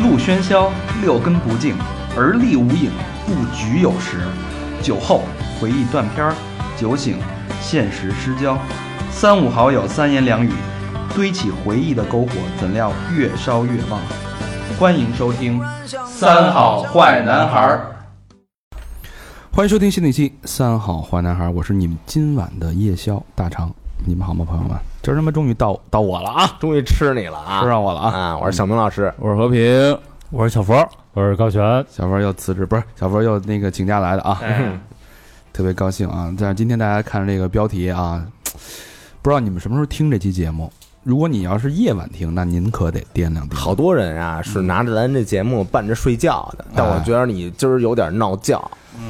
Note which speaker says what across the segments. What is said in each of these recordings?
Speaker 1: 路喧嚣，六根不净，而立无影，不局有时。酒后回忆断片儿，酒醒现实失焦。三五好友三言两语，堆起回忆的篝火，怎料越烧越旺。欢迎收听《三好坏男孩》。
Speaker 2: 欢迎收听新的一期《三好坏男孩》，我是你们今晚的夜宵大肠，你们好吗，朋友们？今儿他妈终于到到我了啊，
Speaker 3: 终于吃你了啊！
Speaker 2: 吃上我了啊！
Speaker 3: 啊！我是小明老师，
Speaker 2: 我是和平，
Speaker 4: 我是小佛，我是高璇。
Speaker 2: 小佛又辞职，不是小佛又那个请假来的啊，
Speaker 4: 哎
Speaker 2: 特别高兴啊！但是今天大家看这个标题啊，不知道你们什么时候听这期节目。如果你要是夜晚听，那您可得掂量掂量。
Speaker 3: 好多人啊是拿着咱这节目伴着睡觉
Speaker 2: 嗯
Speaker 3: 的，但我觉得你今儿有点闹觉，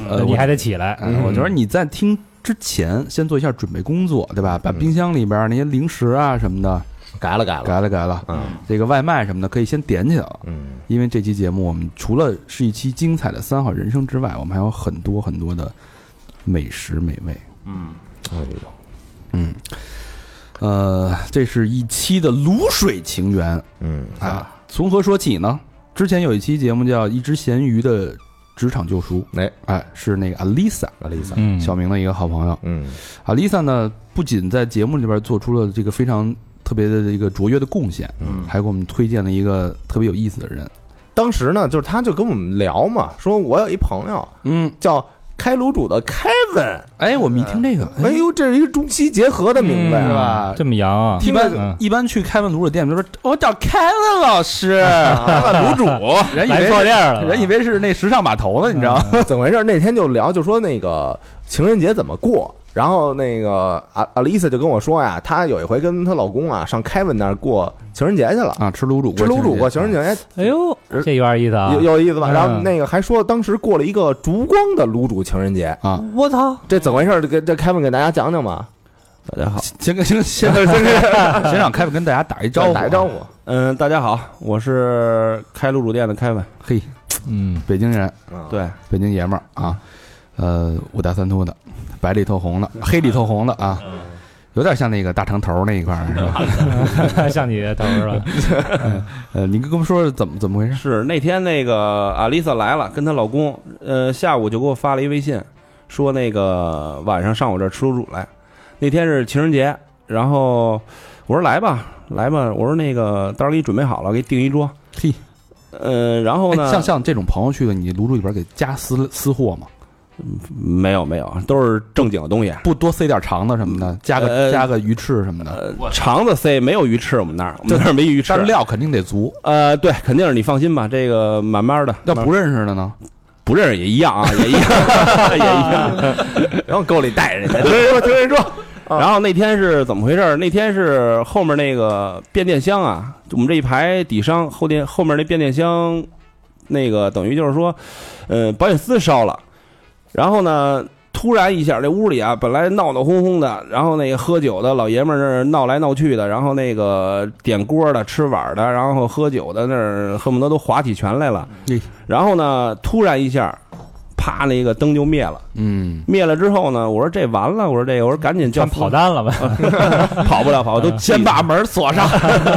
Speaker 2: 呃，
Speaker 4: 你
Speaker 2: 我
Speaker 4: 还得起来，
Speaker 3: 嗯
Speaker 2: 哎，我觉得你在听之前先做一下准备工作，对吧？把冰箱里边那些零食啊什么的
Speaker 3: 嗯改了改了，
Speaker 2: 改了改了，
Speaker 3: 嗯
Speaker 2: 这个外卖什么的可以先点起来了。
Speaker 3: 嗯，
Speaker 2: 因为这期节目，我们除了是一期精彩的三好人生之外，我们还有很多很多的美食美味。
Speaker 3: 哎呦
Speaker 2: 嗯，呃，这是一期的卤水情缘
Speaker 3: 嗯，
Speaker 2: 啊，从何说起呢？之前有一期节目叫《一只咸鱼的职场救赎》，
Speaker 3: 哎，
Speaker 2: 哎，是那个 Alisa
Speaker 3: 阿丽萨，
Speaker 4: 嗯
Speaker 2: 小明的一个好朋友。
Speaker 3: 嗯，
Speaker 2: 啊，Lisa 呢，不仅在节目里边做出了这个非常特别的一个卓越的贡献，嗯，还给我们推荐了一个特别有意思的人，
Speaker 3: 当时呢，就是他就跟我们聊嘛，说我有一朋友
Speaker 2: 嗯，
Speaker 3: 叫开卤煮的 Kevin，
Speaker 2: 哎，我们一听这个，
Speaker 3: 哎呦，这是一个中西结合的名字
Speaker 2: 是
Speaker 3: 呀，
Speaker 2: 吧？
Speaker 4: 这么洋啊！
Speaker 2: 一般
Speaker 4: 嗯
Speaker 2: 一般去开文卤水店，就说我找凯文老师，
Speaker 5: 啊
Speaker 3: 开了卤 煮，
Speaker 2: 人以
Speaker 4: 来
Speaker 2: 为
Speaker 4: 坐
Speaker 2: 是
Speaker 4: 垫儿了吧，
Speaker 2: 人以为是那时尚码头呢，你知道？吗？
Speaker 3: 怎么回事？那天就聊，就说那个情人节怎么过。然后那个阿阿丽萨就跟我说呀，她有一回跟她老公啊上凯文那儿过情人节去了，
Speaker 2: 啊，吃卤煮，
Speaker 3: 吃卤煮过情人
Speaker 2: 节，
Speaker 3: 节，
Speaker 4: 哎呦，这有点意思啊！
Speaker 3: 有有意思吧？
Speaker 4: 嗯
Speaker 3: 然后那个还说当时过了一个烛光的卤煮情人节，
Speaker 4: 我操，
Speaker 3: 这怎么回事？这个这凯文给大家讲讲吧。
Speaker 5: 大家好，
Speaker 2: 先跟先先跟 先让凯文跟大家打一招呼，
Speaker 3: 打一招，呼，
Speaker 5: 啊嗯，大家好，我是开卤煮店的凯文。
Speaker 2: 嘿，
Speaker 4: 嗯，
Speaker 2: 北京人，
Speaker 3: 嗯，
Speaker 5: 对，
Speaker 2: 北京爷们儿啊，呃，五大三粗的，白里透红的，黑里透红的啊， 有点像那个大长头那一块儿，是吧？
Speaker 5: 啊
Speaker 4: 像你头儿了，
Speaker 2: 呃，你跟我们说说怎么怎么回事？
Speaker 5: 是那天那个阿丽萨来了，跟她老公，呃，下午就给我发了一微信，说那个晚上上我这儿吃卤煮来。那天是情人节，然后我说来吧，来吧，我说那个到时候给你准备好了，给你订一桌。
Speaker 2: 嘿，
Speaker 5: 呃，然后
Speaker 2: 哎
Speaker 5: 呢？
Speaker 2: 像像这种朋友去的，你卤煮里边给加私私货吗？
Speaker 5: 嗯没有没有，都是正经的东西。
Speaker 2: 不多塞点肠子什么的，加个、
Speaker 5: 呃
Speaker 2: 加个鱼翅什么的，
Speaker 5: 呃，肠子塞没有鱼翅，我们那儿我们那儿没鱼翅
Speaker 2: 但。是料肯定得足。
Speaker 5: 呃，对，肯定是你放心吧，这个慢慢的，
Speaker 2: 要不认识的呢？
Speaker 5: 不认识也一样 啊，也一样，也一样。
Speaker 3: 然后沟里带人家，啊
Speaker 5: 听人说，听人说。然后那天是怎么回事儿？那天是后面那个变电箱啊，我们这一排底商后电后面那变电箱，那个等于就是说，呃，保险丝烧了。然后呢，突然一下，这屋里啊本来闹闹哄哄的，然后那个喝酒的老爷们儿那儿闹来闹去的，然后那个点锅的、吃碗的，然后喝酒的那儿恨不得都划起拳来了
Speaker 2: 嗯。
Speaker 5: 然后呢，突然一下，啪，那个灯就灭了。
Speaker 2: 嗯，
Speaker 5: 灭了之后呢，我说这完了，我说这，我说赶紧叫
Speaker 4: 像跑单了吧？
Speaker 5: 跑不了，跑不了都
Speaker 2: 先把门锁上。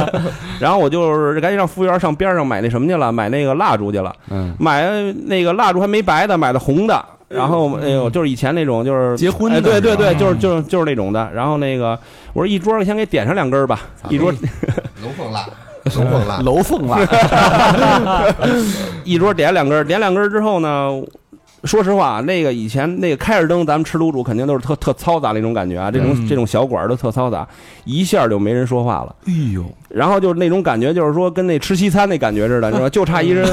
Speaker 5: 然后我就是赶紧让服务员上边上买那什么去了，买那个蜡烛去了，
Speaker 2: 嗯，
Speaker 5: 买那个蜡烛还没白的，买的红的。然后哎呦，就是以前那种就是
Speaker 2: 结婚的
Speaker 5: 哎对对对，
Speaker 2: 是吧
Speaker 5: 就是就是就是那种的。然后那个我说一桌先给点上两根吧，一 桌
Speaker 6: 龙凤蜡，龙凤 蜡，
Speaker 2: 楼凤了。
Speaker 5: 一桌点两根，点两根之后呢，说实话，那个以前那个开着灯，咱们吃卤煮肯定都是特特嘈杂那种感觉啊，这
Speaker 4: 嗯
Speaker 5: 种这种小馆儿都特嘈杂，一下就没人说话了。
Speaker 2: 哎呦，
Speaker 5: 然后就是那种感觉，就是说跟那吃西餐那感觉似的，你知道吗，就差 一人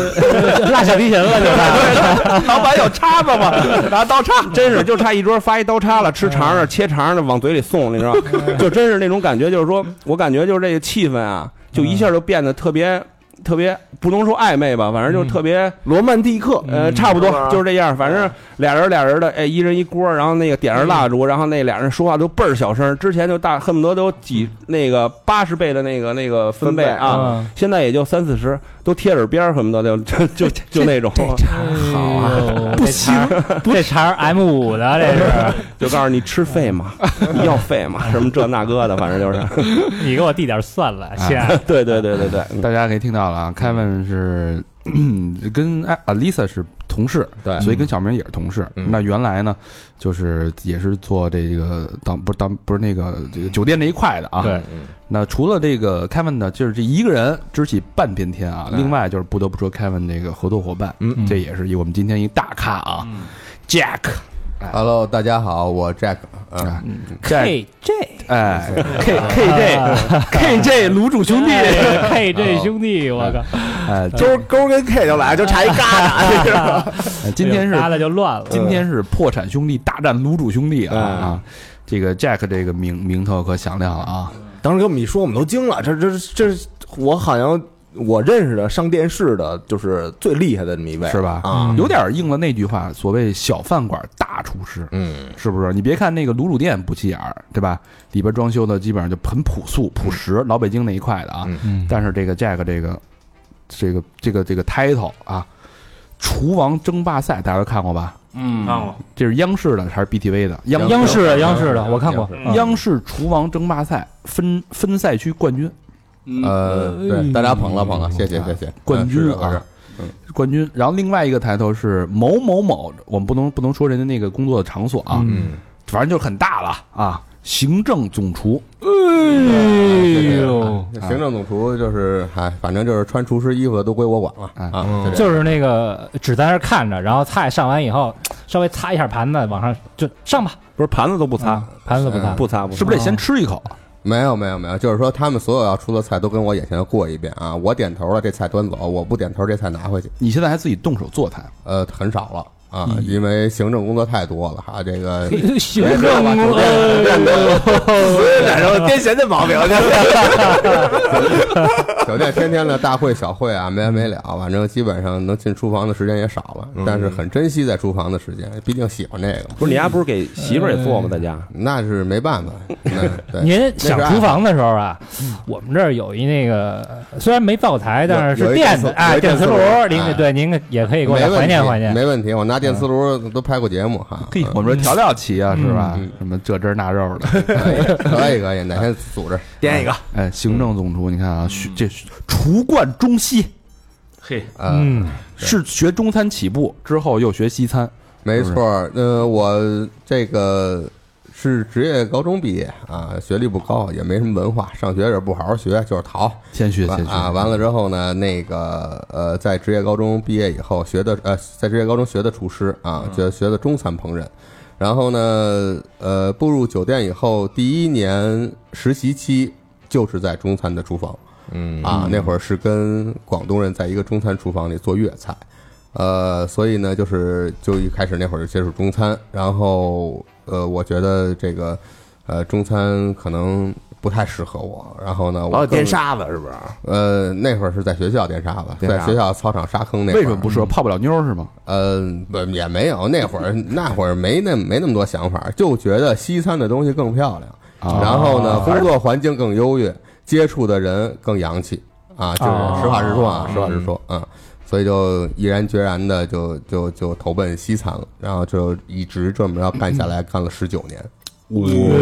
Speaker 4: 拉小提琴了就是。
Speaker 5: 老板有叉子 吗？拿刀叉，真是就差一桌发一刀叉了，吃肠儿啊切肠儿往嘴里送，你知道吗？就真是那种感觉，就是说我感觉就是这个气氛啊，就一下就变得特别特别，不能说暧昧吧，反正就特别。
Speaker 3: 罗曼蒂克，
Speaker 5: 呃，差不多
Speaker 3: 嗯
Speaker 5: 就是这样，反正俩人俩人的，哎，一人一锅，然后那个点上蜡烛，然后那俩人说话都倍儿小声，之前就大恨不得都几那个八十倍的那个那个分贝
Speaker 3: 分贝
Speaker 5: 啊，
Speaker 4: 嗯
Speaker 5: 现在也就三四十，都贴耳边儿恨不得就就就就那种，
Speaker 4: 好啊，不行，这茬 M 五的这
Speaker 5: 就告诉你吃 肺嘛，你要肺嘛，什么这那个的，反正就是，
Speaker 4: 是，你给我递点蒜来，亲爱的。
Speaker 5: 对对对对对，
Speaker 3: 嗯
Speaker 2: 大家可以听到了啊，Kevin 是 跟艾 Alisa 是同事，
Speaker 3: 对
Speaker 2: 所以跟小明也是同事。
Speaker 3: 嗯
Speaker 2: 那原来呢，就是也是做这个当不是当不是那个这个酒店那一块的啊。
Speaker 4: 对，
Speaker 2: 那除了这个 Kevin 呢，就是这一个人支起半边天啊。
Speaker 3: 对
Speaker 2: 另外就是不得不说 Kevin 这个合作伙伴，
Speaker 3: 嗯
Speaker 2: 这也是一我们今天一大咖啊、j a c k
Speaker 6: Hello，大家好，我 Jack，嗯，
Speaker 2: 啊，Jack，
Speaker 4: 这
Speaker 2: 哎
Speaker 5: K KJ KJ 卤煮兄弟，
Speaker 4: 嘿，这兄弟，我靠，
Speaker 2: 哎，
Speaker 3: 勾勾跟 K 就来，就差一嘎达，这是
Speaker 2: 哎 今天是
Speaker 4: 搭哎的就乱了。
Speaker 2: 今天是破产兄弟大战卤煮兄弟啊
Speaker 3: 嗯
Speaker 2: 啊！这个 Jack 这个名名头可响亮了啊！
Speaker 3: 当时跟我们一说，我们都惊了，这这这，这我好像我认识的上电视的，就是最厉害的这么一位，
Speaker 2: 是吧嗯
Speaker 3: 啊，
Speaker 2: 有点应了那句话，所谓小饭馆大厨师，
Speaker 3: 嗯，
Speaker 2: 是不是？你别看那个卤煮店不起眼儿，对吧？里边装修的基本上就很朴素、朴实，老北京那一块的啊。
Speaker 3: 嗯
Speaker 4: 嗯，
Speaker 2: 但是这个 Jack 这个这个这个这个 title 啊，厨王争霸赛大家都看过吧？
Speaker 1: 嗯，
Speaker 7: 看过，
Speaker 2: 这是央视的还是 BTV 的？央
Speaker 4: 央视央视的我看过嗯
Speaker 2: 央视厨王争霸赛分分赛区冠军。
Speaker 4: 嗯
Speaker 6: 呃，
Speaker 4: 哎
Speaker 6: 对，大家捧了捧了，谢谢谢谢，
Speaker 2: 冠
Speaker 6: 嗯
Speaker 2: 军
Speaker 6: 是的
Speaker 2: 啊，冠军。然后另外一个抬头是某某某，我们不能不能说人家那个工作的场所啊，
Speaker 3: 嗯，
Speaker 2: 反正就是很大了啊。行政总厨，
Speaker 4: 哎呦，
Speaker 6: 是的行政总厨就是，哎，反正就是穿厨师衣服的都归我管
Speaker 2: 哎
Speaker 6: 了啊，就这样
Speaker 4: 就是那个只在那儿看着，然后菜上完以后，稍微擦一下盘子，往上就上吧，嗯
Speaker 5: 不是盘子都不擦，
Speaker 4: 盘子不
Speaker 6: 嗯
Speaker 4: 擦。
Speaker 5: 不擦不擦
Speaker 2: 是不是得先吃一口？
Speaker 6: 没有没有没有，就是说他们所有要出的菜都跟我眼前过一遍啊，我点头了，这菜端走；我不点头，这菜拿回去。
Speaker 2: 你现在还自己动手做菜吗？
Speaker 6: 呃，很少了啊，因为行政工作太多了哈，这个
Speaker 4: 行 政
Speaker 3: 染上了癫痫的毛病，
Speaker 6: 酒店天天的大会小会啊，没完没了，反正基本上能进厨房的时间也少了，
Speaker 2: 嗯
Speaker 6: 但是很珍惜在厨房的时间，毕竟喜欢这个嘛，嗯
Speaker 5: 不是你家不是给媳妇儿也做吗？在家
Speaker 6: 那是没办 法。那嗯对
Speaker 4: 您想厨房的时候啊，我们这儿有一那个，虽然没灶台，但是
Speaker 6: 有有
Speaker 4: 是
Speaker 6: 一
Speaker 4: 电子
Speaker 6: 电磁
Speaker 4: 哎，
Speaker 6: 有一
Speaker 4: 电磁
Speaker 6: 电
Speaker 4: 炉
Speaker 6: 磁炉，
Speaker 4: 您
Speaker 6: 哎
Speaker 4: 对您也可以过来
Speaker 6: 没问
Speaker 4: 怀
Speaker 6: 题
Speaker 4: 念怀念。嗯
Speaker 6: 没问题。我拿电磁炉都拍过节目哈，
Speaker 2: 嘿，我们这调料齐啊，是吧
Speaker 6: 嗯？
Speaker 2: 什么这汁儿那肉的，
Speaker 4: 哎
Speaker 6: 可以可以，哪天组织
Speaker 3: 点一个，
Speaker 2: 哎，行政总厨，你看啊，
Speaker 4: 嗯
Speaker 2: 学这厨贯中西，
Speaker 7: 嘿，
Speaker 6: 啊？
Speaker 4: 嗯，
Speaker 2: 是学中餐起步，之后又学西餐，
Speaker 6: 没错儿，呃，我这个是职业高中毕业啊，学历不高，也没什么文化，上学也不好好学，就是逃。
Speaker 2: 先学
Speaker 6: 完
Speaker 2: 先学
Speaker 6: 啊，完了之后呢，那个呃，在职业高中毕业以后学的呃，在职业高中学的厨师啊，学学的中餐烹饪，然后呢，呃，步入酒店以后，第一年实习期就是在中餐的厨房
Speaker 3: 嗯
Speaker 6: 啊，那会儿是跟广东人在一个中餐厨房里做粤菜，呃，所以呢，就是就一开始那会儿就接触中餐，然后呃，我觉得这个呃中餐可能。不太适合我，然后呢，
Speaker 3: 老
Speaker 6: 我
Speaker 3: 有
Speaker 6: 更
Speaker 3: 颠沙子是不是？
Speaker 6: 呃，那会儿是在学校颠沙子，
Speaker 3: 颠
Speaker 6: 在
Speaker 3: 沙
Speaker 6: 学校操场沙坑那会儿。
Speaker 2: 为什么不说泡不了妞儿是吗？
Speaker 6: 呃，不也没有，那会儿那会儿没那没那么多想法，就觉得西餐的东西更漂亮，
Speaker 2: 啊
Speaker 6: 然后呢，工作环境更优越，接触的人更洋气啊，就是实话实说
Speaker 2: 嗯
Speaker 6: 啊，实话实说啊。所以就毅然决然的就就就投奔西餐了，然后就一直这么着干下来，干了十九年。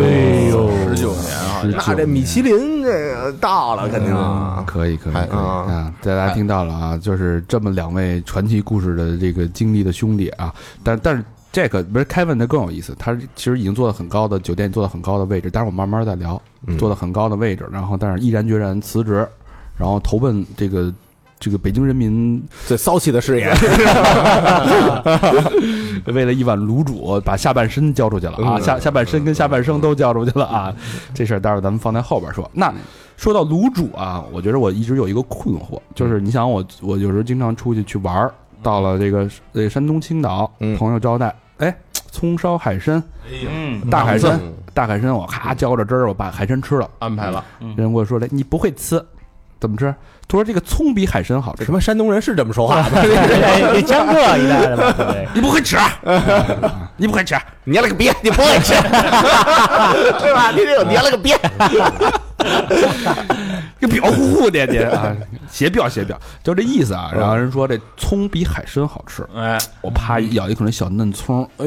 Speaker 2: 哎呦，
Speaker 3: 十九年啊，那这米其林这个到了肯定
Speaker 2: 啊，
Speaker 3: 啊，
Speaker 2: 可以可以可
Speaker 6: 还
Speaker 2: 以啊！大家听到了啊，就是这么两位传奇故事的这个经历的兄弟啊，但但是。这个不是 Kevin 他更有意思，他其实已经做到很高的酒店，做到很高的位置。待会儿我慢慢再聊，
Speaker 3: 嗯
Speaker 2: 做到很高的位置，然后但是毅然决然辞职，然后投奔这个这个北京人民，
Speaker 3: 最骚气的事 业，
Speaker 2: 为了一碗卤煮，把下半身交出去了啊，
Speaker 6: 嗯
Speaker 2: 下下半身跟下半生都交出去了啊。
Speaker 3: 嗯
Speaker 2: 这事儿待会儿咱们放在后边说。那说到卤煮啊，我觉得我一直有一个困惑，就是
Speaker 3: 嗯
Speaker 2: 你想我，我有时候经常出去去玩儿，到了这个这个山东青岛，
Speaker 6: 嗯
Speaker 2: 朋友招待，哎，葱烧海参，
Speaker 7: 嗯，
Speaker 2: 大海参
Speaker 6: 嗯，
Speaker 2: 大海参，我咔
Speaker 3: 嗯
Speaker 2: 浇着汁儿，我把海参吃了，
Speaker 6: 安排了，
Speaker 2: 人跟我说来，你不会吃，怎么吃？他说这个葱比海参好吃
Speaker 3: 什，么山东人是这么说话 的？哎
Speaker 4: 这江浙一带的 吧，对，
Speaker 2: 你不会吃，你不会吃，
Speaker 3: 啊你了个逼，你不会吃，嗯对吧？你得有你了个逼，
Speaker 2: 这表乎乎的， 你啊，邪表邪表，就这意思啊。然后人说这葱比海参好吃，
Speaker 7: 嗯哎，
Speaker 2: 我啪一咬一口那小嫩葱，哎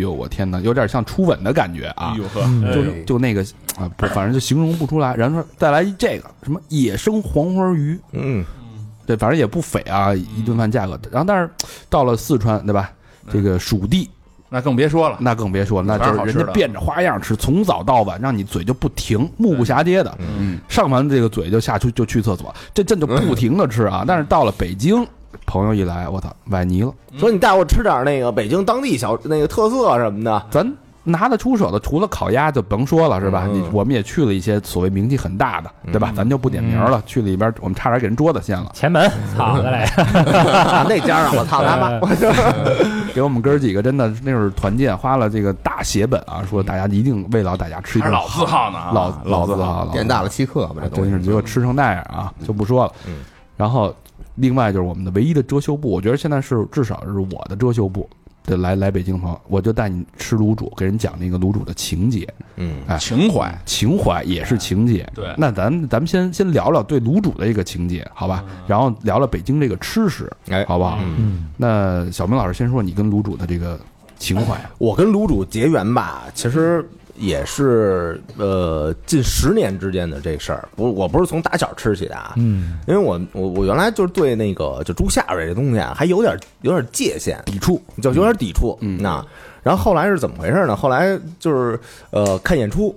Speaker 2: 呦我天哪，有点像初吻的感觉啊
Speaker 7: 哎，呦呵，
Speaker 2: 就
Speaker 7: 哎
Speaker 2: 是就那个啊，不，反正就形容不出来。然后说再来一这个什么野生黄花鱼，
Speaker 3: 嗯，
Speaker 2: 对，反正也不菲啊，一顿饭价格。然后但是到了四川，对吧？这个蜀地
Speaker 7: 嗯那更别说了。
Speaker 2: 那更别说了，那
Speaker 7: 哪儿
Speaker 2: 就
Speaker 7: 好
Speaker 2: 是
Speaker 7: 吃
Speaker 2: 人家
Speaker 7: 的
Speaker 2: 变着花样吃，从早到晚，让你嘴就不停，目不暇接的。
Speaker 7: 嗯，
Speaker 2: 上完这个嘴就下去就去厕所，这这就不停的吃啊。但是到了北京，朋友一来，我操，崴泥了。
Speaker 3: 说你带我吃点那个北京当地小那个特色什么的，
Speaker 2: 咱拿得出手的，除了烤鸭就甭说了，是吧？
Speaker 3: 嗯
Speaker 2: 你我们也去了一些所谓名气很大的，对吧？咱就不点名了。去里边，我们差点给人桌子掀了，
Speaker 4: 前门，操的嘞！
Speaker 3: 啊那家 啊，我 操他 妈！我就
Speaker 2: 给我们哥儿几个真的那会儿团建花了这个大血本啊，说大家一定为了大家吃一
Speaker 7: 还是
Speaker 2: 顿
Speaker 7: 老字号呢 啊，
Speaker 2: 老老字号了，
Speaker 6: 店大了欺客嘛，这
Speaker 2: 东
Speaker 6: 东
Speaker 2: 西
Speaker 6: 西
Speaker 2: 儿结果吃成那样啊，就不说了。
Speaker 6: 嗯
Speaker 2: 然后另外就是我们的唯一的遮羞布，我觉得现在是至少是我的遮羞布。对，来来北京的朋友，我就带你吃卤煮，给人讲那个卤煮的情节、
Speaker 6: 嗯
Speaker 7: 情怀，
Speaker 2: 哎情怀也是情节。
Speaker 7: 对
Speaker 2: 那咱们咱们先先聊聊对卤煮的一个情节，好吧？
Speaker 7: 嗯
Speaker 2: 然后聊聊北京这个吃食，
Speaker 6: 哎
Speaker 2: 好不好？
Speaker 4: 嗯，
Speaker 2: 那小明老师先说你跟卤煮的这个情怀，啊
Speaker 3: 我跟卤煮结缘吧，其实也是呃近十年之间的这事儿，不，我不是从打小吃起的啊，
Speaker 4: 嗯，
Speaker 3: 因为我我我原来就是对那个就猪下水这东西啊，还有点有点界限，
Speaker 2: 抵触
Speaker 3: 就
Speaker 7: 嗯
Speaker 3: 有点抵触。那然后后来是怎么回事呢？后来就是呃看演出，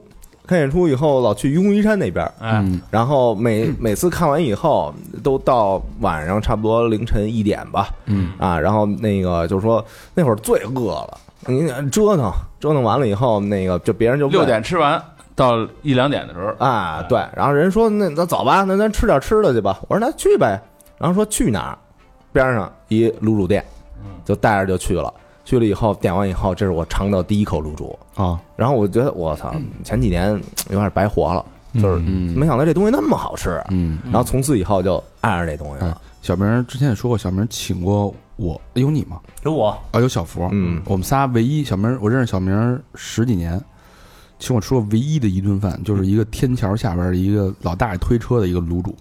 Speaker 3: 看演出以后老去愚公移山那边儿，
Speaker 7: 哎，
Speaker 3: 然后每每次看完以后，都到晚上差不多凌晨一点吧，嗯啊，然后那个就是说那会儿最饿了，你折腾折腾完了以后，那个就别人就问
Speaker 7: 六点吃完到一两点的时候，
Speaker 3: 啊，对，然后人说那那走吧，那咱吃点吃的去吧，我说那去呗，然后说去哪儿，边上一卤煮店，就带着就去了，去了以后点完以后，这是我尝到第一口卤煮，
Speaker 2: 啊，
Speaker 3: 然后我觉得我操，前几年有点白活了，就是
Speaker 2: 嗯
Speaker 3: 没想到这东西那么好吃，
Speaker 2: 嗯。
Speaker 3: 然后从此以后就爱上这东西呃
Speaker 2: 哎
Speaker 3: 了。，
Speaker 2: 小明儿之前也说过，小明儿请过我，哎有你吗？
Speaker 4: 有我，
Speaker 2: 啊，有小福，
Speaker 3: 嗯
Speaker 2: 我们仨唯一，小明儿，我认识小明儿十几年，请我吃过唯一的一顿饭，就是一个天桥下边儿的一个老大爷推车的一个卤煮，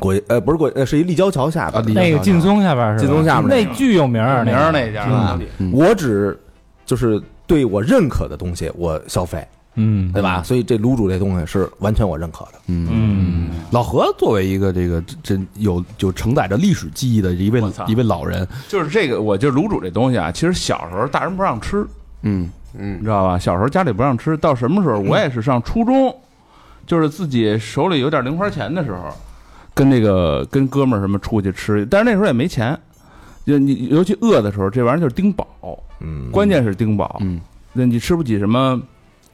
Speaker 3: 国呃不是国呃是一立交桥下
Speaker 2: 啊
Speaker 3: 边
Speaker 2: 立
Speaker 3: 的，
Speaker 4: 那个劲松下边是吧
Speaker 3: 劲松下边那
Speaker 4: 那
Speaker 3: 个
Speaker 4: 巨有名儿，
Speaker 7: 明
Speaker 4: 那
Speaker 7: 儿
Speaker 4: 个
Speaker 7: 那家
Speaker 3: 是吧
Speaker 2: 嗯
Speaker 3: 我只就是对我认可的东西我消费，
Speaker 4: 嗯，
Speaker 3: 对吧？所以这卤煮这东西是完全我认可的。
Speaker 4: 嗯，
Speaker 2: 老何作为一个这个这有有承载着历史记忆的一位
Speaker 7: 我操
Speaker 2: 一位老人，
Speaker 7: 就是这个，我就卤煮这东西啊，其实小时候大人不让吃，
Speaker 2: 嗯
Speaker 7: 你
Speaker 6: 嗯，
Speaker 7: 知道吧？小时候家里不让吃，到什么时候？我也是上初中，就是自己手里有点零花钱的时候，跟那个跟哥们儿什么出去吃，但是那时候也没钱，就你尤其饿的时候，这玩意儿就是丁饱，
Speaker 3: 嗯，
Speaker 7: 关键是丁饱，
Speaker 2: 嗯
Speaker 7: 那你吃不起什么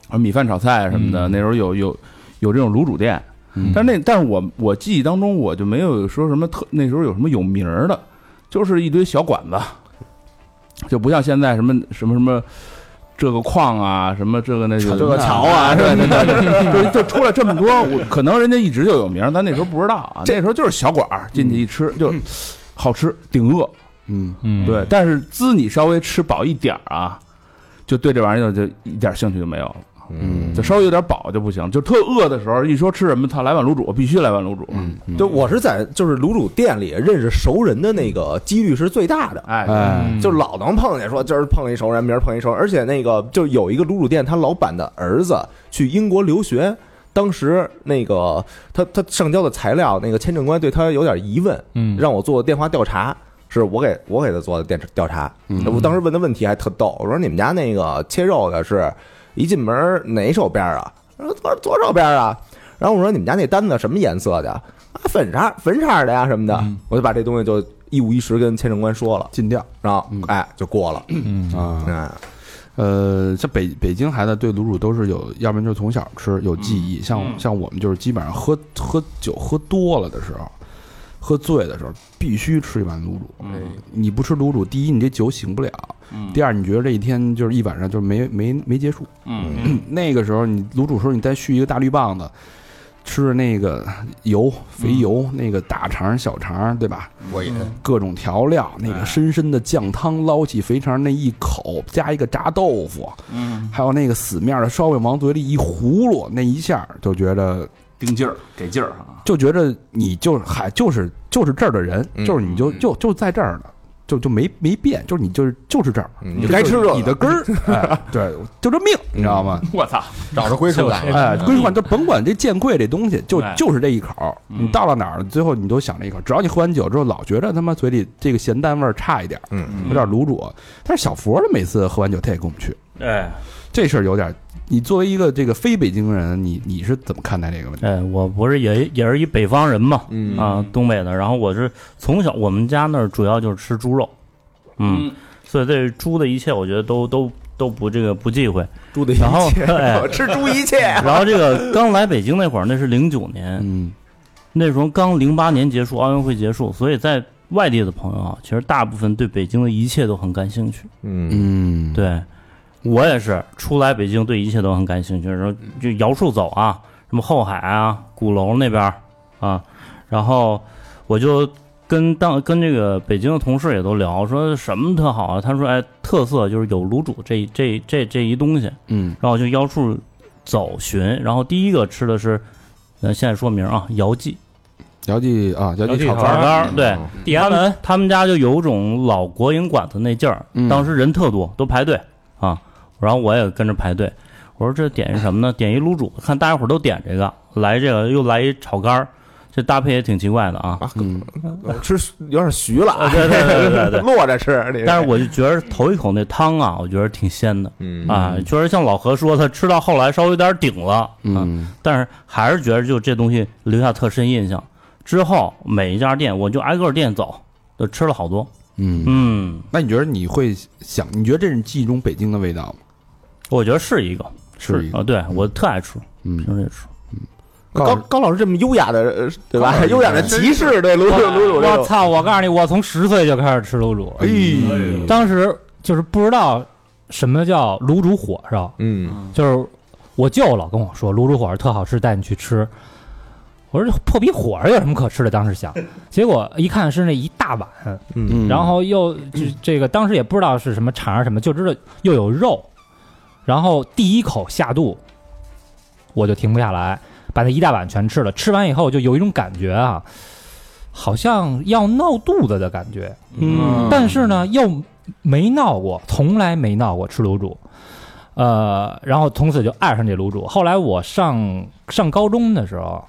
Speaker 7: 啊米饭炒菜什么的，那时候有有有这种卤煮店，
Speaker 2: 嗯
Speaker 7: 但是那但是我我记忆当中我就没有说什么特那时候有什么有名儿的，就是一堆小馆子，就不像现在什么什么什么。这个矿啊，什么这个那个
Speaker 3: 这个桥啊
Speaker 7: 对对对，就就出来这么多，我可能人家一直就有名儿，咱那时候不知道啊。那时候就是小馆儿，进去一吃就好吃，顶饿。
Speaker 2: 嗯，
Speaker 4: 嗯，
Speaker 7: 对，但是滋你稍微吃饱一点儿啊，就对这玩意儿就就一点兴趣就没有了。
Speaker 3: 嗯，
Speaker 7: 就稍微有点饱就不行，就特饿的时候，一说吃什么，他来碗卤煮，必须来碗卤煮。嗯，
Speaker 3: 就我是在就是卤煮店里认识熟人的那个几率是最大的。
Speaker 7: 哎，
Speaker 2: 哎，
Speaker 3: 就老能碰见，说今儿碰一熟人，明儿碰一熟人，而且那个就有一个卤煮店，他老板的儿子去英国留学，当时那个他他上交的材料，那个签证官对他有点疑问，
Speaker 4: 嗯，
Speaker 3: 让我做电话调查，是我给我给他做的电调查。
Speaker 2: 嗯
Speaker 3: 我当时问的问题还特逗，我说你们家那个切肉的是一进门哪手边啊？他说左左手边啊。然后我说你们家那单子什么颜色的呀？啊，粉色粉色的呀什么的。我就把这东西就一五一十跟签证官说了，
Speaker 2: 尽调
Speaker 3: 然后哎就过了。
Speaker 2: 啊。
Speaker 3: 嗯，
Speaker 2: 呃，像北北京孩子对卤煮都是有，要不然就是从小吃有记忆，像像我们就是基本上喝喝酒喝多了的时候，喝醉的时候必须吃一碗卤煮。你不吃卤煮，第一你这酒醒不了，第二你觉得这一天就是一晚上就是没没没结束。
Speaker 7: 嗯，
Speaker 2: 那个时候你卤煮时候你再续一个大绿棒子。吃着那个油肥油，那个大肠小肠，对吧？
Speaker 6: 过瘾，
Speaker 2: 各种调料，那
Speaker 6: 哎
Speaker 2: 个深深的酱汤捞起肥肠那一口，加一个炸豆腐，嗯，还有那个死面的烧饼往嘴里一葫芦，那一下就觉得
Speaker 7: 顶劲儿，给劲儿啊！
Speaker 2: 就觉得你就还就是就是这儿的人，
Speaker 6: 嗯
Speaker 2: 就是你就就就在这儿呢，就就没没变，就是你就是就是这儿，
Speaker 6: 嗯
Speaker 2: 你
Speaker 6: 就该吃
Speaker 2: 就是
Speaker 6: 这个
Speaker 2: 你的 根儿，哎，对，就这命，你知道吗？
Speaker 7: 我操，
Speaker 6: 找着归属感了。
Speaker 2: 哎，归属嗯感就甭管这见贵这东西，就
Speaker 7: 哎
Speaker 2: 就是这一口，你到了哪儿，最后你都想这一口。只要你喝完酒之后老觉得他妈嘴里这个咸淡味儿差一点儿，
Speaker 6: 嗯，
Speaker 2: 有点卤煮，但是小佛儿每次喝完酒他也跟我们去，
Speaker 8: 哎，
Speaker 2: 这事儿有点儿。你作为一个这个非北京人，你你是怎么看待这个问题？
Speaker 8: 哎，我不是也也是一北方人嘛，
Speaker 6: 嗯
Speaker 8: 啊，东北的。然后我是从小我们家那儿主要就是吃猪肉，嗯，
Speaker 7: 嗯
Speaker 8: 所以对猪的一切，我觉得都都都不这个不忌讳。
Speaker 3: 猪的一
Speaker 8: 然后
Speaker 3: 切，
Speaker 8: 哎
Speaker 3: 我吃猪一切，
Speaker 8: 然后这个刚来北京那会儿，那是零九年，
Speaker 2: 嗯
Speaker 8: 那时候刚零八年结束奥运会结束，所以在外地的朋友啊，其实大部分对北京的一切都很感兴趣。
Speaker 6: 嗯
Speaker 2: 嗯，
Speaker 8: 对，我也是初来北京，对一切都很感兴趣。然后就摇树走啊，什么后海啊、鼓楼那边儿啊，然后我就跟当跟这个北京的同事也都聊，说什么特好啊？他说，哎，特色就是有卤煮这这这这一东西。
Speaker 2: 嗯
Speaker 8: 然后我就摇树走寻，然后第一个吃的是，呃，现在说明啊，姚记
Speaker 2: 姚记啊，姚
Speaker 4: 姚
Speaker 2: 记
Speaker 4: 记
Speaker 2: 炒嗯
Speaker 4: 炒
Speaker 2: 肝儿，
Speaker 8: 肝儿，对，
Speaker 4: 地安门
Speaker 8: 他们家就有种老国营馆子那劲儿，
Speaker 2: 嗯
Speaker 8: 当时人特多，都排队啊。然后我也跟着排队，我说这点一什么呢？点一卤煮，看大家伙儿都点这个，来这个又来一炒肝儿，这搭配也挺奇怪的啊。
Speaker 2: 嗯
Speaker 3: 吃有点徐了啊，
Speaker 8: 对对对对对
Speaker 3: 落着吃。你
Speaker 8: 但是我就觉得头一口那汤啊，我觉得挺鲜的
Speaker 6: 嗯
Speaker 8: 啊，确实像老何说的，吃到后来稍微有点顶了，啊，
Speaker 2: 嗯
Speaker 8: 但是还是觉得就这东西留下特深印象。之后每一家店，我就挨个儿店走，就吃了好多。
Speaker 2: 嗯，
Speaker 8: 嗯，
Speaker 2: 那你觉得你会想？你觉得这是记忆中北京的味道吗？
Speaker 8: 我觉得是一个，
Speaker 2: 是一个
Speaker 8: 啊，对我特爱吃，
Speaker 2: 嗯
Speaker 8: 平，时也吃。
Speaker 3: 高高老师这么优雅的，呃对吧？优雅的骑士对卤煮卤煮这
Speaker 4: 我
Speaker 3: 种，
Speaker 4: 操！我告诉你，我从十岁就开始吃卤煮，
Speaker 2: 哎呦
Speaker 4: 当时就是不知道什么叫卤煮火烧，
Speaker 6: 嗯
Speaker 4: 就是我舅老跟我说卤煮火烧特好吃，带你去吃。我说这破逼火烧有什么可吃的？当时想，结果一看是那一大碗，
Speaker 2: 嗯
Speaker 4: 然后又就这个当时也不知道是什么肠儿什么，就知道又有肉，然后第一口下肚，我就停不下来，把那一大碗全吃了。吃完以后就有一种感觉啊，好像要闹肚子的感觉，
Speaker 8: 嗯
Speaker 4: 但是呢，又没闹过，从来没闹过吃卤煮，呃，然后从此就爱上这卤煮。后来我上上高中的时候，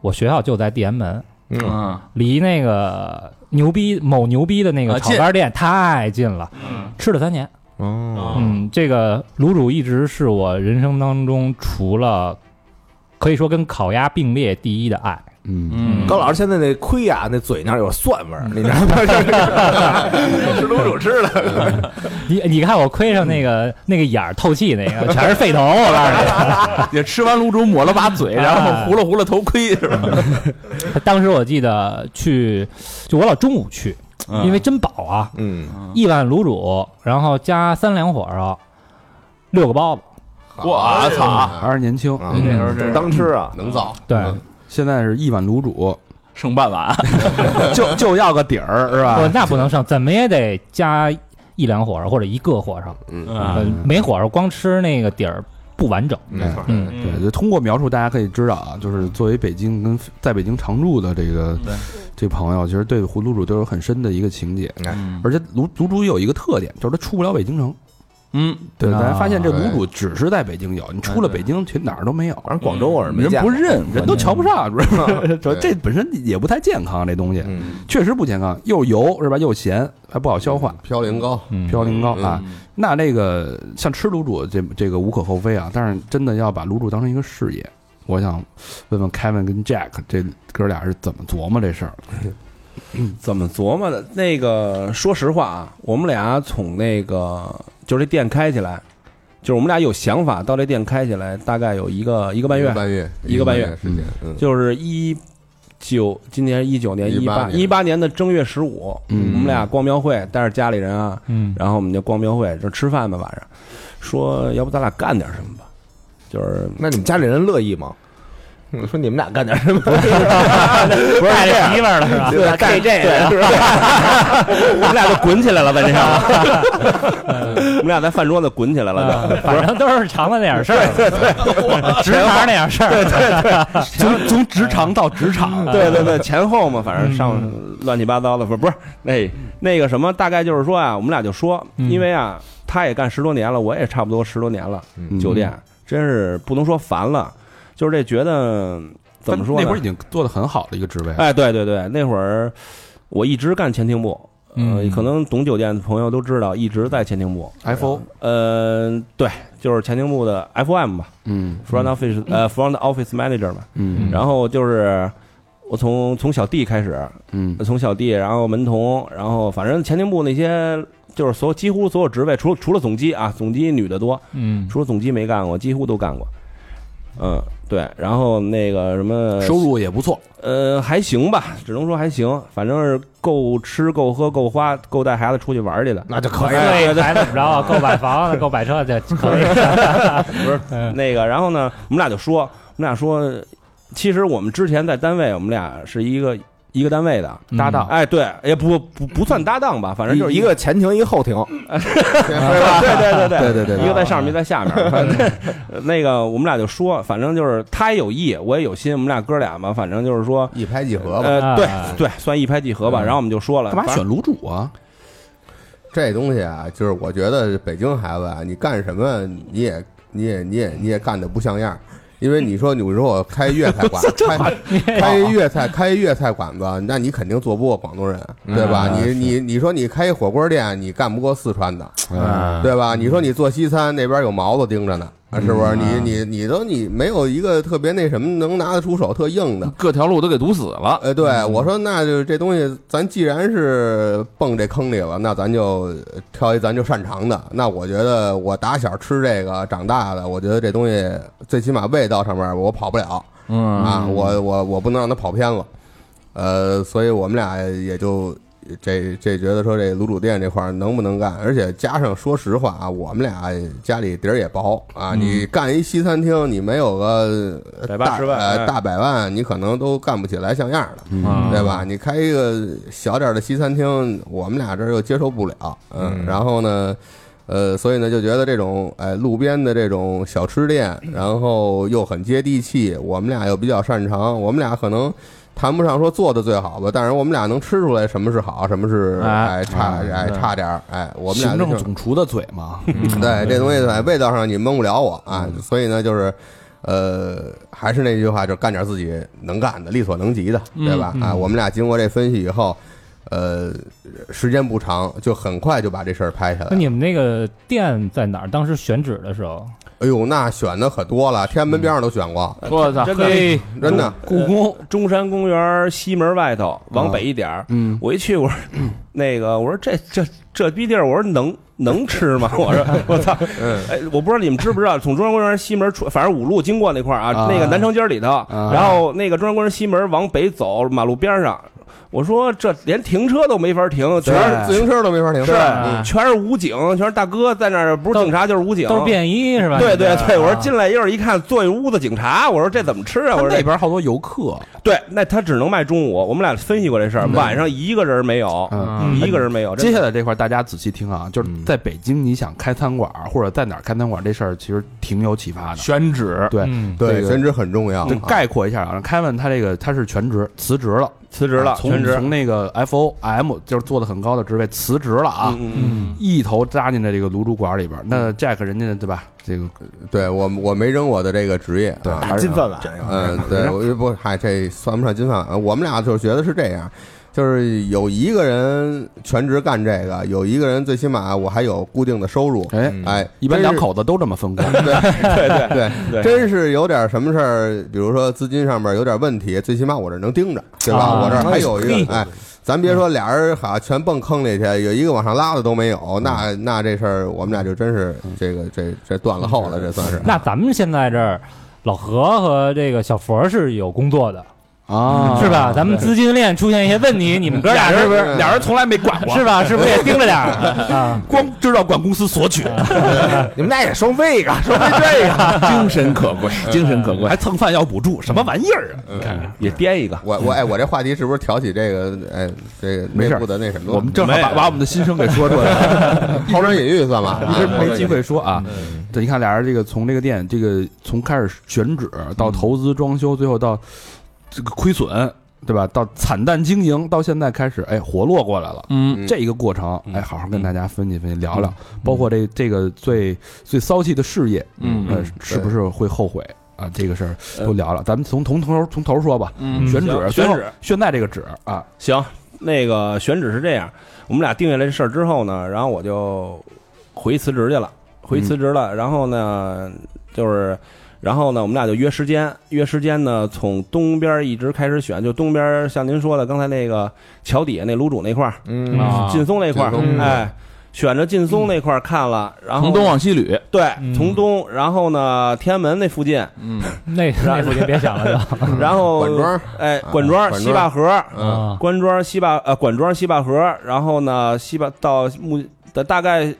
Speaker 4: 我学校就在地安门，
Speaker 6: 嗯
Speaker 7: 嗯，
Speaker 4: 离那个牛逼某牛逼的那
Speaker 7: 啊
Speaker 4: 个炒
Speaker 7: 近嗯
Speaker 4: 肝店太近了，吃了三年。
Speaker 7: 啊
Speaker 6: 哦，
Speaker 4: 嗯，这个卤煮一直是我人生当中除了可以说跟烤鸭并列第一的爱。
Speaker 2: 嗯
Speaker 7: 嗯
Speaker 3: 高老师现在那盔啊，那嘴那儿有蒜 味儿，你知道吗？ 吃卤煮吃的，
Speaker 4: 你你看我盔上那个、
Speaker 3: 嗯
Speaker 4: 那个眼儿透气那个全是肺头，我告诉你。 啊
Speaker 7: 也吃完卤煮抹了把
Speaker 4: 哎
Speaker 7: 嘴，然后糊了糊了头盔，是吧？
Speaker 4: 当时我记得去，就我老中午去，因为真饱啊，
Speaker 6: 嗯，
Speaker 4: 一碗卤煮，然后加三两火烧，六个包子。
Speaker 7: 我操，
Speaker 2: 还是年轻，嗯
Speaker 6: 啊
Speaker 7: 那时候这
Speaker 3: 当吃啊，
Speaker 6: 能造
Speaker 4: 对，
Speaker 2: 现在是一碗卤煮，
Speaker 7: 剩半碗，
Speaker 2: 就就要个底儿是
Speaker 4: 我
Speaker 2: 吧？
Speaker 4: 那不能剩，怎么也得加一两火烧或者一个火烧，
Speaker 6: 嗯
Speaker 8: 啊
Speaker 4: 呃，没火烧光吃那个底儿不完整。
Speaker 6: 没错，
Speaker 4: 嗯，
Speaker 2: 对，就通过描述，大家可以知道啊，就是作为北京跟在北京常住的这个这朋友，其实对葫芦煮都有很深的一个情结。而且卤卤煮有一个特点，就是它出不了北京城。
Speaker 7: 嗯，
Speaker 2: 对，
Speaker 4: 啊
Speaker 2: 大家发现这卤煮只是在北京有，你出了北京去哪儿都没有，
Speaker 3: 反正广州我是没
Speaker 7: 人
Speaker 3: 见
Speaker 7: 不
Speaker 3: 过。
Speaker 7: 认，
Speaker 2: 人都瞧不上，主要主要
Speaker 6: 对
Speaker 2: 这本身也不太健康，这东西
Speaker 6: 嗯，
Speaker 2: 确实不健康，又油是吧？又咸，还不好消化。
Speaker 6: 嘌呤高，
Speaker 2: 嘌呤高啊
Speaker 7: 嗯，
Speaker 2: 那这个像吃卤煮这这个无可厚非啊，但是真的要把卤煮当成一个事业，我想问问 Kevin 跟 Jack 这哥俩是怎么琢磨这事儿的？
Speaker 5: 怎 么琢磨的？那个，说实话啊，我们俩从那个就是这店开起来，就是我们俩有想法到这店开起来，大概有一个一个半
Speaker 6: 一
Speaker 5: 月
Speaker 6: 个，半月，
Speaker 5: 一个半月
Speaker 6: 时间，嗯，
Speaker 5: 就是一九今年一九年一
Speaker 6: 18
Speaker 5: 八一八年的正月十五，
Speaker 2: 嗯
Speaker 5: 我们俩逛庙会，带着家里人啊，
Speaker 4: 嗯，
Speaker 5: 然后我们就逛庙会，就吃饭吧，晚上说要不咱俩干点什么吧，就是
Speaker 3: 那你们家里人乐意吗？嗯说你们俩干点什么？
Speaker 8: 不是带媳妇儿了是吧？
Speaker 3: 对，干这个是吧？
Speaker 5: 我们俩就滚起来了，在这上， 我们俩在饭桌子滚起来了。
Speaker 4: 嗯反正都是肠子那点事儿，对对， 直肠那点事儿，
Speaker 1: 从从职场到职场，
Speaker 5: 嗯对对对，前后嘛，反
Speaker 4: 嗯
Speaker 5: 正上乱七八糟的，不不是那那个什么，大概就是说啊，我们俩就说，
Speaker 4: 嗯
Speaker 5: 因为啊，他也干十多年了，我也差不多十多年了，
Speaker 2: 嗯
Speaker 4: 嗯
Speaker 5: 酒店真是不能说烦了，就是这觉得怎么说
Speaker 2: 那
Speaker 5: 呢
Speaker 2: 会儿已？经做的很好的一个职位，
Speaker 5: 哎，对对对，那会儿我一直干前厅部，呃
Speaker 4: 嗯，
Speaker 5: 可能懂酒店的朋友都知道，一直在前厅部。
Speaker 2: ，FO，
Speaker 5: 呃，对，就是前厅部的 FM 吧
Speaker 2: 嗯
Speaker 5: ，Front Office，呃，Front Office Manager 嘛。
Speaker 2: 嗯
Speaker 5: 然后就是我从从小弟开始，
Speaker 2: 嗯
Speaker 5: 从小弟，然后门童，然后反正前厅部那些就是所有几乎所有职位，除了除了总机啊，总机女的多，
Speaker 4: 嗯，
Speaker 5: 除了总机没干过，几乎都干过。嗯，对，然后那个什么
Speaker 2: 收入也不错，
Speaker 5: 呃，还行吧，只能说还行，反正是够吃、够喝、够花、够带孩子出去玩儿去的。
Speaker 3: 那就可以了。
Speaker 4: 对，还怎么着啊？够买房了，够买车的，可 以。
Speaker 5: 不是那个，然后呢，我们俩就说，我们俩说，其实我们之前在单位，我们俩是一个一个单位的。
Speaker 2: 搭档
Speaker 5: 哎，对，也不不不算搭档吧，反正就 是
Speaker 3: 一
Speaker 5: 个，
Speaker 3: 个前庭，一个后庭，
Speaker 5: 啊对对对对
Speaker 6: 对对对
Speaker 5: 一个在上面，一个在下 面。反正那个，我们俩就说，反正就是他也有意，我也有心，我们俩哥俩嘛，反正就是说，
Speaker 6: 一拍即合吧。嗯
Speaker 5: 呃，对
Speaker 4: 哎
Speaker 5: 对，算一拍即合吧。然后我们就说了，
Speaker 2: 干嘛
Speaker 5: 反
Speaker 2: 选卤煮啊？
Speaker 6: 这东西啊，就是我觉得北京孩子啊，你干什么你也你也你也你也干的不像样儿。因为你说你说我开粤菜 馆，开开粤菜开粤菜馆子，那你肯定做不过广东人，对吧？
Speaker 2: 嗯
Speaker 6: 你你你说你开一火锅店，你干不过四川的，
Speaker 7: 啊
Speaker 6: 对吧？你说你做西餐那边有毛子盯着呢，啊是不是？你你你都你没有一个特别那什么能拿得出手、特硬的，
Speaker 7: 各条路都给堵死了。
Speaker 6: 呃，对，我说那就是这东西，咱既然是蹦这坑里了，那咱就挑一咱就擅长的。那我觉得我打小吃这个长大的，我觉得这东西最起码味道上面我跑不了
Speaker 7: 嗯，
Speaker 6: 啊，我我我不能让它跑偏了。呃，所以我们俩也就这这觉得说这卤煮店这块儿能不能干，而且加上说实话啊，我们俩家里底儿也薄啊，你干一西餐厅，你没有个
Speaker 5: 嗯百八
Speaker 6: 大
Speaker 5: 十万
Speaker 6: 呃
Speaker 5: 哎
Speaker 6: 大百万，你可能都干不起来像样的。
Speaker 7: 嗯
Speaker 6: 对吧？你开一个小点儿的西餐厅，我们俩这儿又接受不了，嗯，
Speaker 3: 嗯
Speaker 6: 然后呢，呃，所以呢，就觉得这种哎路边的这种小吃店，
Speaker 2: 嗯
Speaker 6: 然后又很接地气，我们俩又比较擅长，我们俩可能。谈不上说做的最好吧，但是我们俩能吃出来什么是好，什么是
Speaker 7: 哎
Speaker 6: 哎差
Speaker 7: 哎
Speaker 6: 哎差点儿哎，我们俩
Speaker 2: 行
Speaker 6: 就
Speaker 2: 政
Speaker 6: 是
Speaker 2: 总厨的嘴 嘛，嗯
Speaker 6: 对这东西在味道上你蒙不了我啊，所以呢就是。呃，还是那句话，就是干点自己能干的、力所能及的，
Speaker 2: 嗯
Speaker 6: 对吧？啊，我们俩经过这分析以后，呃，时间不长，就很快就把这事儿拍下来
Speaker 2: 嗯
Speaker 4: 那。你们那个店在哪儿？当时选址的时候，
Speaker 6: 哎呦，那选的可多了，天安门边上都选过，
Speaker 7: 我操，
Speaker 5: 真的
Speaker 7: 嘿，
Speaker 6: 真的。
Speaker 2: 故宫
Speaker 5: 中山公园西门外头
Speaker 4: 啊
Speaker 5: 往北一点儿，
Speaker 2: 嗯，
Speaker 5: 我一去，我说那个，我说这这这逼地儿，我说能能吃吗？ 我说我操，
Speaker 4: 嗯
Speaker 5: 哎，我不知道你们知不知道，从中山公园西门出，反正五路经过那块儿啊，
Speaker 2: 啊
Speaker 5: 那个南城街儿里头，
Speaker 2: 啊
Speaker 5: 然后那个中山公园西门往北走，马路边儿上，我说这连停车都没法停，全
Speaker 6: 全
Speaker 5: 是
Speaker 6: 是自嗯行车都没法停，
Speaker 5: 是
Speaker 4: 啊
Speaker 5: 全是武警，全是大哥在那儿，不是警察就是武警，
Speaker 4: 都是便衣是吧？
Speaker 5: 对对
Speaker 4: 你们
Speaker 5: 对，我说
Speaker 4: 啊
Speaker 5: 进来一会儿一看，坐一屋子警察，我说这怎么吃啊？我
Speaker 2: 它
Speaker 5: 说这
Speaker 2: 嗯那边好多游客，
Speaker 5: 对，那他只能卖中午。我们俩分析过这事儿，晚上一个人没有，
Speaker 2: 嗯
Speaker 5: 一个人没有。
Speaker 2: 接
Speaker 5: 真
Speaker 2: 下
Speaker 5: 的嗯
Speaker 2: 来这块儿大家仔细听啊，就是在北京你想开餐馆儿或者在哪儿开餐馆儿这事儿，其实挺有启发的。
Speaker 7: 选址
Speaker 2: 对，
Speaker 4: 嗯，
Speaker 2: 这
Speaker 6: 对，
Speaker 2: 个
Speaker 6: 全职很重要
Speaker 2: 就。概括一下啊，凯文他这个他是全职辞职了，啊
Speaker 5: 辞职了，
Speaker 2: 从
Speaker 5: 全职。
Speaker 2: 从那个 FOM 就是做的很高的职位辞职了啊，
Speaker 5: 嗯嗯
Speaker 2: 一头扎进了这个卤煮馆里边儿。那 Jack 人家对吧？这个
Speaker 6: 对我，我没扔我的这个职业，对，还是
Speaker 3: 饭碗。
Speaker 6: 嗯，对，我就不，嗨，这算不上金饭碗。我们俩就是觉得是这样，就是有一个人全职干这个，有一个人最起码我还有固定的收入。
Speaker 2: 哎，
Speaker 3: 嗯
Speaker 6: 哎，
Speaker 2: 一般
Speaker 6: 真
Speaker 2: 两
Speaker 6: 是
Speaker 2: 口子都这么分工。
Speaker 5: 对对
Speaker 6: 对
Speaker 5: 对
Speaker 6: 真是有点什么事儿，比如说资金上面有点问题，最起码我这能盯着，对吧？
Speaker 4: 啊
Speaker 6: 我这儿还有一
Speaker 4: 嘿
Speaker 6: 个，哎，咱别说俩人好像全蹦坑里去，有一个往上拉的都没
Speaker 2: 嗯
Speaker 6: 有，那那这事儿我们俩就真是这个这这断了 后了，这算是。
Speaker 4: 那咱们现在这儿，老何和这个小佛是有工作的，
Speaker 2: 啊，
Speaker 4: 是吧？咱们资金链出现一些问题，你们哥俩是不是
Speaker 7: 俩人从来没管过，
Speaker 4: 是吧？是不是也盯着点儿啊？
Speaker 2: 光知道管公司索取，
Speaker 3: 你们俩也收费 啊，收费这个。
Speaker 7: 精神可贵，精神可贵
Speaker 2: 嗯还。蹭饭要补助，什么玩意儿啊？你看
Speaker 3: 嗯
Speaker 2: 看，
Speaker 5: 也颠一个。
Speaker 6: 我我哎，我这话题是不是挑起这个哎这个
Speaker 2: 没
Speaker 6: 内
Speaker 2: 事儿
Speaker 6: 部的那什么了？
Speaker 2: 我们正好把把我们的心声给说出来 了，
Speaker 6: 抛砖引玉算吧，
Speaker 2: 一直
Speaker 6: 啊
Speaker 2: 没机。会说啊。
Speaker 7: 嗯
Speaker 2: 对，你看俩人这个从这个店，这个从开始选址到投资装修，最后到这个亏损，对吧？到惨淡经营，到现在开始哎活络过来了。
Speaker 7: 嗯，
Speaker 6: 嗯
Speaker 2: 这一个过程，
Speaker 5: 嗯
Speaker 2: 哎，好好跟大家分析分析，聊聊，包括这这个最最骚气的事业，
Speaker 7: 嗯
Speaker 2: 呃，是不是会后悔啊？这个事儿都聊聊，咱们从从头从头说吧。
Speaker 7: 嗯
Speaker 2: 选
Speaker 5: 行
Speaker 2: 址，
Speaker 5: 选
Speaker 2: 最后
Speaker 5: 址
Speaker 2: 现在这个址啊，
Speaker 5: 行，那个选址是这样，我们俩定下来这事儿之后呢，然后我就回辞职去了，回辞职了，然后呢，就是，然后呢，我们俩就约时间，约时间呢，从东边一直开始选，就东边像您说的刚才那个桥底下那卤煮那块儿，
Speaker 6: 嗯，
Speaker 4: 啊
Speaker 5: 劲松那块儿
Speaker 6: 劲松，
Speaker 5: 哎，选着劲松那块儿看了，然后
Speaker 7: 从东往西捋，
Speaker 5: 对，
Speaker 4: 嗯
Speaker 5: 从东，然后呢，天安门那附近，
Speaker 7: 嗯，
Speaker 4: 那那附近别想 了就，
Speaker 2: 嗯
Speaker 5: 然后
Speaker 6: 管庄，
Speaker 5: 哎，
Speaker 6: 啊
Speaker 5: 管
Speaker 6: 管
Speaker 5: 庄、
Speaker 6: 庄
Speaker 5: 西坝河，
Speaker 6: 嗯，
Speaker 4: 啊
Speaker 5: 关庄西坝呃管庄西坝河，然后呢西坝到目的大概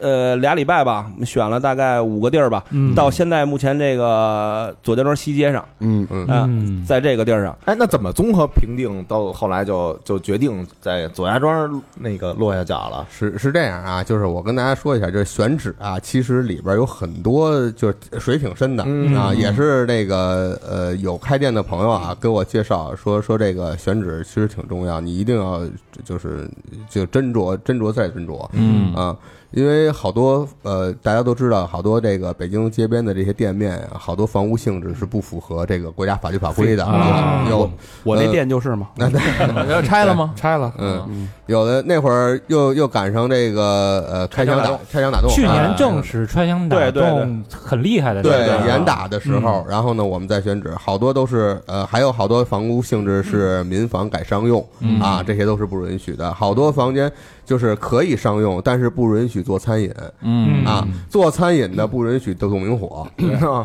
Speaker 5: 呃俩礼拜吧，我们选了大概五个地儿吧，
Speaker 4: 嗯
Speaker 5: 到现在目前这个左家庄西街上，
Speaker 6: 嗯嗯，
Speaker 5: 啊
Speaker 4: 嗯，
Speaker 5: 在这个地儿上，
Speaker 3: 哎，那怎么综合评定？到后来就就决定在左家庄那个落下脚了。
Speaker 6: 是是这样啊，就是我跟大家说一下，就是选址啊，其实里边有很多就是水挺深的、
Speaker 3: 嗯
Speaker 6: 啊，也是那个呃有开店的朋友啊给我介绍说说这个选址其实挺重要，你一定要就是就斟酌斟酌再斟酌，
Speaker 7: 嗯
Speaker 6: 啊，因为好多呃大家都知道，好多这个北京街边的这些店面啊，好多房屋性质是不符合这个国家法律法规的，
Speaker 7: 啊
Speaker 6: 有呃
Speaker 2: 我那店就是嘛，
Speaker 6: 那那
Speaker 7: 要 拆了 吗？
Speaker 2: 拆了，
Speaker 6: 嗯有的那会儿又又赶上这个呃开枪打开枪打洞，
Speaker 4: 去
Speaker 6: 啊
Speaker 4: 年正是穿墙打
Speaker 5: 对对
Speaker 4: 洞很厉害的时候，
Speaker 6: 对
Speaker 5: 对
Speaker 6: 严打的时候，然后呢我们再选址，好多都是呃还有好多房屋性质是民房改商用
Speaker 7: 嗯
Speaker 6: 啊，这些都是不允许的。好多房间就是可以商用，但是不允许做餐饮
Speaker 7: 嗯
Speaker 6: 啊
Speaker 4: 嗯，
Speaker 6: 做餐饮的不允许动明火。啊，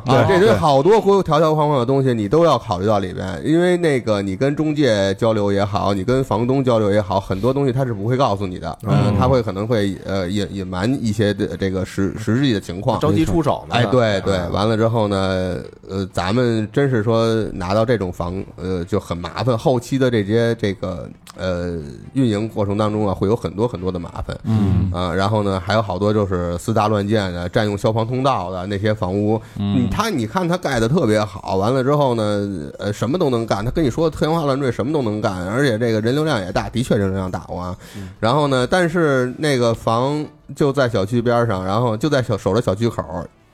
Speaker 7: 对
Speaker 6: 这些好多规条条框框的东西，你都要考虑到里边，因为那个你跟中介交流也好，你跟房东交流也好，很多东西他是不会告诉你的，嗯，他会可能会呃隐隐瞒一些的这个实实际的情况。
Speaker 3: 着急出手呢？
Speaker 6: 哎，对对，
Speaker 3: 啊
Speaker 6: 完了之后呢，呃，咱们真是说拿到这种房，呃，就很麻烦。后期的这些这个呃运营过程当中啊，会有很多很多的麻烦。
Speaker 7: 嗯
Speaker 6: 啊、然后呢，还有好多就是私搭乱建的，占用消防通道的那些房屋，嗯，他你看他盖的特别好，完了之后呢，呃，什么都能干，他跟你说天花乱坠，什么都能干，而且这个人流量也大，的确人流量大我啊。然后呢，但是那个房就在小区边上，然后就在小守着小区口，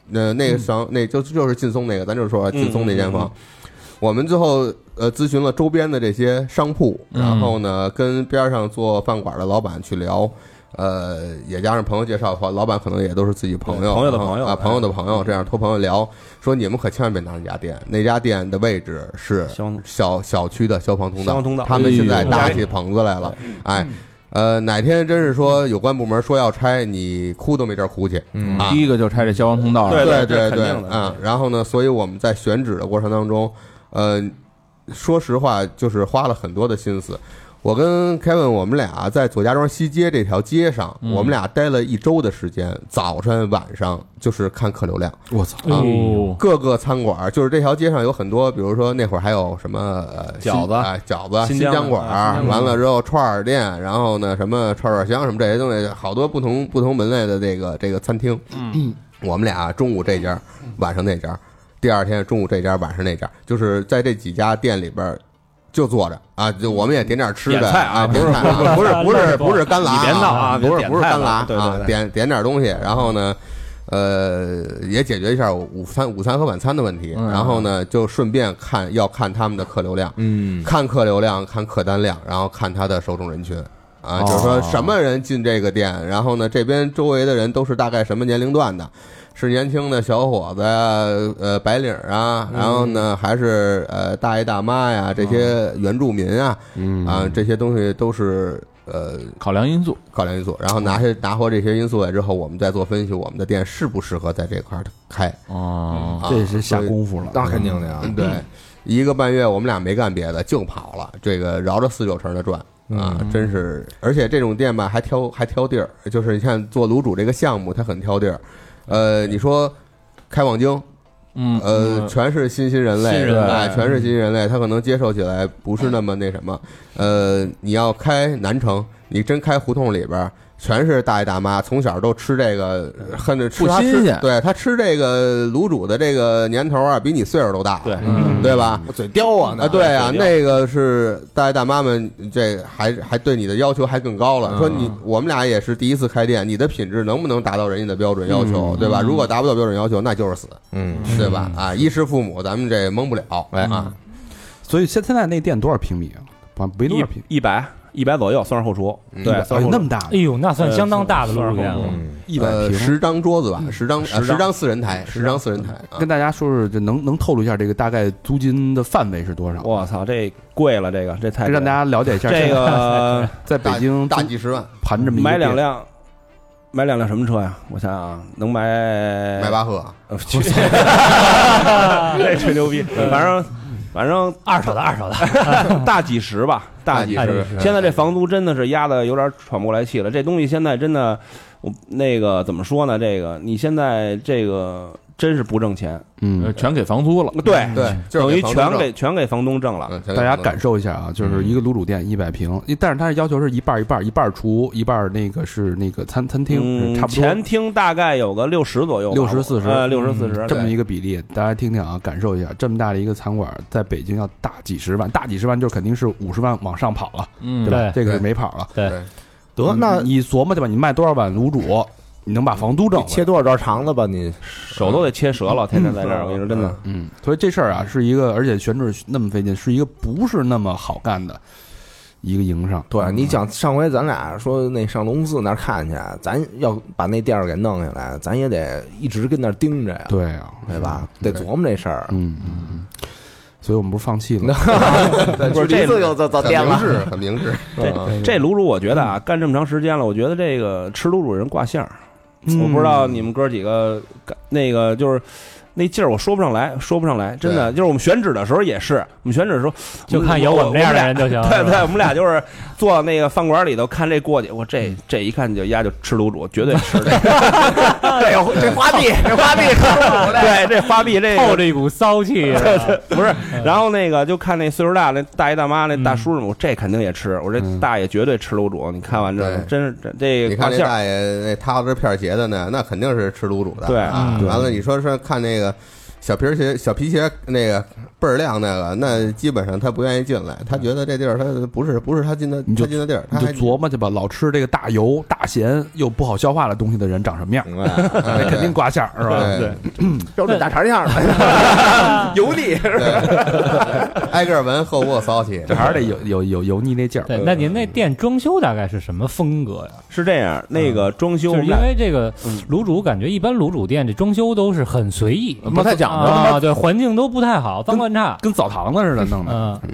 Speaker 6: 那那个房、那就就是劲松那个，咱就说劲松那间房。我们最后呃咨询了周边的这些商铺，
Speaker 5: 嗯
Speaker 6: 然后呢跟边上做饭馆的老板去聊，呃，也加上朋友介绍，老板可能也都是自己朋友，
Speaker 5: 对朋友的朋友
Speaker 6: 然后啊，
Speaker 5: 哎
Speaker 6: 朋友的朋友，这样托朋友聊，说你们可千万别拿那家店，那家店的位置是
Speaker 5: 消防
Speaker 6: 小小区的消防通道，
Speaker 5: 消防通道
Speaker 6: 他们现在
Speaker 7: 哎呦
Speaker 6: 搭起棚子来了，哎。
Speaker 5: 嗯
Speaker 6: 呃，哪天真是说有关部门说要拆，你哭都没地儿哭去，
Speaker 3: 嗯
Speaker 6: 啊
Speaker 7: 第，一个就拆这消防通道了。
Speaker 6: 对
Speaker 5: 对这是肯
Speaker 6: 对
Speaker 5: 定的
Speaker 6: 啊、然后呢，所以我们在选址的过程当中，呃，说实话，就是花了很多的心思。我跟 Kevin，我们俩在左家庄西街这条街上，我们俩待了一周的时间，早晨晚上就是看客流量，啊
Speaker 2: 我操，
Speaker 4: 哎
Speaker 7: 哦，
Speaker 6: 各个餐馆，就是这条街上有很多，比如说那会儿还有什么呃新
Speaker 5: 饺子
Speaker 6: 哎饺子、
Speaker 5: 新
Speaker 6: 新
Speaker 5: 疆
Speaker 6: 疆馆
Speaker 5: 啊
Speaker 6: 儿，完了之后串儿店，然后呢什么串串香什么这些东西，好多不同不同门类的这个这个餐厅。嗯，我们俩中午这家，晚上那家，第二天中午这家，晚上那家，就是在这几家店里边儿就坐着啊，就我们也点点吃
Speaker 5: 点
Speaker 6: 的
Speaker 5: 菜啊
Speaker 6: 啊，不是不是不是不是干拉，
Speaker 5: 你别闹啊
Speaker 6: 不是
Speaker 5: 别
Speaker 6: 不是
Speaker 5: 点菜
Speaker 6: 干
Speaker 5: 了
Speaker 6: 拉
Speaker 5: 对对
Speaker 6: 啊，
Speaker 5: 对
Speaker 6: 点点点东西，然后呢。呃，也解决一下午餐、午餐和晚餐的问题，
Speaker 7: 嗯
Speaker 6: 然后呢，就顺便看要看他们的客流量，
Speaker 3: 嗯
Speaker 6: 看客流量，看客单量，然后看他的受众人群。啊，
Speaker 7: 哦
Speaker 6: 就是说什么人进这个店，然后呢，这边周围的人都是大概什么年龄段的，是年轻的小伙子呀，呃，白领儿啊，然后呢，还是呃大爷大妈呀，这些原住民啊，
Speaker 2: 嗯
Speaker 6: 啊，这些东西都是呃
Speaker 7: 考量因素，
Speaker 6: 考量因素，然后拿下拿回这些因素来之后，我们再做分析，我们的店适不适合在这块儿开。
Speaker 7: 哦，
Speaker 6: 啊
Speaker 2: 这是下
Speaker 6: 所以嗯
Speaker 2: 功夫了，
Speaker 3: 那肯定的呀。
Speaker 6: 对，一个半月我们俩没干别的，净跑了，这个绕着四九城的转啊，真是！而且这种店吧，还挑还挑地儿，就是你看做卤煮这个项目，它很挑地儿。呃，你说开往京，
Speaker 7: 嗯
Speaker 6: 呃，全是新兴人类，
Speaker 5: 新人类
Speaker 6: 哎全是新兴人类，他可能接受起来不
Speaker 7: 嗯
Speaker 6: 是那么那什么。呃，你要开南城，你真开胡同里边儿，全是大爷大妈，从小都吃这个，恨着吃
Speaker 7: 不
Speaker 6: 他吃
Speaker 7: 新鲜
Speaker 6: 对他吃这个卤煮的这个年头啊，比你岁数都大，
Speaker 5: 对
Speaker 7: 嗯
Speaker 6: 对吧？
Speaker 3: 我嘴刁啊，
Speaker 6: 啊，
Speaker 3: 那
Speaker 6: 对啊，
Speaker 5: 对
Speaker 6: 那个是大爷大妈们，这还还对你的要求还更高
Speaker 7: 嗯
Speaker 6: 了。说你我们俩也是第一次开店，你的品质能不能达到人家的标准要
Speaker 7: 嗯
Speaker 6: 求，对吧？如果达不到标准要求，那就是死，
Speaker 3: 嗯，
Speaker 6: 对吧？啊，衣食父母，咱们这蒙不了，哎
Speaker 2: 嗯
Speaker 6: 啊，
Speaker 2: 所以现现在那店多少平米啊？不没多少平米，
Speaker 5: 一一百一百左右，算是后厨，
Speaker 6: 嗯
Speaker 5: 对，
Speaker 2: 哎
Speaker 5: 算是后厨
Speaker 2: 那么大
Speaker 4: 哎呦，那算相当大的
Speaker 5: 呃
Speaker 4: 卤煮店
Speaker 5: 算是
Speaker 4: 了。
Speaker 2: 一百
Speaker 6: 呃
Speaker 2: 平。嗯
Speaker 6: 十张桌子吧，十张
Speaker 5: 十
Speaker 6: 呃
Speaker 5: 张
Speaker 6: 十张四人台，十张四人台啊
Speaker 2: 跟。大家说说，这能能透露一下这个大概租金的范围是多少？
Speaker 5: 我操，这贵了，这个这太贵了
Speaker 2: 让大家了解一下
Speaker 5: 这个
Speaker 2: 在北京
Speaker 6: 大几十万，
Speaker 2: 盘这么一个
Speaker 5: 买两
Speaker 2: 店，
Speaker 5: 辆，买两辆什么车呀？我想想啊，能买
Speaker 6: 买巴赫，啊
Speaker 5: 呃去 这吹牛逼，
Speaker 6: 嗯
Speaker 5: 反正反正
Speaker 4: 二手的，二手的，
Speaker 5: 大几十吧，大几
Speaker 6: 大几
Speaker 5: 十
Speaker 6: 十。
Speaker 5: 现在这房租真的是压的有点喘不过来气了。这东西现在真的，我那个怎么说呢？这个你现在这个真是不挣钱，
Speaker 7: 呃
Speaker 2: 嗯，
Speaker 7: 全给房租了，
Speaker 5: 对，
Speaker 6: 对，就是
Speaker 5: 等于
Speaker 6: 房东
Speaker 5: 全
Speaker 6: 挣
Speaker 5: 给全给房东挣了。
Speaker 6: 嗯全给
Speaker 2: 大家
Speaker 6: 房东
Speaker 2: 感受一下啊，就是
Speaker 5: 嗯
Speaker 2: 一个卤煮店一百平，但是它是要求是一半儿一半儿，一半儿厨，一半儿那个是那个餐餐厅，
Speaker 5: 嗯
Speaker 2: 是差，不多
Speaker 5: 前厅大概有个六十左右吧，
Speaker 2: 60 40
Speaker 5: 呃，六十四十，
Speaker 2: 嗯这么
Speaker 5: 对
Speaker 2: 一个比例，大家听听啊，感受一下，这么大的一个餐馆，在北京要大几十万，大几十万就肯定是五十万往上跑了，
Speaker 7: 嗯
Speaker 2: 对
Speaker 4: 对
Speaker 2: 吧？这个是没跑了。
Speaker 3: 得那
Speaker 2: 你你琢磨去吧，你卖多少碗卤煮，你能把房租挣
Speaker 3: 你
Speaker 2: 回来
Speaker 3: 切多少段肠子吧？你
Speaker 5: 手都得切折了，天天在这儿，我跟你说，真的。
Speaker 2: 嗯，所以这事儿啊，是一个，而且选址那么费劲，是一个不是那么好干的一个营嗯上。
Speaker 3: 对，你想上回咱俩说那上龙寺那儿看去，咱要把那店儿给弄下来，咱也得一直跟那儿盯着呀，
Speaker 2: 对啊，
Speaker 3: 对吧？得琢磨这事儿。
Speaker 2: 嗯嗯嗯，所以我们不是放弃 了吗，
Speaker 5: 不是这
Speaker 3: 又造造
Speaker 6: 很明智，很明 智。
Speaker 5: 这这卤煮，我觉得啊，干这么长时间了，我觉得这个吃卤煮人挂相儿，我不知道你们哥几个干那个就是。那劲儿我说不上来，说不上来，真的就是我们选址的时候也是，我们选址的时候
Speaker 4: 就看有我们这样的人就行
Speaker 5: 我
Speaker 4: 了。是
Speaker 5: 们俩
Speaker 4: 吧
Speaker 5: 对对，我们俩就是坐那个饭馆里头看这过去，我
Speaker 4: 嗯
Speaker 5: 这这一看就丫就吃卤煮，绝对吃这个。
Speaker 3: 这哦这花臂，这花臂，
Speaker 5: 对，这花臂这
Speaker 4: 透
Speaker 5: 个
Speaker 4: 着一股骚 气。是吧
Speaker 2: 嗯
Speaker 5: 不是，然后那个就看那岁数大那大爷大妈那
Speaker 2: 嗯
Speaker 5: 大叔什么，我这肯定也吃，我这大爷绝对吃卤煮。你看完这
Speaker 6: 对
Speaker 5: 真是这这
Speaker 6: 你
Speaker 5: 个
Speaker 6: 看
Speaker 5: 挂
Speaker 6: 那
Speaker 5: 馅儿，
Speaker 6: 大爷那塌着片儿鞋的呢，那肯定是吃卤煮的。
Speaker 5: 对
Speaker 6: 啊，
Speaker 4: 嗯
Speaker 6: 完了你说说看那个小皮儿鞋、小皮鞋那个倍儿亮那个，那基本上他不愿意进来，他觉得这地儿他不是不是他进的
Speaker 2: 你就
Speaker 6: 他进的地儿，他
Speaker 2: 你就
Speaker 6: 还
Speaker 2: 琢磨去吧，老吃这个大油、大咸又不好消化的东西的人长什么样，
Speaker 6: 明白，哎
Speaker 2: 那肯定挂线儿是吧？
Speaker 6: 对
Speaker 3: 标准大肠 样 的，油腻。
Speaker 6: 对，挨个儿闻后卧骚气，
Speaker 2: 还是得有有有油腻那劲儿。
Speaker 4: 对，那您那店装修大概是什么风格呀？嗯
Speaker 5: 是这样，那个装修
Speaker 4: 就
Speaker 5: 我
Speaker 4: 是
Speaker 5: 们
Speaker 4: 因
Speaker 5: 俩
Speaker 4: 为这个卤煮，感觉一般卤煮店这装修都是很随意，
Speaker 7: 不太讲究
Speaker 4: 啊，对，环境都不太好，脏乱差。
Speaker 2: 跟澡堂子似的弄的，
Speaker 4: 嗯，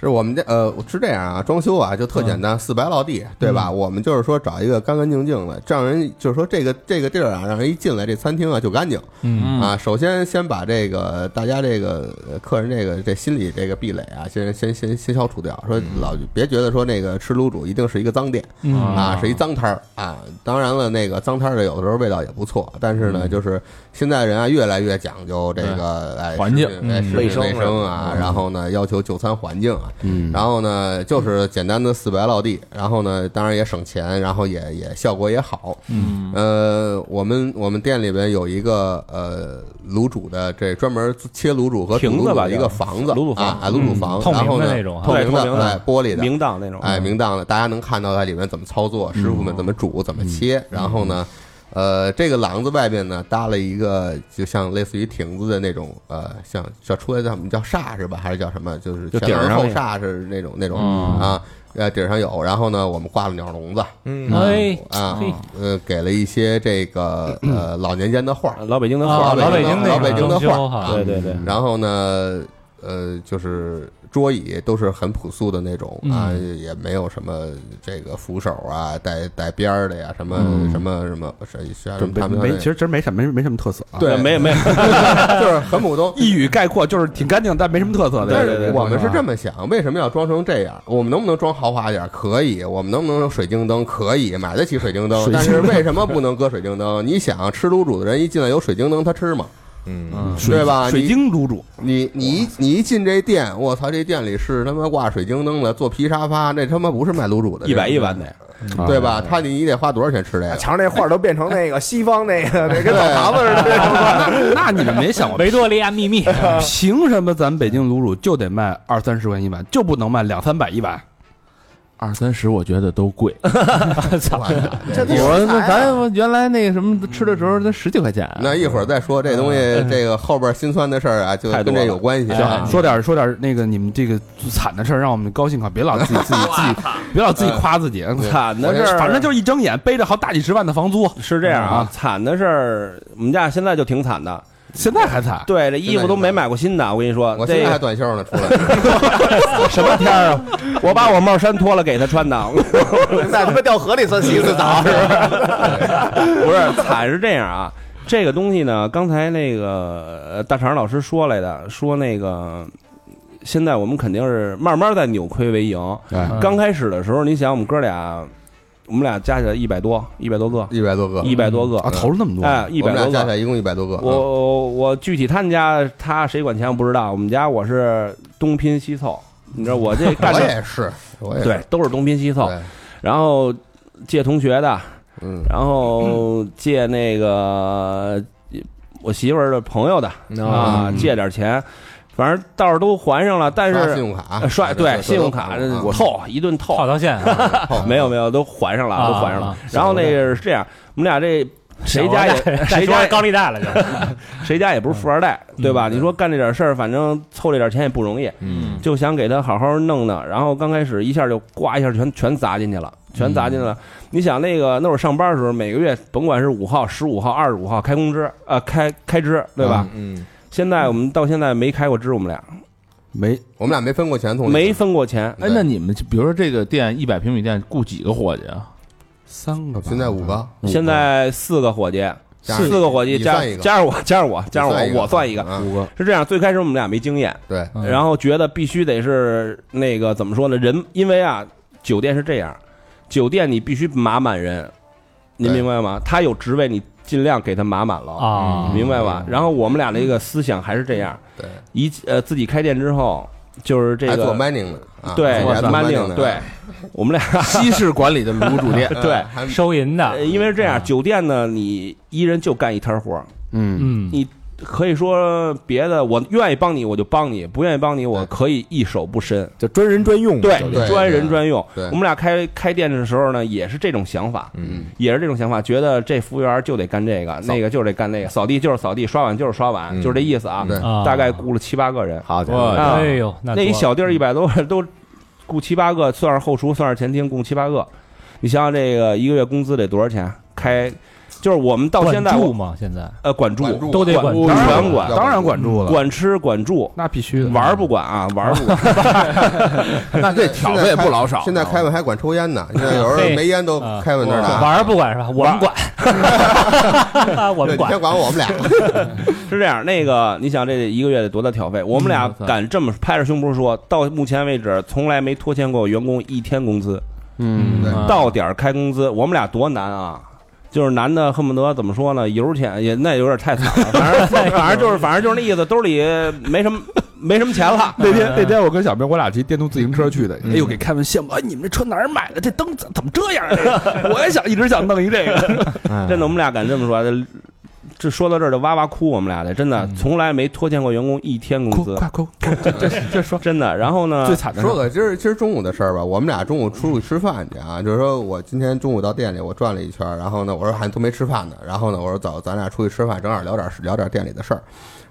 Speaker 6: 是我们这呃是这样啊，装修啊就特简
Speaker 4: 嗯
Speaker 6: 单，四白落地，对吧？我们就是说找一个干干净净的，让人就是说这个这个地儿啊，让人一进来这餐厅啊就干净。
Speaker 4: 嗯
Speaker 6: 啊，首先先把这个大家这个呃客人这个这心理这个壁垒啊，先先先先消除掉。说老别觉得说那个吃卤煮一定是一个脏店
Speaker 4: 嗯
Speaker 6: 啊，是一脏摊儿啊。当然了，那个脏摊儿的有的时候味道也不错，但是
Speaker 4: 嗯
Speaker 6: 呢，就是现在人啊越来越讲究这个哎
Speaker 7: 环境
Speaker 6: 食品哎
Speaker 4: 嗯
Speaker 6: 食品
Speaker 3: 卫
Speaker 6: 卫
Speaker 3: 生
Speaker 6: 生啊，然后呢要求就餐环境啊，
Speaker 5: 嗯
Speaker 6: 然后呢就是简单的四白落地，然后呢当然也省钱，然后也也效果也好，
Speaker 7: 嗯
Speaker 6: 呃，我们我们店里边有一个呃卤煮的，这专门切卤煮和煮
Speaker 5: 亭
Speaker 6: 卤
Speaker 5: 子
Speaker 6: 煮
Speaker 5: 吧
Speaker 6: 的一
Speaker 5: 叫
Speaker 6: 个房子，
Speaker 5: 卤煮房嗯
Speaker 6: 啊，哎卤煮房，
Speaker 4: 透明的
Speaker 6: 然后呢
Speaker 4: 那种啊
Speaker 6: 透明
Speaker 5: 对透明
Speaker 6: 的，
Speaker 5: 的
Speaker 6: 哎，玻璃的，
Speaker 5: 明档那种，
Speaker 6: 哎，明档的，大家能看到它里面怎么操作，
Speaker 5: 嗯
Speaker 6: 师傅们怎么煮，怎么切，然后呢，呃，这个廊子外边呢搭了一个，就像类似于亭子的那种，呃，像叫出来叫我们叫煞是吧，还是叫什么？就是
Speaker 5: 就
Speaker 6: 前
Speaker 5: 顶
Speaker 6: 门
Speaker 5: 上
Speaker 6: 后
Speaker 5: 那个
Speaker 6: 煞是那种那种
Speaker 7: 嗯
Speaker 6: 啊，呃，顶上有，然后呢，我们挂了鸟笼子
Speaker 3: 嗯
Speaker 4: 哎，
Speaker 6: 啊
Speaker 4: 嘿，
Speaker 6: 呃，给了一些这个呃老年间的画儿，
Speaker 5: 老北京的
Speaker 4: 啊
Speaker 5: 画，
Speaker 6: 老北
Speaker 4: 北
Speaker 6: 京
Speaker 4: 京
Speaker 6: 的老北京的
Speaker 4: 装
Speaker 6: 画
Speaker 4: 修
Speaker 6: 儿
Speaker 4: 哈
Speaker 6: 啊，
Speaker 5: 对对对，
Speaker 6: 然后呢，呃，就是桌椅都是很朴素的那种啊，
Speaker 4: 嗯
Speaker 6: 也没有什么这个扶手啊、带带边儿的呀，什么、
Speaker 2: 嗯
Speaker 6: 什么什么什什
Speaker 2: 就
Speaker 6: 么他
Speaker 2: 没
Speaker 6: 们
Speaker 2: 没，其实真没什么没没什么特色啊。。
Speaker 6: 对
Speaker 5: 没有 没有，
Speaker 6: 就是很普通
Speaker 2: 一语概括就是挺干净，但没什么特色的。
Speaker 6: 但是我们是这
Speaker 2: 么
Speaker 6: 么想，为什么要装成这样？我们能不能装豪华点儿？可以。我们能不能有水晶灯？可以，买得起水晶灯。
Speaker 2: 水晶
Speaker 6: 但
Speaker 2: 灯
Speaker 6: 是为什么不能搁水晶灯？你想，吃卤煮的人一进来有水晶灯，他吃吗？
Speaker 3: 嗯，
Speaker 6: 对吧？
Speaker 2: 水
Speaker 6: 你
Speaker 2: 晶卤煮，
Speaker 6: 你你一你一进这店，我操，这店里是他妈挂水晶灯的，做皮沙发，那他妈不是卖卤煮的，
Speaker 5: 一百一万的，
Speaker 6: 对
Speaker 2: 嗯
Speaker 6: 吧？他你你得花多少钱吃这个？
Speaker 3: 墙上那画儿都变成那个西方那个那跟澡堂子似 的。
Speaker 2: 那你们没想过，
Speaker 4: 维多利亚秘 密，
Speaker 2: 凭什么咱北京卤煮就得卖二三十块钱一碗，就不能卖两三百一碗？
Speaker 7: 二三十我觉得都 贵。
Speaker 4: 操！
Speaker 3: 这都
Speaker 7: 我
Speaker 3: 食材
Speaker 7: 那
Speaker 3: 啊
Speaker 7: 咱原来那个什么吃的时候才十几块钱，
Speaker 6: 那一会儿再说这东西，这个后边心酸的事儿啊，就
Speaker 5: 嗯太多
Speaker 6: 跟
Speaker 5: 了
Speaker 6: 这有关系
Speaker 2: 行，
Speaker 6: 啊。
Speaker 2: 说点说点那个你们这个惨的事儿，让我们高兴啊！别老自己自 己自己，别老自
Speaker 6: 嗯
Speaker 2: 己夸自己。啊
Speaker 5: 惨的事儿，
Speaker 2: 反正就是一睁眼背着好大几十万的房租，
Speaker 5: 是这样啊
Speaker 2: 啊。
Speaker 5: 惨的事儿，我们家现在就挺惨的。
Speaker 2: 现在还惨。
Speaker 5: 对，这衣服都没买过新的，我跟你说，
Speaker 6: 我现
Speaker 5: 这
Speaker 6: 在还
Speaker 5: 个
Speaker 6: 短袖呢，出来
Speaker 5: 什么天儿啊！我把我帽衫脱了给他穿的，
Speaker 3: 在他妈掉河里算洗一次澡是吧？
Speaker 5: 不是惨是这样啊。这个东西呢，刚才那个呃大肠老师说来的，说那个现在我们肯定是慢慢在扭亏为盈。
Speaker 2: 哎
Speaker 5: 刚开始的时候，你想我们哥俩，我们俩加起来一百多，一百多个，
Speaker 6: 一百多个，嗯
Speaker 5: 一百多个
Speaker 2: 啊，，投了那么多，
Speaker 5: 哎，一
Speaker 6: 我
Speaker 5: 百
Speaker 6: 们
Speaker 5: 多
Speaker 6: 俩加起
Speaker 5: 个。
Speaker 6: 来一共一百多个。啊
Speaker 5: 我我具体他们家他谁管钱我不知道，我们家我是东拼西凑，你知道我这干
Speaker 6: 我
Speaker 5: 的
Speaker 6: 也是，我也是
Speaker 5: 对，都是东拼西凑，
Speaker 6: 对，
Speaker 5: 然后借同学的，
Speaker 6: 嗯，
Speaker 5: 然后借那个我媳妇儿的朋友的
Speaker 6: 嗯
Speaker 4: 嗯
Speaker 5: 啊，借点钱，反正倒是都还上了，但
Speaker 6: 刷信
Speaker 5: 是
Speaker 6: 用卡啊
Speaker 5: 呃，刷对信用卡嗯
Speaker 6: 我
Speaker 5: 透一顿
Speaker 4: 套
Speaker 5: 透，
Speaker 4: 到线啊，
Speaker 5: 没有没有都还上了，
Speaker 4: 啊
Speaker 5: 都还上了
Speaker 4: 啊。
Speaker 5: 然后那个是这样，我们俩这 谁家也
Speaker 4: 再
Speaker 5: 谁
Speaker 4: 说
Speaker 5: 家也
Speaker 4: 高利贷了就，
Speaker 5: 谁家也不是富二代，
Speaker 7: 嗯
Speaker 5: 对吧？你说干这点事儿，反正凑这点钱也不容易，
Speaker 4: 嗯，
Speaker 5: 就想给他好好弄弄。然后刚开始一下就呱一下全全砸进去了，全砸进去了。
Speaker 7: 嗯
Speaker 5: 你想那个那会儿上班的时候，每个月甭管是五号、十五号、二十五号开工资，呃，开开支，对吧？
Speaker 6: 嗯，
Speaker 5: 现在我们到现在没开过支，我们俩
Speaker 2: 没
Speaker 6: 我们俩没分过钱，同
Speaker 5: 没分过钱。
Speaker 7: 哎，那你们就比如说这个店一百平米店雇几个伙计啊？
Speaker 2: 三个吧，
Speaker 6: 现在五个，
Speaker 5: 现在四个伙计，
Speaker 6: 加
Speaker 5: 四个伙计
Speaker 6: 你
Speaker 5: 加
Speaker 6: 算一个
Speaker 5: 加上我，加上我，加上
Speaker 6: 你
Speaker 5: 我，我算一个。
Speaker 6: 啊
Speaker 2: 五个，
Speaker 5: 是这样，最开始我们俩没经验，
Speaker 6: 对，
Speaker 4: 嗯
Speaker 5: 然后觉得必须得是那个怎么说呢？人，因为啊，酒店是这样，酒店你必须码满人，您
Speaker 6: 对
Speaker 5: 明白吗？他有职位，你尽量给他码满了，
Speaker 4: 啊，
Speaker 5: 明白吧？然后我们俩的一个思想还是这样，
Speaker 6: 嗯对，
Speaker 5: 一呃自己开店之后，就是这
Speaker 6: 还做
Speaker 5: 个
Speaker 6: mining 呢，啊
Speaker 5: 对
Speaker 6: 我还做
Speaker 5: manning，
Speaker 6: 呢
Speaker 5: 对，我 们俩
Speaker 7: 西式管理的卤煮店
Speaker 5: 对
Speaker 6: 啊还嗯
Speaker 4: 收银的
Speaker 5: 呃，因为是这样，酒店呢，你一人就干一摊活儿，
Speaker 2: 嗯，
Speaker 4: 嗯
Speaker 5: 你可以说别的，我愿意帮你我就帮你，不愿意帮你我
Speaker 6: 对
Speaker 5: 可以一手不伸。
Speaker 3: 就专人专用，
Speaker 5: 对，
Speaker 6: 对
Speaker 5: 专人专用。
Speaker 6: 对
Speaker 5: 我们俩开开店的时候呢，也是这种想法，
Speaker 6: 嗯，
Speaker 5: 也是这种想法，觉得这服务员就得干这个，那个就得干那个，扫地就是扫地，刷碗就是刷碗，
Speaker 6: 嗯
Speaker 5: 就是这意思啊。
Speaker 6: 对
Speaker 4: 啊
Speaker 5: 大概雇了七八个人，
Speaker 3: 好家
Speaker 7: 哇
Speaker 3: 伙，
Speaker 5: 啊
Speaker 4: 哎呦，那
Speaker 5: 那一
Speaker 4: 多
Speaker 5: 小地儿一百多个都雇七八个，算是后厨，算是前厅，共七八个。你想想这个一个月工资得多少钱？开就是我们到
Speaker 4: 管
Speaker 5: 现在
Speaker 4: 住
Speaker 5: 我
Speaker 4: 吗？现在
Speaker 5: 呃管住
Speaker 6: 管住
Speaker 4: 都得管住
Speaker 5: 管全管
Speaker 2: 当然管住了，
Speaker 5: 管吃管住，
Speaker 2: 那必须的。
Speaker 5: 玩儿不管啊，玩儿不管。
Speaker 7: 那这挑费也不老少。
Speaker 6: 现在开
Speaker 7: 吧，
Speaker 6: 门还管抽烟呢，现在有时候
Speaker 4: 嘿
Speaker 6: 没烟都
Speaker 4: 啊
Speaker 6: 开门那儿拿。
Speaker 4: 玩儿不管是吧？啊我们 管，我
Speaker 6: 对
Speaker 4: 们
Speaker 6: 你先
Speaker 4: 管，
Speaker 6: 管我们俩，
Speaker 5: 是这样，那个你想这一个月得多大挑费？我们俩
Speaker 7: 嗯我操
Speaker 5: 敢这么拍着胸脯说，到目前为止从来没拖欠过员工一天工资，
Speaker 2: 嗯，
Speaker 6: 对
Speaker 5: 到点儿开工资，我们俩多难啊！就是男的恨不得怎么说呢，油钱也那有点太惨了，反正 反正就是反正就是那意思，兜里没什么没什么钱了。
Speaker 2: 那天那天我跟小明，我俩骑电动自行车去的。哎呦，给开门羡慕！哎，你们这车哪儿买的？这灯怎怎么这样啊？这个我也想一直想弄一这个。
Speaker 5: 哎真的，我们俩敢这么说，这这说到这儿就哇哇哭，我们俩的真的从来没拖欠过员工一天工
Speaker 2: 嗯哭
Speaker 5: 资，
Speaker 2: 快哭！这这这说
Speaker 5: 真的。然后呢，
Speaker 2: 最惨的
Speaker 6: 说个今儿今儿中午的事儿吧，我们俩中午出去吃饭去啊，就是说我今天中午到店里我转了一圈儿，然后呢我说还都没吃饭呢，然后呢我说走，咱俩出去吃饭，正好聊点儿聊点儿店里的事儿，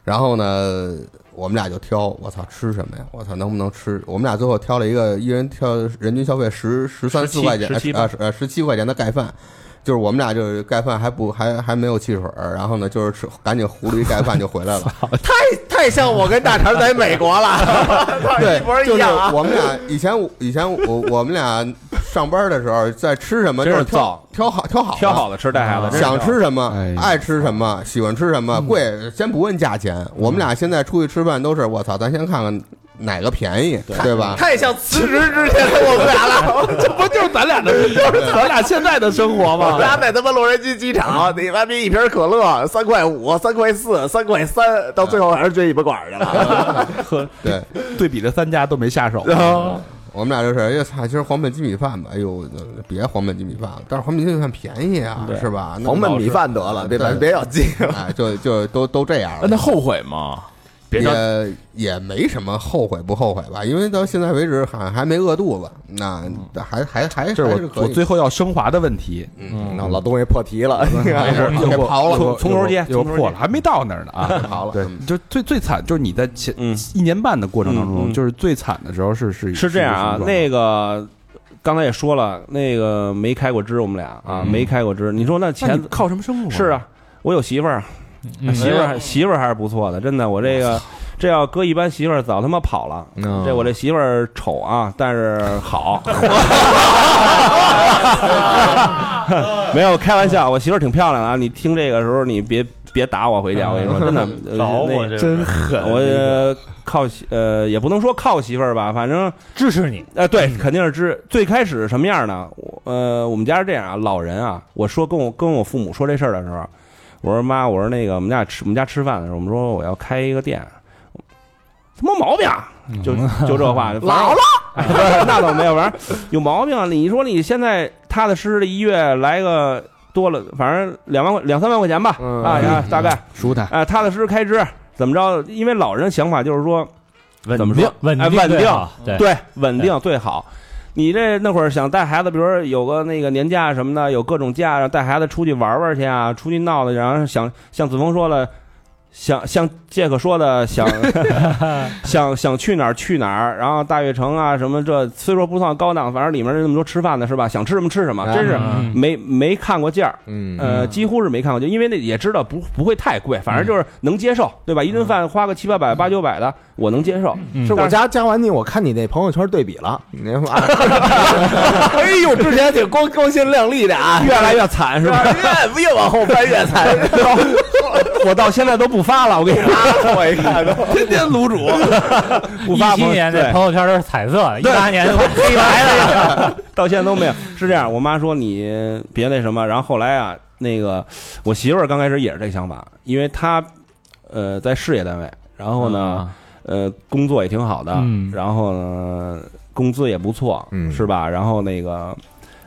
Speaker 6: 然后呢我们俩就挑，我操吃什么呀？我操能不能吃？我们俩最后挑了一个一人挑人均消费十十三四
Speaker 5: 17
Speaker 6: 块钱
Speaker 5: 17吧
Speaker 6: 啊呃十七块钱的盖饭。就是我们俩就是 盖饭还不还还没有汽水儿，然后呢就是吃赶紧糊了一盖饭就回来了，太太
Speaker 3: 太像我跟大肠在美国了，
Speaker 6: 对
Speaker 3: 一，模
Speaker 6: 就
Speaker 3: 一
Speaker 6: 是
Speaker 3: 样啊！
Speaker 6: 我们俩以前我以前我我们俩上班的时候在吃什么，
Speaker 5: 真
Speaker 6: 就是是挑挑好挑好的嗯
Speaker 5: 挑好了吃，带孩子真是
Speaker 6: 想吃什么
Speaker 2: 哎，呀
Speaker 6: 爱吃什么，喜欢吃什么，贵先不问价钱。我们俩现在出去吃饭都是，我操，咱先看看哪个便宜，对吧？
Speaker 3: 太像辞职之前的我们俩了，
Speaker 7: 这不就是咱俩的，就是咱俩现在的生活
Speaker 3: 我们
Speaker 7: 吗？
Speaker 3: 俩在他妈洛杉矶机场，你妈逼一瓶可乐三块五、三块四、三块三，到最后还是撅尾巴管儿去了。
Speaker 6: 对，
Speaker 2: 对比这三家都没下手，
Speaker 6: 我们俩就是，哎呀操，今儿黄 焖鸡米饭吧，哎呦，别黄焖鸡米饭了，但是黄焖鸡米饭便宜啊，是吧？那
Speaker 3: 黄焖米饭得了，别别别要鸡 了。
Speaker 6: 哎，就就都都这样
Speaker 7: 那
Speaker 6: 了。
Speaker 7: 后悔吗？别着
Speaker 6: 也也没什么后悔不后悔吧，因为到现在为止好像还没饿肚子，那还还还还
Speaker 2: 这是
Speaker 6: 是
Speaker 2: 我
Speaker 6: 可
Speaker 2: 我
Speaker 6: 以
Speaker 2: 最后要升华的问题，
Speaker 3: 嗯，那老东西破题了，
Speaker 2: 嗯
Speaker 6: 还是给刨了，
Speaker 2: 从头接，又
Speaker 5: 从头接
Speaker 2: 破了，还没到那 儿呢啊。
Speaker 6: 刨了，
Speaker 2: 对
Speaker 6: 嗯，
Speaker 2: 就最最惨就是你在前
Speaker 5: 嗯
Speaker 2: 一年半的过程
Speaker 5: 嗯
Speaker 2: 当中，
Speaker 5: 嗯
Speaker 2: 就是最惨的时候是是
Speaker 5: 是这样啊
Speaker 2: 一，个什么状况
Speaker 5: 那个刚才也说了，那个没开过支，我们俩啊没开过支。你说那
Speaker 2: 嗯那
Speaker 5: 钱
Speaker 2: 你靠什么生活？
Speaker 5: 是，啊，我有媳妇儿啊，媳妇儿媳妇儿还是不错的，真的。我
Speaker 2: 哎
Speaker 5: 这个这要搁一般媳妇儿早他妈跑了，
Speaker 2: 嗯
Speaker 5: 这我这媳妇儿丑啊，但是好。没有开玩笑，我媳妇儿挺漂亮的啊。你听这个时候你别别打我回家，我跟你说真的，呃
Speaker 8: 找我
Speaker 5: 那
Speaker 8: 这
Speaker 7: 真狠，
Speaker 5: 我呃靠媳呃也不能说靠媳妇儿吧，反正。
Speaker 4: 支持你，
Speaker 5: 啊，对，肯定是知。最开始是什么样呢？我呃，我们家是这样啊，老人啊，我说跟我跟我父母说这事儿的时候，我说妈，我说那个我们家吃我们家吃饭的时候，我们说我要开一个店，他妈毛病啊，就就这话，老了、哎不是 那倒没有，反正有毛病啊。你说你现在踏踏实实的一月来个多了，反正两万块两三万块钱吧，
Speaker 3: 嗯
Speaker 5: 啊啊，大概啊、
Speaker 2: 舒坦，
Speaker 5: 踏踏实实开支，怎么着？因为老人想法就是说。
Speaker 8: 稳
Speaker 5: 怎么
Speaker 8: 定
Speaker 5: 说？
Speaker 4: 稳
Speaker 5: 哎
Speaker 4: 定
Speaker 5: 稳
Speaker 4: 最
Speaker 5: 定
Speaker 4: 好对
Speaker 5: 对，稳定最好。你这那会儿想带孩子，比如说有个那个年假什么的，有各种假，带孩子出去玩玩去啊，出去闹的，然后想像子枫说了，想像杰克说 的，想想想去哪儿去哪儿，然后大悦城啊什么这，虽说不算高档，反正里面这么多吃饭的是吧？想吃什么吃什么，真是
Speaker 4: 嗯
Speaker 5: 没没看过价儿。
Speaker 6: 嗯
Speaker 5: 呃，几乎是没看过，就因为那也知道不不会太贵，反正就是能接受，对吧？一顿饭花个七八百、八九百的，我能接受。
Speaker 3: 嗯是我加加完你，我看你那朋友圈对比了，你他妈，哎呦，之前挺光光鲜亮丽的啊，
Speaker 5: 越来越惨是吧？
Speaker 3: 越越往后翻越惨，
Speaker 5: 我到现在都不发了，我跟你说，
Speaker 3: 我一看都
Speaker 5: 哎天天卤 煮，不发
Speaker 4: 一七
Speaker 5: 朋友
Speaker 4: 年
Speaker 5: 对
Speaker 4: 这朋友圈都是彩色，一八年都黑白的，
Speaker 5: 到现在都没有。是这样，我妈说你别那什么，然后后来啊，那个我媳妇儿刚开始也是这想法，因为她呃在事业单位，然后呢、呃工作也挺好的，
Speaker 4: 嗯
Speaker 5: 然后呢工资也不错，
Speaker 6: 嗯
Speaker 5: 是吧？然后那个。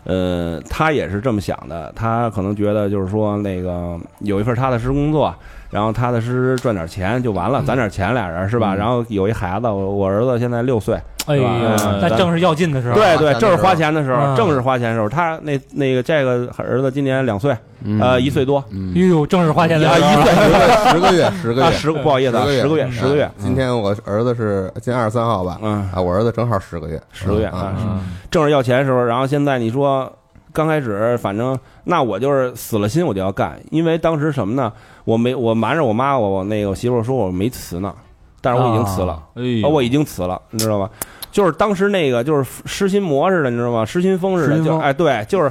Speaker 5: 呃，她也是这么想的，她可能觉得就是说，那个有一份踏踏实实工作，然后踏踏实实赚点钱就完了，攒点钱俩人是吧？然后有一孩子，我我儿子现在六岁，
Speaker 4: 哎呦
Speaker 5: 嗯，
Speaker 4: 那正是要进的时候，啊
Speaker 5: 对
Speaker 6: 花钱的
Speaker 5: 对，正
Speaker 6: 时
Speaker 5: 是
Speaker 6: 候
Speaker 5: 花钱的时候，
Speaker 4: 嗯
Speaker 5: 正是花钱的时候。他那那个这个儿子今年两岁，呃，一岁多
Speaker 4: 哎呦，正是花钱的
Speaker 5: 啊，
Speaker 4: 时候
Speaker 5: 一岁
Speaker 6: 十个月，十个
Speaker 5: 啊，
Speaker 6: 月，
Speaker 5: 十个不好意思啊，十
Speaker 6: 十
Speaker 5: 个
Speaker 6: 个
Speaker 5: 月，十个月
Speaker 6: 啊，今天我儿子是今天二十三号吧？
Speaker 5: 嗯，
Speaker 6: 啊，我儿子正好十个月，
Speaker 5: 十
Speaker 2: 嗯
Speaker 5: 个月
Speaker 6: 啊
Speaker 5: 啊，是正是要钱的时候。然后现在你说刚开始，反正那我就是死了心我就要干，因为当时什么呢？我没我瞒着我妈，我我那个我媳妇儿说我没辞呢，但是我已经辞
Speaker 2: 啊
Speaker 5: 了。
Speaker 7: 哎
Speaker 5: 哦，
Speaker 7: 呦，
Speaker 5: 我已经辞了，你知道吗？就是当时那个就是失心魔似的，你知道吗？失心疯似
Speaker 2: 失
Speaker 5: 的，
Speaker 2: 心
Speaker 5: 就
Speaker 2: 疯
Speaker 5: 哎对，就是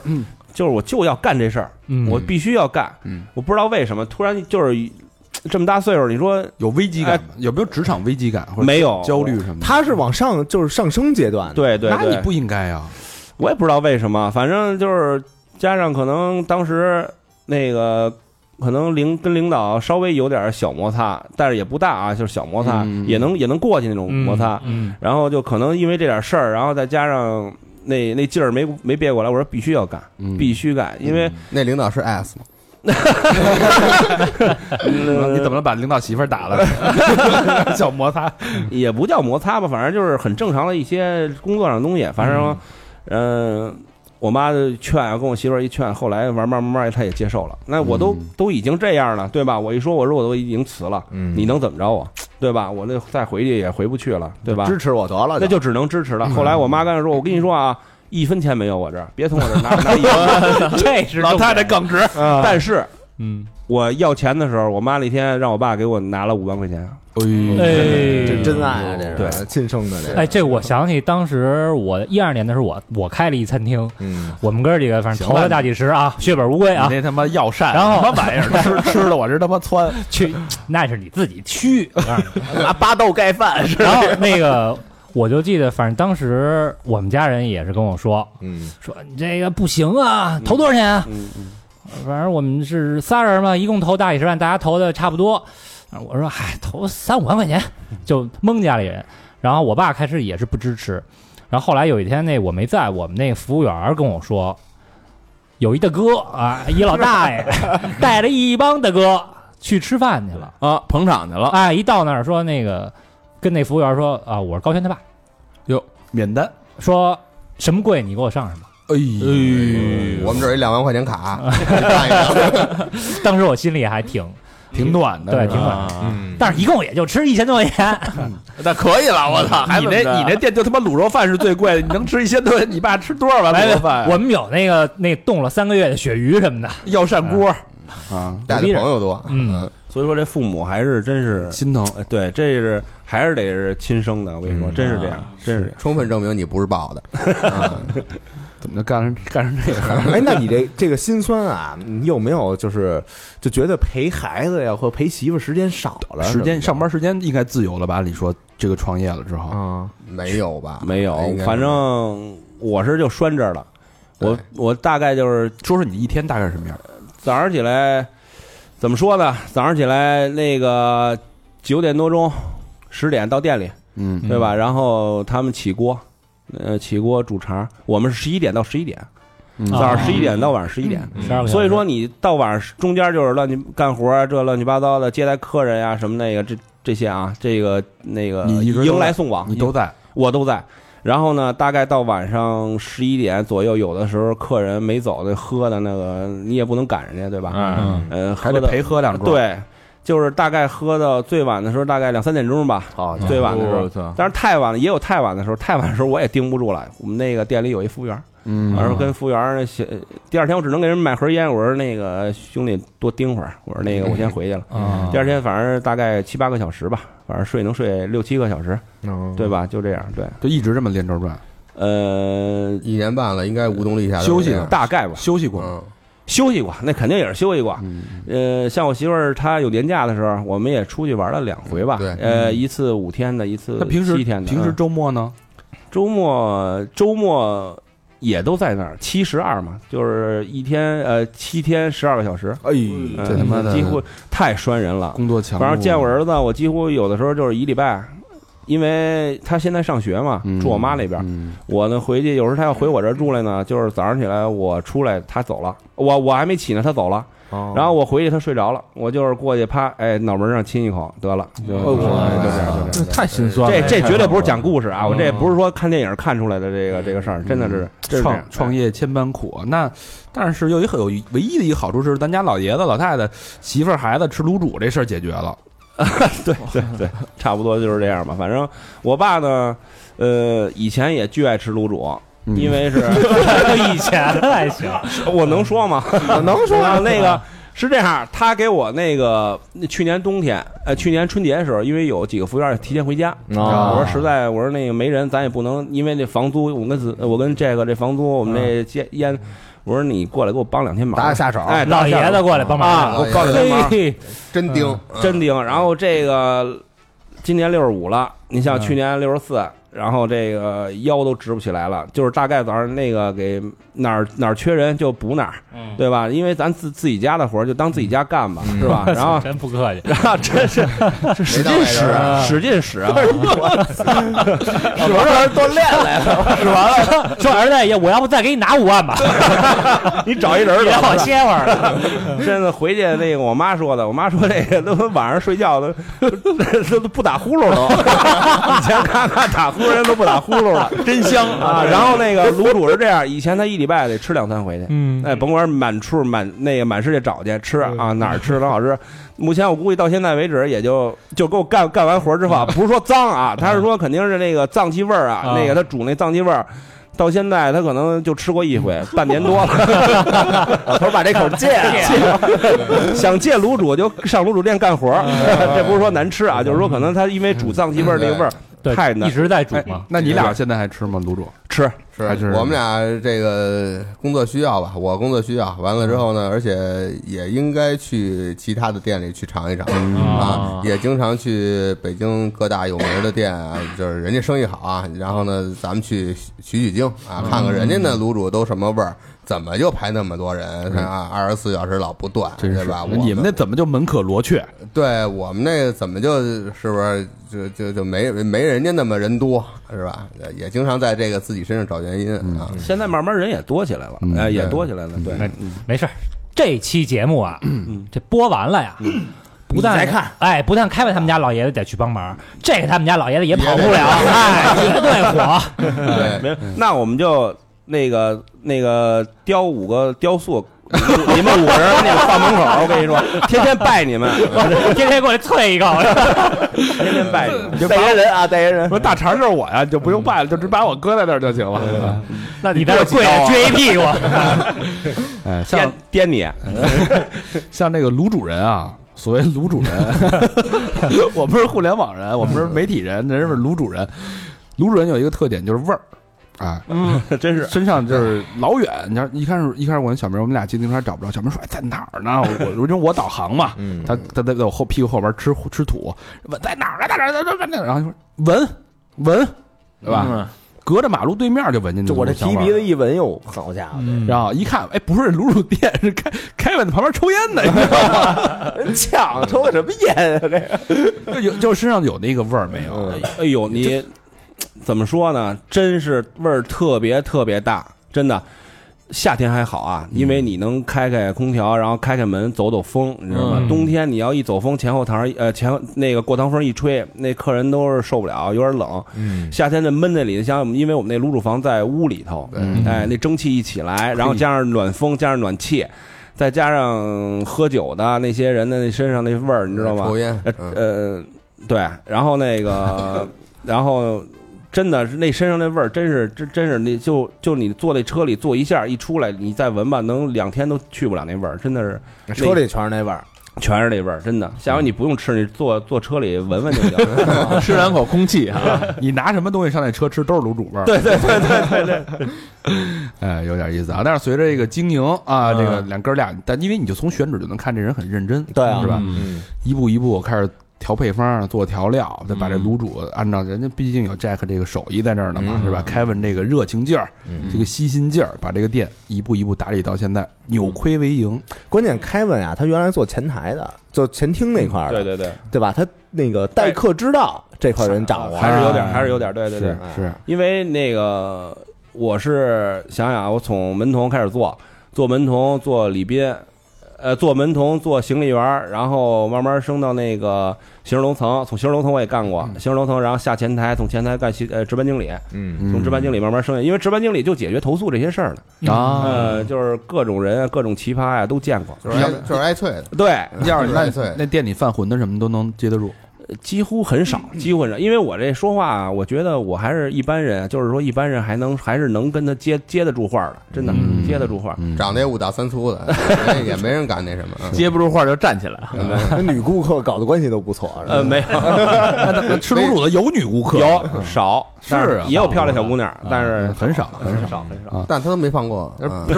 Speaker 5: 就是我就要干这事儿，我必须要干。
Speaker 2: 嗯
Speaker 5: 我不知道为什么突然就是这么大岁数，你说
Speaker 2: 有危机感吗？有没有职场危机感或者
Speaker 5: 没有
Speaker 2: 焦虑？什么的？
Speaker 3: 他是往上就是上升阶段，，
Speaker 5: 对对
Speaker 2: 那你
Speaker 5: 对，
Speaker 2: 不应该啊！
Speaker 5: 我也不知道为什么，反正就是加上可能当时那个。可能领跟领导稍微有点小摩擦，但是也不大啊，就是小摩擦，
Speaker 2: 嗯
Speaker 5: 也能也能过去那种摩擦。
Speaker 4: 嗯，
Speaker 5: 然后就可能因为这点事儿，然后再加上那那劲儿没没憋过来，我说必须要干，
Speaker 2: 嗯
Speaker 5: 必须干，因为、
Speaker 6: 那领导是 S 吗？
Speaker 2: 你怎么把领导媳妇儿打了？ 小摩擦，
Speaker 5: 也不叫摩擦吧，反正就是很正常的一些工作上的东西，反正，嗯。我妈就劝啊，跟我媳妇儿一劝，后来玩慢慢慢，她也接受了。那我
Speaker 2: 嗯
Speaker 5: 都、都已经这样了，对吧？我一说，我说我都已经辞了，
Speaker 6: 嗯
Speaker 5: 你能怎么着我，对吧？我那再回去也回不去了，对吧？
Speaker 3: 支持我得了，
Speaker 5: 那就只能支持
Speaker 2: 嗯
Speaker 5: 了。后来我妈跟我说：“我跟你说啊，一分钱没有我这儿，别从我这儿拿拿一 分。”这是老太太耿直。但是
Speaker 4: 嗯，
Speaker 5: 我要钱的时候，我妈那天让我爸给我拿了五万块钱。
Speaker 4: 哎
Speaker 3: 这真爱啊，这是
Speaker 4: 对
Speaker 3: 亲生的这个。
Speaker 4: 哎，这我想起当时我一二年的时候，我我开了一餐厅，
Speaker 3: 嗯，
Speaker 4: 我们哥几个反正
Speaker 2: 行
Speaker 4: 投
Speaker 2: 了
Speaker 4: 了大几十啊，血本无归啊
Speaker 2: 你，那他妈药膳，
Speaker 4: 然后
Speaker 2: 什么玩意儿， 吃吃的我这他妈窜，
Speaker 4: 去那是你自己去。我告诉你
Speaker 2: 拿巴豆盖饭 是
Speaker 4: 然后那个我就记得，反正当时我们家人也是跟我说，
Speaker 3: 嗯
Speaker 4: 说你这个不行啊，投多少钱啊？反正我们是仨人嘛，一共投大几十万，大家投的差不多。啊我说，嗨，投三五万块钱就蒙家里人。然后我爸开始也是不支持，然后后来有一天那我没在，我们那服务员儿跟我说，有一大哥啊，一老大 爷带着一帮大哥去吃饭去了。
Speaker 7: 啊，捧场去了，
Speaker 4: 哎，一到那儿说那个，跟那服务员说啊，我是高轩他爸，
Speaker 2: 免单，
Speaker 4: 说什么贵你给我上什么。
Speaker 6: 哎
Speaker 2: 哎
Speaker 6: 嗯我们这儿有一两 万块钱卡，你看一下。
Speaker 4: 当时我心里还挺
Speaker 2: 挺暖的，
Speaker 4: 对
Speaker 2: 是吧
Speaker 4: 挺暖
Speaker 3: 嗯，
Speaker 4: 但是一共也就吃一千多块钱，
Speaker 7: 那可以了，我操！还
Speaker 2: 嗯你那你那店就他妈卤肉饭是最贵的，你能吃一千多，你爸吃多少碗卤肉饭呀？
Speaker 4: 我们有那个那冻了三个月的鳕鱼什么的，
Speaker 2: 药膳锅啊，
Speaker 6: 带的朋友多，
Speaker 4: 嗯，
Speaker 5: 所以说这父母还是真是，
Speaker 2: 心疼。
Speaker 5: 呃对，这是还是得是亲生的。我跟你说，
Speaker 3: 嗯
Speaker 5: 真是这样，真是这样。
Speaker 6: 充分证明你不是报 的。嗯
Speaker 2: 怎么就干成干成这个行？
Speaker 3: 哎，那你这这个心酸啊，你有没有就是就觉得陪孩子呀或陪媳妇时间少了？
Speaker 2: 时间上班时间应该自由了吧？按 理说这个创业了之后，
Speaker 3: 啊，
Speaker 6: 没有吧？
Speaker 5: 没有
Speaker 6: 应该，是
Speaker 5: 反正我是就拴这儿了。我
Speaker 6: 对
Speaker 5: 我大概就是
Speaker 2: 说说你一天大概是什么样？
Speaker 5: 早上起来，怎么说呢？早上起来那个九点多钟，十点到店里，
Speaker 2: 嗯
Speaker 5: 对吧？然后他们起锅，呃，起锅煮肠。我们是十一点到十一点，
Speaker 2: 嗯
Speaker 5: 早上十一点到晚上十一点。
Speaker 4: 十二个小时
Speaker 5: 所以说你到晚上中间就是乱七干活啊，这乱七八糟的接待客人呀、什么那个这这些啊，这个那个
Speaker 2: 你一直都在
Speaker 5: 迎来送往，
Speaker 2: 你都在，
Speaker 5: 我都在。然后呢，大概到晚上十一点左右，有的时候客人没走的喝的那个，你也不能赶人家，对吧？
Speaker 7: 嗯，
Speaker 5: 嗯，
Speaker 2: 还
Speaker 5: 喝
Speaker 2: 得
Speaker 5: 的
Speaker 2: 陪喝两桌。，
Speaker 5: 对，就是大概喝到最晚的时候，大概两三点钟吧。
Speaker 3: 好家伙，
Speaker 5: 最晚的时
Speaker 7: 我
Speaker 2: 哦
Speaker 5: 候，
Speaker 7: 操，
Speaker 5: 但是太晚了也有太晚的时候，太晚的时候我也盯不住了。我们那个店里有一服务员，
Speaker 2: 嗯，
Speaker 5: 完事儿跟服务员儿写，第二天我只能给人买盒烟。我说那个兄弟多盯会儿，我说那个我先回去了。
Speaker 2: 嗯
Speaker 4: 啊
Speaker 5: 第二天反正大概七八个小时吧，反正睡能睡六七个小时，
Speaker 2: 哦
Speaker 5: 对吧？就这样，对，
Speaker 2: 就一直这么连轴转，
Speaker 5: 呃，
Speaker 6: 一年半了，应该无动力下
Speaker 2: 休息呢
Speaker 5: 大概吧，
Speaker 2: 休息过。
Speaker 6: 嗯，
Speaker 5: 休息过，那肯定也是休息过。
Speaker 2: 嗯，
Speaker 5: 呃，像我媳妇儿她有年假的时候，我们也出去玩了两回吧。
Speaker 6: 对嗯
Speaker 5: 呃，一次五天的，一次
Speaker 2: 那平时
Speaker 5: 呃七天的。
Speaker 2: 平时
Speaker 5: 嗯
Speaker 2: 周末呢？
Speaker 5: 周末周末也都在那儿，七十二嘛，就是一天呃七天十二个小时，
Speaker 3: 哎，
Speaker 5: 嗯
Speaker 2: 这他妈的
Speaker 5: 几乎太拴人了。
Speaker 2: 工作强度，
Speaker 5: 反正见我儿子，我几乎有的时候就是一礼拜，因为他现在上学嘛，
Speaker 2: 嗯
Speaker 5: 住我妈那边。
Speaker 2: 嗯
Speaker 5: 我呢回去，有时候他要回我这儿住来呢，就是早上起来我出来，他走了，我我还没起呢，他走了。
Speaker 2: 哦
Speaker 7: 嗯
Speaker 5: 然
Speaker 7: 哦
Speaker 5: 后我回去，他睡着了，我就是过去啪，哎，脑门上亲一口，得了，就
Speaker 7: 哦
Speaker 5: 哎就这样。
Speaker 7: 这太心酸
Speaker 5: 这
Speaker 7: 了。嗯
Speaker 5: 这绝对不是讲故事啊！我这不是说看电影看出来的这个这个事儿，真的是真是这样
Speaker 2: 嗯创创业千般苦，那但是有一很有一唯一的一个好处是，咱家老爷子老太太媳妇儿孩子吃卤煮这事儿解决了。
Speaker 5: 对对对，差不多就是这样吧。反正我爸呢，呃，以前也巨爱吃卤煮，
Speaker 2: 嗯
Speaker 5: 因为 是
Speaker 4: 以前还行，
Speaker 5: 我能说吗？ 能说啊
Speaker 6: 啊
Speaker 5: 那个。是这样，他给我那个那去年冬天，呃，去年春节的时候，因为有几个服务员提前回家，
Speaker 3: 啊
Speaker 4: 哦
Speaker 5: 我说实在，我说那个没人，咱也不能因为这房租，我跟子，我跟这个这房租，我们
Speaker 4: 嗯
Speaker 5: 这接烟，我说你过来给我帮两天忙，
Speaker 6: 打下手，
Speaker 5: 哎，
Speaker 4: 老爷子过来帮忙
Speaker 5: 啊，我告诉你
Speaker 4: 嘿
Speaker 5: 妈，
Speaker 4: 嘿，
Speaker 6: 真盯，
Speaker 5: 嗯真盯。然后这个今年六十五了，你像去年六十四，然后这个腰都直不起来了，就是大概早上那个给哪儿哪儿缺人就补哪儿，对吧？因为咱自自己家的活儿就当自己家干吧，
Speaker 8: 嗯
Speaker 5: 是 吧？然后
Speaker 4: 真不客气，
Speaker 5: 然后真是
Speaker 6: 使劲使，
Speaker 5: 使劲使啊！
Speaker 4: 说儿子也，我要不再给你拿五万吧，
Speaker 5: 你找一人儿
Speaker 4: 你让
Speaker 5: 吧
Speaker 4: 我歇会儿。
Speaker 5: 真的回去那个我妈说的，我妈说这个都晚上睡觉都都都 不打呼噜了，以前咔咔打呼人都不打呼噜 了，真香啊！然后那个卤煮是这样，以前她一礼拜得吃两餐回去，
Speaker 4: 嗯
Speaker 5: 哎，甭管满处满那个满世界找去吃啊，哪儿吃能好吃。目前我估计到现在为止，也就就给我干干
Speaker 4: 嗯
Speaker 5: 完活之后啊，不是说脏啊，他是说肯定是那个脏气味儿啊，
Speaker 4: 啊
Speaker 5: 那个他煮那脏气味儿。到现在他可能就吃过一 回，半年多了，
Speaker 3: 老头儿把这 口戒了。
Speaker 5: 想戒卤煮就上卤煮店干活儿，
Speaker 4: 嗯
Speaker 5: 这不是说难吃啊，就是说可能他因为煮藏鸡味儿这个味儿
Speaker 4: 对，
Speaker 5: 太难
Speaker 4: 一直在煮
Speaker 2: 哎
Speaker 4: 嘛，，
Speaker 2: 那你俩现在还吃吗，卤煮？
Speaker 5: 吃，
Speaker 6: 是
Speaker 2: 还是
Speaker 6: 我们俩这个工作需要吧，我工作需要，完了之后
Speaker 2: 嗯
Speaker 6: 呢，而且也应该去其他的店里去尝一尝、
Speaker 2: 嗯
Speaker 6: 啊，也经常去北京各大有名的店啊，就是人家生意好啊，然后呢，咱们去取取经啊，看看人家那卤煮都什么味儿，怎么就排那么多人啊，二十四小时老不断，
Speaker 2: 嗯真
Speaker 6: 对
Speaker 2: 是
Speaker 6: 吧？我
Speaker 2: 你们那怎么就门可罗雀？
Speaker 6: 对我们那个怎么就是不是就就就没没人家那么人多是吧？也经常在这个自己身上找原因啊。
Speaker 5: 现在慢慢人也多起来了
Speaker 2: 嗯，
Speaker 5: 哎，也
Speaker 6: 对
Speaker 5: 多起来了，对，嗯
Speaker 4: 没事儿。这期节目啊，这播完了呀，不但
Speaker 3: 你再看，
Speaker 4: 哎，不但开外他们家老爷子得去帮忙，这个他们家老爷子也跑不
Speaker 6: 也得
Speaker 4: 了，哎，绝对火。
Speaker 6: 对，
Speaker 5: 没有，那我们就那个那个雕五个雕塑，你们五个人那个放门口儿，我跟你说，天天拜你们，
Speaker 4: 天天过来啐一口，
Speaker 5: 天天拜你们。
Speaker 3: 代言人啊，代言人，
Speaker 7: 说大肠就是我呀，就不用办了，就只把我搁在那儿就行了。
Speaker 2: 嗯
Speaker 4: 那你在这跪着
Speaker 2: 啊
Speaker 4: 撅一屁股。
Speaker 2: 哎，像
Speaker 5: 颠颠你，啊
Speaker 2: 像那个卤煮人啊，所谓卤 煮人，我们是互联网人，我们是媒体人，人是卤煮人。卤煮人有一个特点就是味儿，啊，
Speaker 5: 嗯真是
Speaker 2: 身上就是老远。你知道，一开始一开始我跟小明，我们俩骑自行车找不着，小明说哎在哪儿呢？我我因为我导航嘛，
Speaker 3: 嗯
Speaker 2: 他他在我后屁股后边吃吃土，问在哪儿啊？在哪儿？在哪儿？在哪儿？然后就说闻闻，对吧？
Speaker 3: 嗯
Speaker 2: 隔着马路对面就闻见那
Speaker 3: 就我这
Speaker 2: 股香
Speaker 3: 提
Speaker 2: 味儿
Speaker 3: 鼻子一闻，哟，好家伙，
Speaker 2: 然后一看，哎，不是卤煮店，是开开在旁边抽烟 的，你知道吗
Speaker 3: 人抢抽个什么烟啊？这个
Speaker 2: 就有就身上有那个味儿没有？
Speaker 5: 哎呦，你怎么说呢？真是味儿特别特别大，真的。夏天还好
Speaker 2: 嗯
Speaker 5: 啊，因为你能开开空调，然后开开门走走风，你知道吗？
Speaker 4: 嗯
Speaker 5: 冬天你要一走风，前后堂呃前后那个过堂风一吹，那客人都是受不了，有点冷。
Speaker 3: 嗯，
Speaker 5: 夏天那闷在里头，像我们因为我们那卤煮房在屋里头，
Speaker 7: 嗯
Speaker 5: 哎，那蒸汽一起来，然后加上暖风，加上暖气，再加上喝酒的那些人的那身上那味儿，你知道吗？
Speaker 3: 哎
Speaker 6: 抽烟，
Speaker 5: 呃
Speaker 6: 嗯
Speaker 5: 呃，对，然后 那个，然后真的是那身上那味儿，真是真真是那就就你坐那车里坐一下，一出来你再闻吧，能两天都去不了那味儿，真的是
Speaker 3: 车里全是那味儿，嗯
Speaker 5: 全是那味儿，真的。下回你不用吃，你坐坐车里闻闻就行。
Speaker 7: 吃两口空气啊，
Speaker 2: 你拿什么东西上那车吃都是卤煮味儿。
Speaker 5: 对对对对对
Speaker 2: 哎，有点意思啊。但是随着这个经营啊，
Speaker 3: 嗯
Speaker 2: 这个两哥俩，但因为你就从选址就能看这人很认真，
Speaker 3: 对啊
Speaker 2: 是吧？
Speaker 3: 嗯，
Speaker 2: 一步一步开始调配方，做调料，再把这卤煮按照人家毕竟有 Jack 这个手艺在那儿呢
Speaker 3: 嗯
Speaker 2: 嘛，是吧？Kevin 这个热情劲儿，这个悉心劲儿，把这个店一步一步打理到现在扭亏为盈。
Speaker 3: 嗯关键凯文啊，他原来做前台的，做前厅
Speaker 2: 嗯
Speaker 3: 那块儿
Speaker 5: 对
Speaker 3: 的，
Speaker 5: 对对，
Speaker 3: 对吧？他那个待客之道这块人掌握，啊
Speaker 5: 还是有点儿，
Speaker 2: 哎
Speaker 5: 还是有点儿，对对对
Speaker 2: 是。是，
Speaker 5: 因为那个我是想想啊，我从门童开始做，做门童，做礼宾，呃，做门童，做行李员儿，然后慢慢升到那个行政楼层，从行政楼层我也干过，行政楼层，然后下前台，从前台干行呃值班经理，
Speaker 3: 嗯，
Speaker 2: 嗯
Speaker 5: 从值班经理慢慢升，因为值班经理就解决投诉这些事儿呢，
Speaker 2: 啊，
Speaker 5: 呃，就是各种人啊，各种奇葩呀、都见过，
Speaker 6: 就是挨就是挨啐的，
Speaker 5: 对，
Speaker 2: 要是
Speaker 6: 是
Speaker 2: 那
Speaker 6: 烂碎
Speaker 2: 那店里犯浑的什么都能接得住。
Speaker 5: 几乎很少，
Speaker 6: 嗯
Speaker 5: 几乎很少，因为我这说话啊，我觉得我还是一般人，啊就是说一般人还能还是能跟他接接得住话儿的，真的、
Speaker 2: 嗯
Speaker 5: 接得住话儿。
Speaker 2: 嗯
Speaker 6: 长得也五大三 粗的，也没人敢那什么。嗯
Speaker 7: 接不住话就站起来。
Speaker 3: 嗯那女顾客搞的关系都不错，
Speaker 5: 呃，没
Speaker 2: 那吃卤煮的有女顾客，
Speaker 5: 有有少
Speaker 2: 是
Speaker 5: 但
Speaker 2: 啊嗯
Speaker 5: 也有漂亮小姑娘，但是
Speaker 2: 很少很
Speaker 5: 少很 少。
Speaker 6: 但他都没放过，
Speaker 4: 呃
Speaker 6: 嗯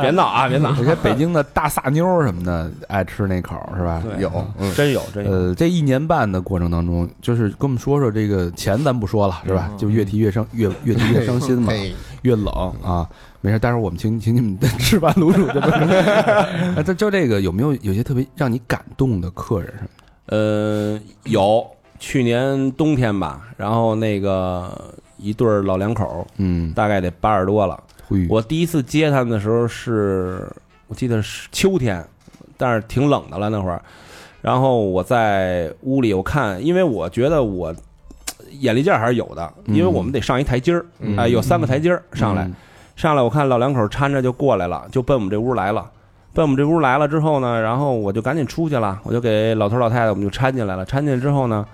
Speaker 5: 别闹啊，别闹，
Speaker 2: 有些北京的大撒妞儿什么的爱吃那口儿，是吧？
Speaker 5: 对
Speaker 6: 有，嗯，
Speaker 5: 真有真有。
Speaker 2: 呃，这一年半的过程当中，就是跟我们说说这个钱，咱不说了，是
Speaker 5: 嗯
Speaker 2: 吧？就越提越伤，越越提越伤 心嘛，
Speaker 6: 嘿
Speaker 2: 越冷啊。没事，待会儿我们请请你们吃完卤煮就不是。 哎就就这个有没有有些特别让你感动的客人什么
Speaker 5: 呃，有去年冬天吧，然后那个一对儿老两口儿，
Speaker 2: 的？嗯，
Speaker 5: 大概得八十多了。
Speaker 2: 会
Speaker 5: 我第一次接他们的时候是，我记得是秋天，但是挺冷的了那会儿。然后我在屋里，我看，因为我觉得我嘖呃眼力劲儿还是有的，因为我们得上一台阶儿，
Speaker 6: 嗯
Speaker 5: 哎，有三个台阶儿上来，
Speaker 2: 嗯
Speaker 5: 上来我看老两口搀着就过来了，就奔我们这屋来了。奔我们这屋来了之后呢，然后我就赶紧出去了，我就给老头老太太我们就搀进来了。搀进来之后呢，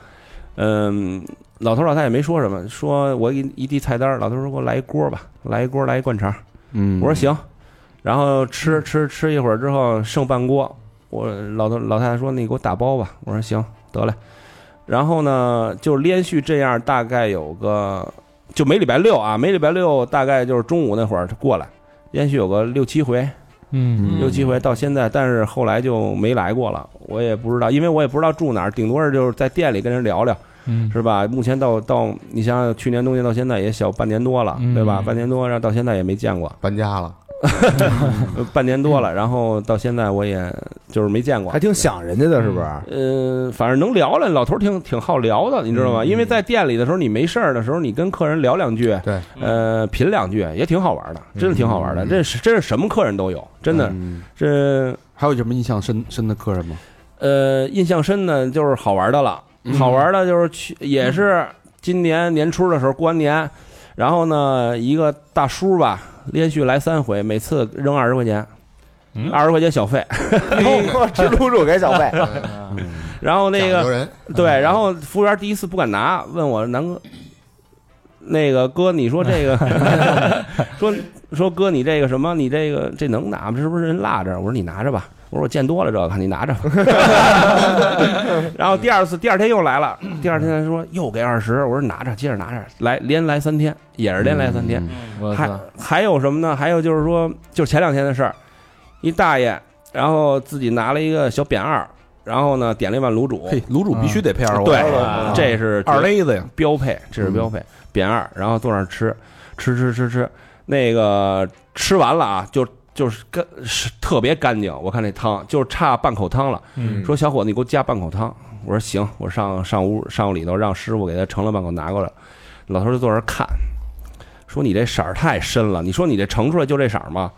Speaker 5: 嗯，老头老太太没说什么，说我给你一递菜单儿，老头说给我来一锅吧，来一锅，来一灌肠。
Speaker 2: 嗯，
Speaker 5: 我说行，然后吃吃吃一会儿之后剩半锅，我老头老太太说那你给我打包吧，我说行得嘞，然后呢就连续这样大概有个就每礼拜六啊，每礼拜六大概就是中午那会儿过来，连续有个六七回，
Speaker 4: 嗯
Speaker 5: 六七回到现在，但是后来就没来过了，我也不知道，因为我也不知道住哪儿，顶多是就是在店里跟人聊聊，
Speaker 4: 嗯
Speaker 5: 是吧？目前到到你想想去年冬天到现在也小半年多了，对吧？
Speaker 4: 嗯
Speaker 5: 半年多，然后到现在也没见过，
Speaker 6: 搬家了，
Speaker 5: 呃 半年多了，然后到现在我也就是没见过
Speaker 3: 还。挺想人家的，是不是？
Speaker 5: 呃，反正能聊了，老头儿挺挺好聊的，你知道吗？因为在店里的时候，你没事儿的时候，你跟客人聊两句，
Speaker 6: 对，
Speaker 5: 呃，品两句也挺好玩的，真的挺好玩的。这是这是什么客人都有，真的。
Speaker 2: 嗯
Speaker 5: 这
Speaker 2: 还有什么印象深深的客人吗？
Speaker 5: 呃，印象深的就是好玩的了，好玩的就是去，也是今年年初的时候过完年，然后呢，一个大叔吧，连续来三回，每次扔二十块钱，二十块钱小费，
Speaker 2: 嗯
Speaker 3: 吃卤煮给小 费，
Speaker 9: 嗯
Speaker 5: 然后那
Speaker 6: 讲究
Speaker 5: 个
Speaker 6: 人
Speaker 5: 对，然后服务员第一次不敢拿，问我南哥。那个哥，你 说这个，说说哥，你这个什么，你这个这能拿吗？这是不是人落这儿？我说你拿着吧。我说我见多了这个，你拿着吧。 然后第二次，第二天又来了，第二天说又给二十，我说拿着，接着拿着，来连来三天，也是连来三天。
Speaker 9: 嗯我
Speaker 5: 还
Speaker 9: 操，
Speaker 5: 还有什么呢？还有就是说，就是前两天的事儿，一大爷，然后自己拿了一个小扁二，然后呢点了一碗卤煮，嗯
Speaker 2: 嘿，卤煮必须得配二
Speaker 5: 对
Speaker 2: 啊，
Speaker 5: 这是
Speaker 2: 二勒子呀，嗯
Speaker 5: 标配，这是标配，扁二，然后坐那儿吃，吃吃吃吃，那个吃完了啊，就就是干是特别干净，我看那汤就差半口汤了。
Speaker 4: 嗯
Speaker 5: 说小伙子，你给我加半口汤。我说行，我上上屋上屋里头让师傅给他盛了半口拿过来。老头就坐那儿看，说你这色儿太深了，你说你这盛出来就这色儿吗？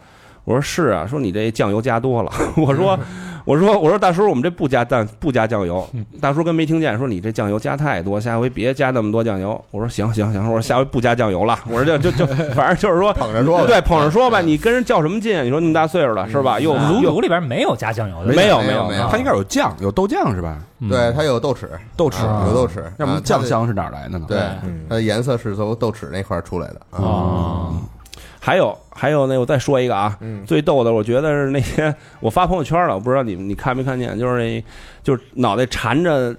Speaker 5: 我说是啊，说你这酱油加多了。 我说我说我说大叔，我们这不加蛋不加酱油。大叔跟没听见，说你这酱油加太多，下回别加那么多酱油。我说行行行，我说下回不加酱油了。我说就就就， 反正就是说
Speaker 6: 捧着说吧
Speaker 5: 对，捧着说吧，你跟人较什么劲啊？你说那么大岁数了是吧？又
Speaker 4: 卤
Speaker 5: 又
Speaker 4: 煮里边没有加酱油的，
Speaker 5: 没有
Speaker 6: 没
Speaker 5: 有
Speaker 6: 没
Speaker 5: 没
Speaker 6: 有
Speaker 2: 它应该有酱，有豆酱是吧？
Speaker 4: 嗯
Speaker 6: 对，它有豆豉，
Speaker 2: 豆豉
Speaker 6: 啊有豆
Speaker 5: 嗯
Speaker 6: 豉，
Speaker 2: 要不
Speaker 6: 啊
Speaker 2: 然酱。
Speaker 6: 它的
Speaker 2: 香是哪儿来的呢？
Speaker 6: 对，
Speaker 3: 嗯
Speaker 6: 它的颜色是从豆豉那块儿出来的啊。
Speaker 2: 啊，
Speaker 5: 还有还有呢，我再说一个啊，
Speaker 6: 嗯
Speaker 5: 最逗的，我觉得是那天我发朋友圈了，我不知道你们你看没看见，就是那就是脑袋缠着。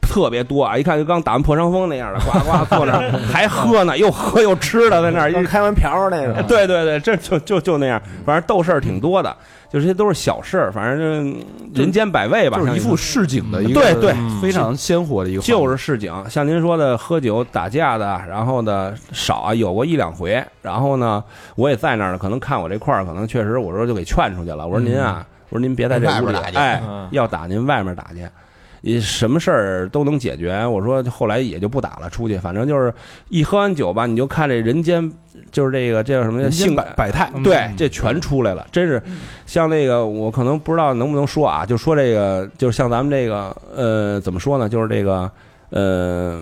Speaker 5: 特别多啊！一看就刚打完破伤风那样的，呱呱坐那 儿还喝呢，又喝又吃的，在那儿一
Speaker 3: 刚开完瓢那个，
Speaker 5: 对对对，这就就就那样，反正逗事儿挺多的，就这些都是小事儿，反正就人间百味吧，
Speaker 2: 就是一
Speaker 5: 像您
Speaker 2: 副市井的一个，
Speaker 5: 对对
Speaker 6: 嗯
Speaker 2: 非常鲜活的一个，
Speaker 5: 就是市井，像您说的喝酒打架的，然后呢少啊，有过一两回，然后呢我也在那儿呢，可能看我这块儿，可能确实我说就给劝出去了，我说您啊，
Speaker 2: 嗯
Speaker 5: 我说您别在这
Speaker 6: 外
Speaker 5: 屋
Speaker 6: 边
Speaker 5: 里，
Speaker 6: 打去
Speaker 5: 哎，要打您外面打去。也什么事儿都能解决，我说后来也就不打了，出去反正就是一喝完酒吧，你就看这人间，就是这个这叫什么呀
Speaker 2: 人间
Speaker 5: 性
Speaker 2: 百百态，嗯
Speaker 5: 对，这全出来了，真是像那个，我可能不知道能不能说啊，就说这个，就是像咱们这个，呃，怎么说呢？就是这个，呃，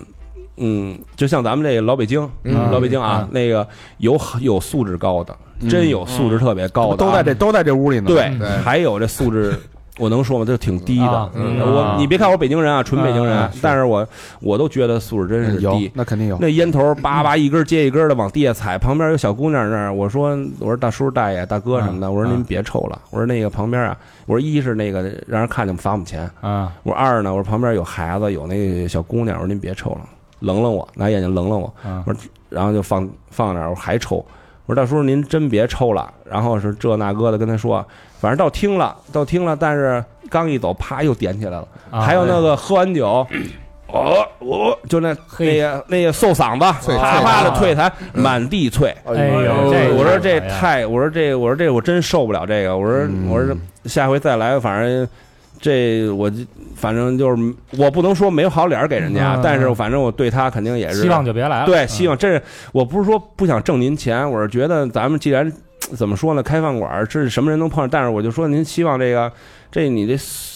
Speaker 5: 嗯，就像咱们这个老北京，
Speaker 6: 嗯
Speaker 5: 老北京啊，那个有有素质高的，真
Speaker 6: 嗯
Speaker 5: 有素质特别高的啊，
Speaker 2: 嗯都在这都在这屋里呢。嗯
Speaker 5: 对，
Speaker 6: 对
Speaker 5: 还有这素质。我能说吗？这挺低的
Speaker 4: 啊。
Speaker 6: 嗯
Speaker 5: 我你别看我北京人啊，纯北京人
Speaker 4: 啊，
Speaker 5: 但是我我都觉得素质真是
Speaker 2: 嗯有
Speaker 5: 低，。
Speaker 2: 那肯定有。
Speaker 5: 那烟头叭叭一根接一根的往地下踩，旁边有小姑娘那儿，我说我说大叔大爷大哥什么的，我说您别抽了，我说那个旁边啊，我说一是那个让人看见罚我们钱，
Speaker 4: 啊，
Speaker 5: 我说二呢，我说旁边有孩子有那小姑娘，我说您别抽了，冷冷我，拿眼睛冷冷我，我说然后就放放那儿，我说还抽，我说大叔您真别抽了，然后是这那个的跟他说，反正到听了到听了，但是刚一走啪又点起来了，
Speaker 4: 啊
Speaker 5: 还
Speaker 6: 哎
Speaker 5: 有那 个喝完酒。哦，我、就那那个那个瘦嗓子，
Speaker 6: 脆
Speaker 5: 啪
Speaker 6: 脆
Speaker 5: 啪
Speaker 6: 的
Speaker 5: 的退痰，满地啐。
Speaker 4: 哎呦，
Speaker 5: 对，我说这
Speaker 4: 讨厌
Speaker 5: 太，我说这，我说这，我真受不了这个。我说，我说下回再来，反正这我就反正就是我不能说没有好脸儿给人家，
Speaker 4: 嗯
Speaker 5: 但是反正我对他肯定也是
Speaker 4: 希望就别来了，
Speaker 5: 对
Speaker 4: 嗯
Speaker 5: 希望。这是我不是说不想挣您钱，我是觉得咱们既然怎么说呢，开饭馆儿这是什么人都碰上，但是我就说您希望这个这你这素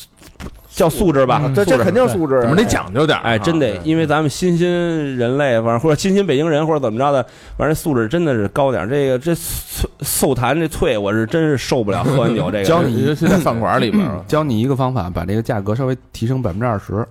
Speaker 5: 叫素质吧，
Speaker 4: 嗯
Speaker 3: 这
Speaker 5: 素
Speaker 3: 这
Speaker 5: 质
Speaker 3: 肯定素质，
Speaker 7: 我们得讲究点儿啊，
Speaker 5: 哎，真得，因为咱们新兴人类，反正或者新兴北京人，或者怎么着的，反正素质真的是高点儿。这个这嗖嗖痰这啐，我是真是受不了。喝完 酒这
Speaker 7: 教
Speaker 5: 个，
Speaker 7: 你，尤其在饭馆里边儿啊，
Speaker 2: 教你一个方法，把这个价格稍微提升百分之二十，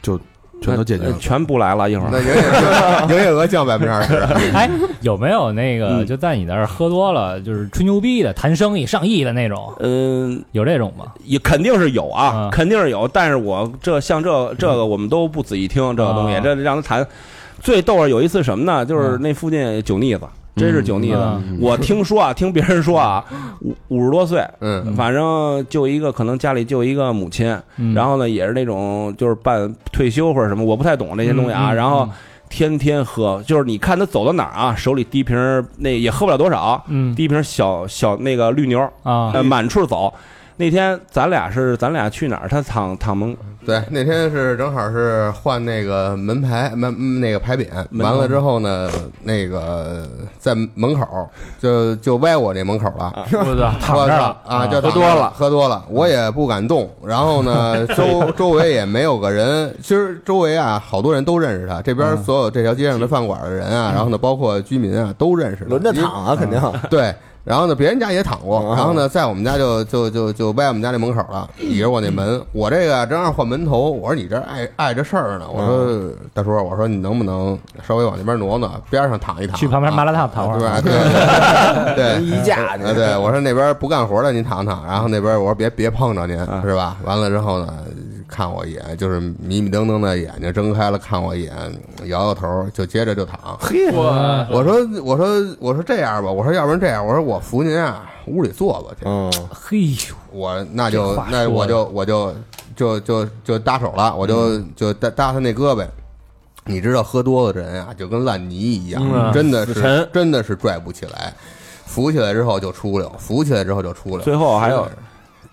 Speaker 2: 就全都解决
Speaker 5: 呃
Speaker 2: 了。
Speaker 5: 全不来了。一会 儿
Speaker 6: 那营业额 营业额降百分之二 十，
Speaker 4: 哎，有没有那个
Speaker 5: 嗯
Speaker 4: 就在你那儿喝多了，就是吹牛逼的、谈生意上亿的那种？
Speaker 5: 嗯，
Speaker 4: 有这种吗？
Speaker 5: 也肯定是有啊，
Speaker 4: 啊
Speaker 5: 肯定是有。但是我这像这这个，我们都不仔细听这个东西
Speaker 4: 啊，
Speaker 5: 这让他谈。最逗是有一次什么呢？就是那附近酒腻子，真是酒腻子。
Speaker 4: 嗯
Speaker 5: 我听说啊，听别人说啊，五五十多岁，
Speaker 6: 嗯，
Speaker 5: 反正就一个可能家里就一个母亲，
Speaker 4: 嗯
Speaker 5: 然后呢也是那种就是办退休或者什么，我不太懂这些东西啊。
Speaker 4: 嗯嗯
Speaker 5: 然后天天喝，就是你看他走到哪儿啊，手里提瓶儿那也喝不了多少，
Speaker 4: 嗯
Speaker 5: 提瓶儿小小那个绿牛，
Speaker 4: 啊
Speaker 5: 呃，满处走。那天咱俩是咱俩去哪儿？他躺躺门
Speaker 6: 对，那天是正好是换那个门牌门嗯那个牌匾，
Speaker 5: 门
Speaker 6: 完了之后呢，那个在门口就就歪我这门口了。
Speaker 4: 啊我操，
Speaker 6: 我
Speaker 4: 躺这
Speaker 6: 操
Speaker 4: 儿了
Speaker 6: 啊，就
Speaker 4: 喝
Speaker 6: 躺
Speaker 4: 多
Speaker 6: 那儿
Speaker 4: 了，
Speaker 6: 喝多了，
Speaker 4: 嗯
Speaker 6: 我也不敢动。然后 呢，周周围也没有个人，其实周围啊，好多人都认识他。这
Speaker 4: 嗯
Speaker 6: 边所有这条街上的饭馆的人啊，然后呢，包括居民啊，都认识他。
Speaker 3: 轮着
Speaker 6: 因为
Speaker 3: 躺啊，肯定。
Speaker 6: 对，然后呢，别人家也躺过，
Speaker 4: 嗯
Speaker 6: 然后呢，在我们家就就就就歪我们家这门口了，倚着我那门，我这个正好换门头，我说你这碍碍着事儿
Speaker 4: 嗯
Speaker 6: 呢，我说大叔，我说你能不能稍微往那边挪挪，边上躺一躺，啊
Speaker 4: 去旁边麻辣烫躺会
Speaker 6: 对
Speaker 4: 儿。
Speaker 6: 吧？对 对。
Speaker 3: 衣架，
Speaker 6: 啊，对，我说那边不干活的您躺躺，然后那边我说别别碰着您，
Speaker 8: 啊
Speaker 6: 是吧？完了之后呢，看我一眼，就是迷迷瞪瞪的眼睛睁开了看我一眼，摇摇头，就接着就躺。
Speaker 4: 我
Speaker 6: 我说我说我说这样吧，我说要不然这样，我说我扶您啊，屋里坐吧去。
Speaker 3: 嗯，
Speaker 4: 嘿呦，
Speaker 6: 我那
Speaker 4: 这
Speaker 6: 就
Speaker 4: 话
Speaker 6: 那
Speaker 4: 说
Speaker 6: 我
Speaker 4: 的
Speaker 6: 就我就就就就搭手了，我就
Speaker 8: 嗯
Speaker 6: 就搭搭他那胳膊。你知道喝多了的人啊，就跟烂泥一样，真的
Speaker 8: 嗯死
Speaker 6: 是
Speaker 8: 沉
Speaker 6: 真的是拽不起来，扶起来之后就出溜，扶起来之后就出溜。
Speaker 5: 最后还有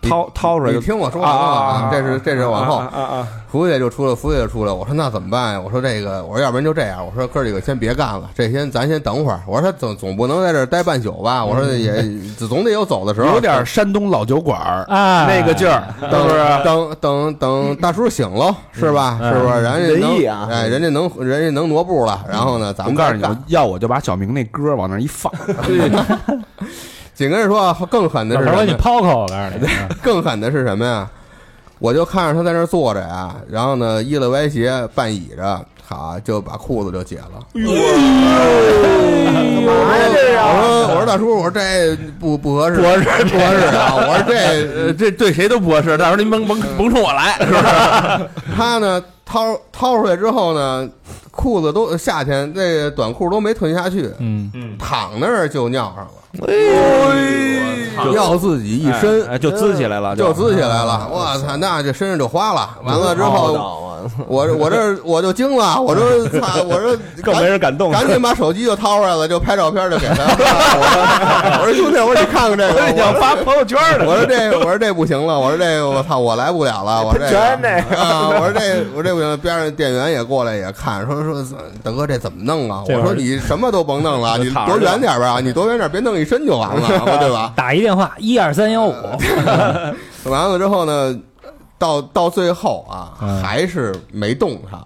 Speaker 6: 你
Speaker 5: 掏掏出来
Speaker 6: 你
Speaker 5: 就
Speaker 6: 听我说完
Speaker 5: 啊
Speaker 6: 了
Speaker 5: 啊啊
Speaker 6: 啊，
Speaker 5: 啊
Speaker 6: 这是这是往后
Speaker 5: 啊，啊啊！
Speaker 6: 扶起来就出溜，扶起来就出溜。我说那怎么办呀？我说这个，我说要不然就这样，我说哥几个先别干了，这先咱先等会儿。我说他总总不能在这儿待半宿吧？我说
Speaker 5: 嗯
Speaker 6: 也总得有走的时候，啊
Speaker 2: 有点山东老酒馆儿
Speaker 4: 哎
Speaker 2: 那个劲儿，啊
Speaker 6: 等等等等大叔醒喽，是吧？
Speaker 2: 嗯
Speaker 6: 是不是？人家
Speaker 3: 仁义
Speaker 6: 能
Speaker 3: 啊
Speaker 6: 哎，人家能人家能挪步了，然后呢，咱
Speaker 2: 我
Speaker 6: 们
Speaker 2: 告诉
Speaker 6: 再
Speaker 2: 你，
Speaker 6: 干
Speaker 2: 我要我就把小明那歌往那儿 一放，
Speaker 6: 紧跟着说啊，更狠的
Speaker 4: 老
Speaker 6: 是什么
Speaker 4: 头儿给你
Speaker 6: 呀？
Speaker 4: 抛开，我告诉你，啊
Speaker 6: 更狠的是什么呀？我就看着他在那儿坐着呀，然后呢，依了歪斜，半倚着，好就把裤子就解了。我说我说大叔，我说这不不合适，不合适，不合适啊！我说这
Speaker 7: 这对谁都不合适。到时候您甭甭甭冲我来，是吧？
Speaker 6: 他呢掏掏出来之后呢，裤子都夏天那个短裤都没褪下去，
Speaker 4: 嗯，
Speaker 6: 躺那儿就尿上了，
Speaker 5: 就
Speaker 6: 尿自己一身，
Speaker 5: 哎哎就滋起来了，
Speaker 6: 就滋起
Speaker 5: 啊
Speaker 6: 来了。我操，那这身上就花了。完了之后，
Speaker 5: 啊
Speaker 6: 我我这我就惊了，我说 操，我说
Speaker 5: 更没人敢动。
Speaker 6: 赶紧把手机就掏出来了，就 拍照片就给他。我说我说兄弟，我说你看看这个，我
Speaker 5: 发朋友圈
Speaker 6: 我说这，我说这不行了，我说这个，我操，我来不了了，我说这
Speaker 3: 全
Speaker 6: 个 啊，我说这我这不行，边上店员也过来也看，说说大哥这怎么弄啊？
Speaker 4: 这
Speaker 6: 我
Speaker 4: 会儿
Speaker 6: 说你什么都甭弄了，你
Speaker 5: 躺着
Speaker 6: 躲远点吧，你躲远点，别弄一身就完 了，对吧？
Speaker 4: 打一电话一二三幺五，
Speaker 6: 完了之后呢，到到最后啊，
Speaker 4: 嗯
Speaker 6: 还是没动他。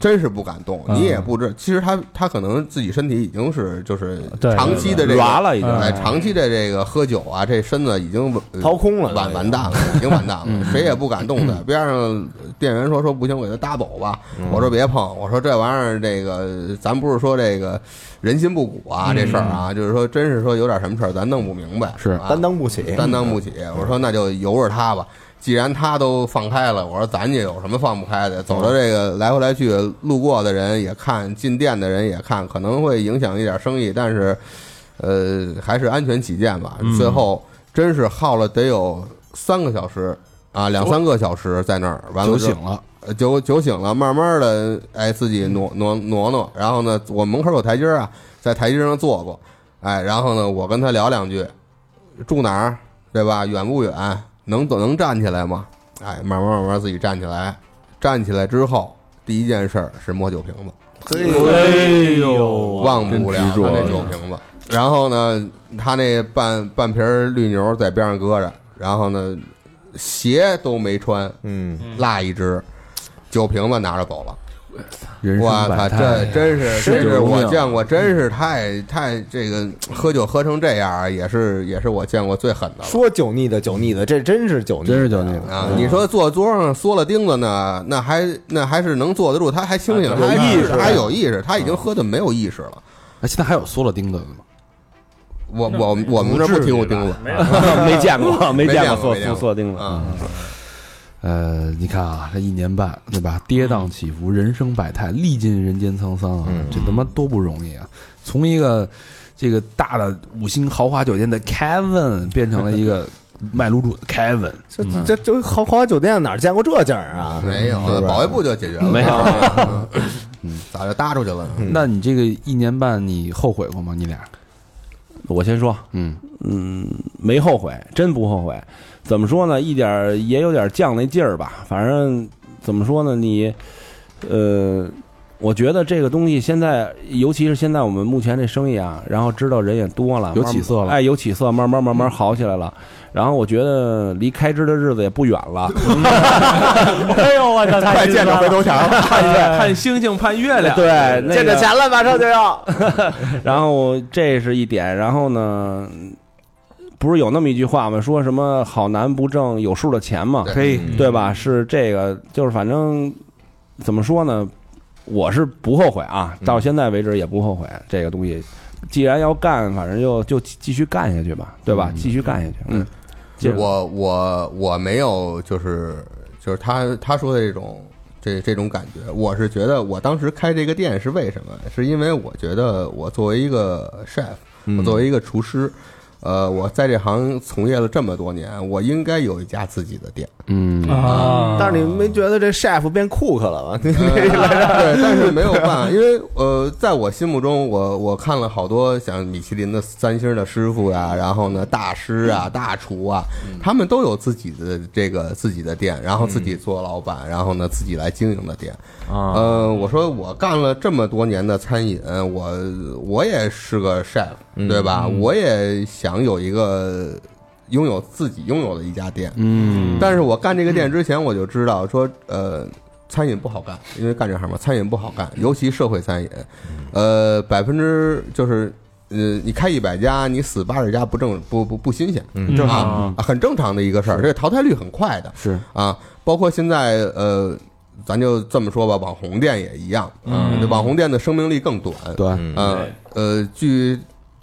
Speaker 6: 真是不敢动，
Speaker 4: 嗯
Speaker 6: 你也不知。其实他他可能自己身体已经是就是
Speaker 4: 对
Speaker 6: 长期的这个
Speaker 5: 软了已经。
Speaker 4: 嗯
Speaker 6: 哎，长期的这个喝酒啊，这身子已经呃
Speaker 3: 掏空了
Speaker 6: 完完蛋了，已经完蛋了，谁也不敢动他。
Speaker 3: 嗯
Speaker 6: 边上店员说说不行，我给他搭走吧。我说别碰，我说这玩意儿这个，咱不是说这个人心不古啊，
Speaker 3: 嗯
Speaker 6: 这事儿啊，就是说真是说有点什么事儿，咱弄不明白，
Speaker 2: 是
Speaker 6: 啊
Speaker 3: 担当不起，嗯
Speaker 6: 担当不起。我说那就由着他吧。既然他都放开了，我说咱也有什么放不开的？
Speaker 3: 嗯
Speaker 6: 走到这个来回来去，路过的人也看，进店的人也看，可能会影响一点生意，但是，呃，还是安全起见吧。
Speaker 2: 嗯
Speaker 6: 最后真是耗了得有三个小时啊，两三个小时在那儿，完了
Speaker 2: 酒
Speaker 6: 之后
Speaker 2: 醒了，嗯
Speaker 6: 呃酒酒醒了，慢慢的，哎，自己挪挪挪挪，然后呢，我门口有台阶儿啊，在台阶上坐过，哎，然后呢，我跟他聊两句，住哪儿，对吧？远不远？能走能站起来吗？哎，慢慢慢慢自己站起来，站起来之后，第一件事儿是摸酒瓶子，
Speaker 8: 哎呦，
Speaker 6: 忘不了他
Speaker 2: 啊
Speaker 6: 那酒瓶子。然后呢，他那半半瓶儿绿牛在边上搁着，然后呢，鞋都没穿，
Speaker 3: 嗯，
Speaker 6: 落一只，酒瓶子拿着走了。
Speaker 2: 人
Speaker 6: 我
Speaker 2: 生
Speaker 6: 操，
Speaker 2: 百
Speaker 6: 这
Speaker 2: 态，
Speaker 6: 真是，
Speaker 2: 是
Speaker 6: 这
Speaker 2: 有
Speaker 6: 是
Speaker 2: 荣
Speaker 6: 我
Speaker 2: 耀
Speaker 6: 见过，真是太太这个喝酒喝成这样啊，也是也是我见过最狠的了
Speaker 3: 说酒腻的酒腻的，这真是酒腻，
Speaker 2: 真是酒腻的嗯
Speaker 6: 啊！你说坐桌上缩了钉子呢，那还那还是能坐得住，他还清
Speaker 2: 啊
Speaker 6: 醒，他还意识，还有意识，他已经喝的没有意识了。
Speaker 2: 哎，现在还有缩了钉子的吗？
Speaker 6: 我我我们这儿不听过钉子，
Speaker 5: 没 见过，没
Speaker 6: 见
Speaker 5: 见
Speaker 6: 过
Speaker 5: 过
Speaker 6: 没见
Speaker 5: 塑
Speaker 6: 过
Speaker 5: 塑钉子。
Speaker 6: 啊，
Speaker 2: 呃，你看啊，这一年半，对吧？跌宕起伏，人生百态，历尽人间沧桑啊，
Speaker 6: 嗯
Speaker 2: 这他妈多不容易啊！从一个这个大的五星豪华酒店的 Kevin 变成了一个卖卤煮的 Kevin，
Speaker 3: 这这这豪华酒店哪见过这景儿啊？
Speaker 6: 没有，呃
Speaker 3: 是吧
Speaker 6: 保卫部就解决了，
Speaker 5: 没有
Speaker 6: 有，咋就搭出去了？
Speaker 3: 嗯
Speaker 2: 那你这个一年半，你后悔过吗？你俩？
Speaker 5: 我先说，
Speaker 2: 嗯
Speaker 5: 嗯，没后悔，真不后悔。怎么说呢？一点儿也有点犟那劲儿吧。反正怎么说呢？你，呃，我觉得这个东西现在，尤其是现在我们目前这生意啊，然后知道人也多了，
Speaker 2: 有
Speaker 5: 慢慢
Speaker 2: 起色了
Speaker 5: 哎，有起色，慢慢慢慢好起来了。然后我觉得离开支的日子也不远了，
Speaker 4: 哎呦我操！快见着回头
Speaker 6: 墙 了，
Speaker 1: 看星星盼月亮，
Speaker 5: 哎对，那个
Speaker 3: 见着钱了，马上就要。
Speaker 5: 然后这是一点，然后呢，不是有那么一句话吗？说什么好男不挣有数的钱嘛，
Speaker 2: 嘿，
Speaker 5: 对吧？是这个，就是反正怎么说呢，我是不后悔啊，到现在为止也不后悔这个东西。既然要干，反正就就继续干下去吧，对吧？继续干下去，嗯，接着
Speaker 6: 我我我没有，就是就是他他说的这种这这种感觉，我是觉得我当时开这个店是为什么？是因为我觉得我作为一个 chef，我作
Speaker 3: 嗯
Speaker 6: 为一个厨师，呃，我在这行从业了这么多年，我应该有一家自己的店。
Speaker 2: 嗯，
Speaker 4: 啊！
Speaker 3: 但是你没觉得这 chef 变 cook 了 吗？
Speaker 6: 呃对，但是没有办法，因为呃，在我心目中，我我看了好多像米其林的三星的师傅呀、然后呢大师啊、大厨啊，他们都有自己的这个自己的店，然后自己做老板，然后呢自己来经营的店。呃，我说我干了这么多年的餐饮，我我也是个 chef，对吧？我也想有一个拥有自己拥有的一家店。嗯，但是我干这个店之前，我就知道说，呃，餐饮不好干，因为干这行嘛，餐饮不好干，尤其社会餐饮，呃，百分之就是。呃，你开一百家，你死八十家不正不不不新鲜，嗯
Speaker 4: 正
Speaker 6: 啊，
Speaker 4: 常
Speaker 6: 很正常的一个事儿，这淘汰率很快的，
Speaker 2: 是
Speaker 6: 啊，包括现在呃，咱就这么说吧，网红店也一样，嗯，这网红店的生命力更短，
Speaker 2: 对，
Speaker 3: 嗯
Speaker 7: 嗯
Speaker 6: 呃呃，据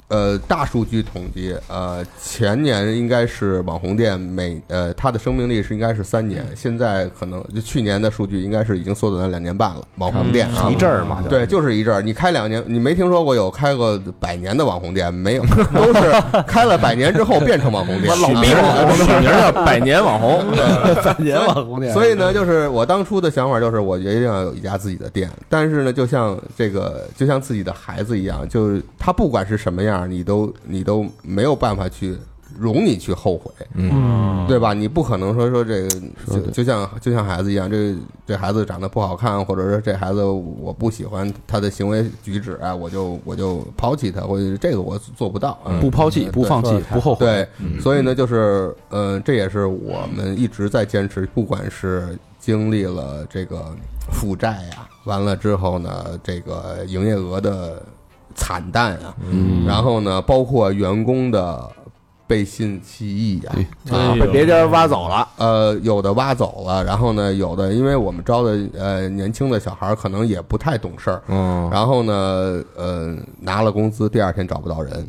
Speaker 6: 呃大数据统计，呃前年应该是网红店每呃它的生命力是应该是三年，
Speaker 7: 嗯
Speaker 6: 现在可能就去年的数据应该是已经缩短到两年半了，网红店啊
Speaker 3: 一阵儿嘛，
Speaker 6: 对，就是一阵儿。你开两年，你没听说过有开过百年的网红店？没有， 都是开了百年之后变成网红店。 啊
Speaker 7: 老逼我，取名叫 百年网红，
Speaker 3: 百年网红店
Speaker 6: 所以呢，就是我当初的想法就是，我一定要有一家自己的店。但是呢，就像这个，就像自己的孩子一样，就是他不管是什么样，你都你都没有办法去容你去后悔，嗯，对吧？你不可能说说这个，就就像就像孩子一样，这这孩子长得不好看，或者说这孩子我不喜欢他的行为举止啊，我就我就抛弃他，或者这个我做不到，嗯
Speaker 2: 不抛弃，
Speaker 6: 嗯
Speaker 2: 不放弃，不后悔，嗯
Speaker 6: 对，所以呢，就是呃，这也是我们一直在坚持，不管是经历了这个负债呀、完了之后呢，这个营业额的惨淡啊，然后呢，包括员工的背信弃义啊，
Speaker 3: 啊，被别人挖走了。
Speaker 6: 呃，有的挖走了，然后呢，有的因为我们招的呃年轻的小孩儿可能也不太懂事儿，
Speaker 3: 嗯，
Speaker 6: 然后呢，呃，拿了工资第二天找不到人，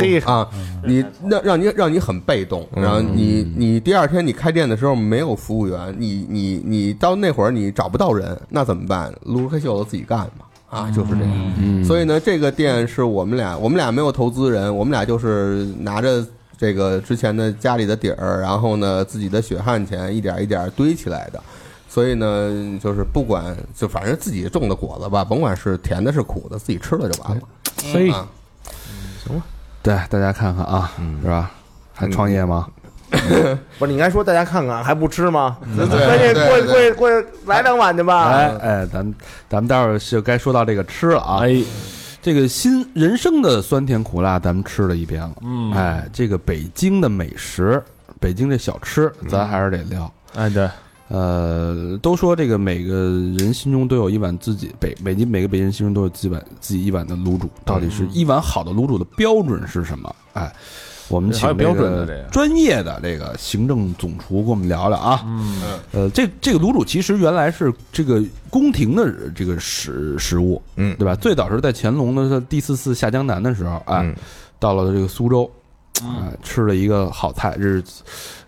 Speaker 3: 嘿，
Speaker 6: 啊，你那让你让你很被动，然后
Speaker 2: 嗯
Speaker 6: 你你第二天你开店的时候没有服务员，你你你到那会儿你找不到人，那怎么办？撸开袖子自己干嘛啊，就是这样。
Speaker 2: 嗯
Speaker 6: 所以呢，这个店是我们俩，我们俩没有投资人，我们俩就是拿着这个之前的家里的底儿，然后呢自己的血汗钱一点一点堆起来的。所以呢，就是不管就反正自己种的果子吧，甭管是甜的是苦的，自己吃了就完了。
Speaker 2: 所以
Speaker 6: 啊，
Speaker 2: 对大家看看啊，
Speaker 6: 嗯
Speaker 2: 是吧？还创业吗？
Speaker 3: 不是你应该说大家看看还不吃吗？
Speaker 6: 嗯
Speaker 3: 赶
Speaker 6: 对
Speaker 3: 紧过去过去过去来两碗去吧。
Speaker 2: 哎哎，咱们咱们待会儿就该说到这个吃了啊。哎，这个新人生的酸甜苦辣，咱们吃了一遍了。嗯，嗯哎，这个北京的美食，北京这小吃，咱还是得聊。
Speaker 7: 哎对，
Speaker 2: 呃，都说这个每个人心中都有一碗自己北北京每个北京人心中都有自己碗自己一碗的卤煮，到底是一碗好的卤煮的标准是什么？哎，我们
Speaker 7: 还有
Speaker 2: 请
Speaker 7: 标
Speaker 2: 这
Speaker 7: 准的这
Speaker 2: 个
Speaker 7: 个
Speaker 2: 专业的这个行政总厨跟我们聊聊啊。
Speaker 9: 嗯，
Speaker 2: 呃，这这个卤煮其实原来是这个宫廷的这个食食物，
Speaker 3: 嗯
Speaker 2: 对吧？最早是在乾隆的第四次下江南的时候，哎，
Speaker 3: 嗯
Speaker 2: 到了这个苏州，
Speaker 6: 嗯
Speaker 2: 啊、吃了一个好菜，这是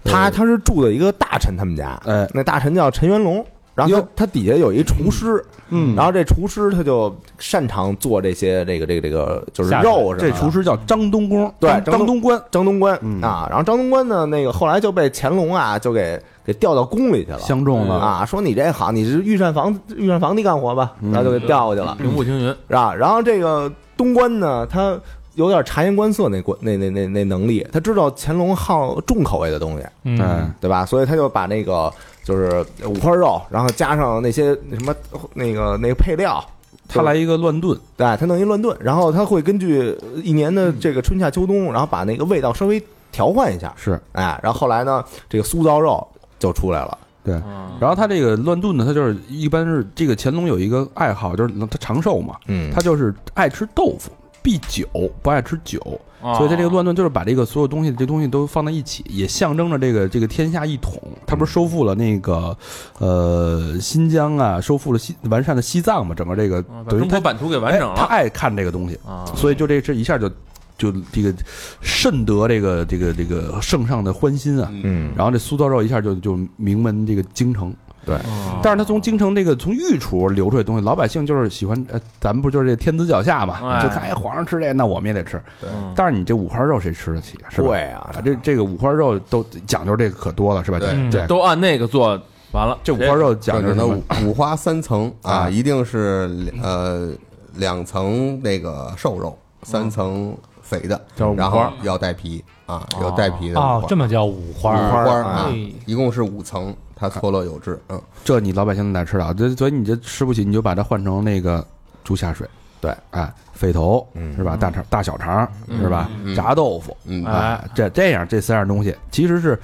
Speaker 2: 呃
Speaker 3: 他他是住的一个大臣他们家，
Speaker 2: 哎
Speaker 3: 那大臣叫陈元龙，然后他他底下有一厨师，
Speaker 2: 嗯
Speaker 3: 然后这厨师他就擅长做这些这个这个这个就是
Speaker 4: 下水
Speaker 3: 肉什么
Speaker 2: 这
Speaker 3: 的。
Speaker 2: 厨师叫张东公，
Speaker 3: 对
Speaker 2: 张
Speaker 3: 张
Speaker 2: 张东官，
Speaker 3: 张东官、
Speaker 2: 嗯
Speaker 3: 啊，然后张东官呢，那个后来就被乾隆啊就给给调到宫里去了，
Speaker 2: 相中了
Speaker 3: 啊，说你这好，你是御膳房御膳房地干活吧，
Speaker 2: 嗯
Speaker 3: 然后就给调过去了，
Speaker 9: 平步青云，
Speaker 3: 是吧？然后这个东关呢，他有点察言观色那关那那那那能力，他知道乾隆好重口味的东西，
Speaker 2: 哎
Speaker 4: 嗯，，
Speaker 3: 对吧？所以他就把那个就是五花肉，然后加上那些那什么那个那个配料，
Speaker 2: 他来一个乱炖，
Speaker 3: 对，他弄一乱炖，然后他会根据一年的这个春夏秋冬，然后把那个味道稍微调换一下，
Speaker 2: 是
Speaker 3: 哎，然后后来呢，这个苏糟肉就出来了，
Speaker 2: 对。
Speaker 4: 啊
Speaker 2: 然后他这个乱炖呢，他就是一般是这个乾隆有一个爱好，就是他长寿嘛，
Speaker 3: 嗯
Speaker 2: 他就是爱吃豆腐，避酒，不爱吃酒。所以它这个乱炖就是把这个所有东西，这东西都放在一起，也象征着这个这个天下一统。它不是收复了那个呃新疆啊，收复了西完善的西藏嘛，整个这个
Speaker 9: 啊把
Speaker 2: 等于
Speaker 9: 中
Speaker 2: 他
Speaker 9: 国版图给完整
Speaker 2: 哎他
Speaker 9: 了
Speaker 2: 爱看这个东西，
Speaker 9: 啊，
Speaker 2: 所以就这这一下就就这个甚得这个这个这个圣上的欢心啊。
Speaker 3: 嗯
Speaker 2: 然后这苏造肉一下就就名门这个京城，
Speaker 9: 哦
Speaker 2: 但是他从京城这个从御厨流出来的东西，老百姓就是喜欢，呃，咱们不就是这天子脚下嘛，
Speaker 9: 哎
Speaker 2: 就看哎皇上吃这，那我们也得吃。
Speaker 9: 嗯
Speaker 2: 但是你这五花肉谁吃得起啊？是吧？
Speaker 3: 对啊
Speaker 2: 啊，这这个五花肉都讲究这个可多了，是吧？
Speaker 6: 对
Speaker 2: 嗯对，
Speaker 9: 都按那个做完了，
Speaker 2: 这五花肉讲
Speaker 6: 讲究
Speaker 2: 究什
Speaker 6: 它
Speaker 2: 么
Speaker 6: 五？五花三层
Speaker 2: 啊
Speaker 6: 啊，一定是两呃两层那个瘦肉，三层肥的
Speaker 7: 叫五，
Speaker 6: 然后
Speaker 7: 花
Speaker 6: 要带皮啊，有带皮的五
Speaker 4: 哦，
Speaker 6: 花
Speaker 4: 这么叫五花
Speaker 6: 五
Speaker 4: 儿，
Speaker 6: 花儿
Speaker 3: 啊
Speaker 6: 啊
Speaker 9: 哎，
Speaker 6: 一共是五层，它错落有致，嗯，
Speaker 2: 这你老百姓哪吃得了？这所以你这吃不起，你就把它换成那个猪下水，
Speaker 3: 对，
Speaker 2: 哎，肺头
Speaker 6: 嗯
Speaker 2: 是吧？大肠、大小肠是吧？
Speaker 6: 嗯
Speaker 2: 炸豆腐，
Speaker 6: 嗯
Speaker 2: 哎，这这样这三样东西其实是。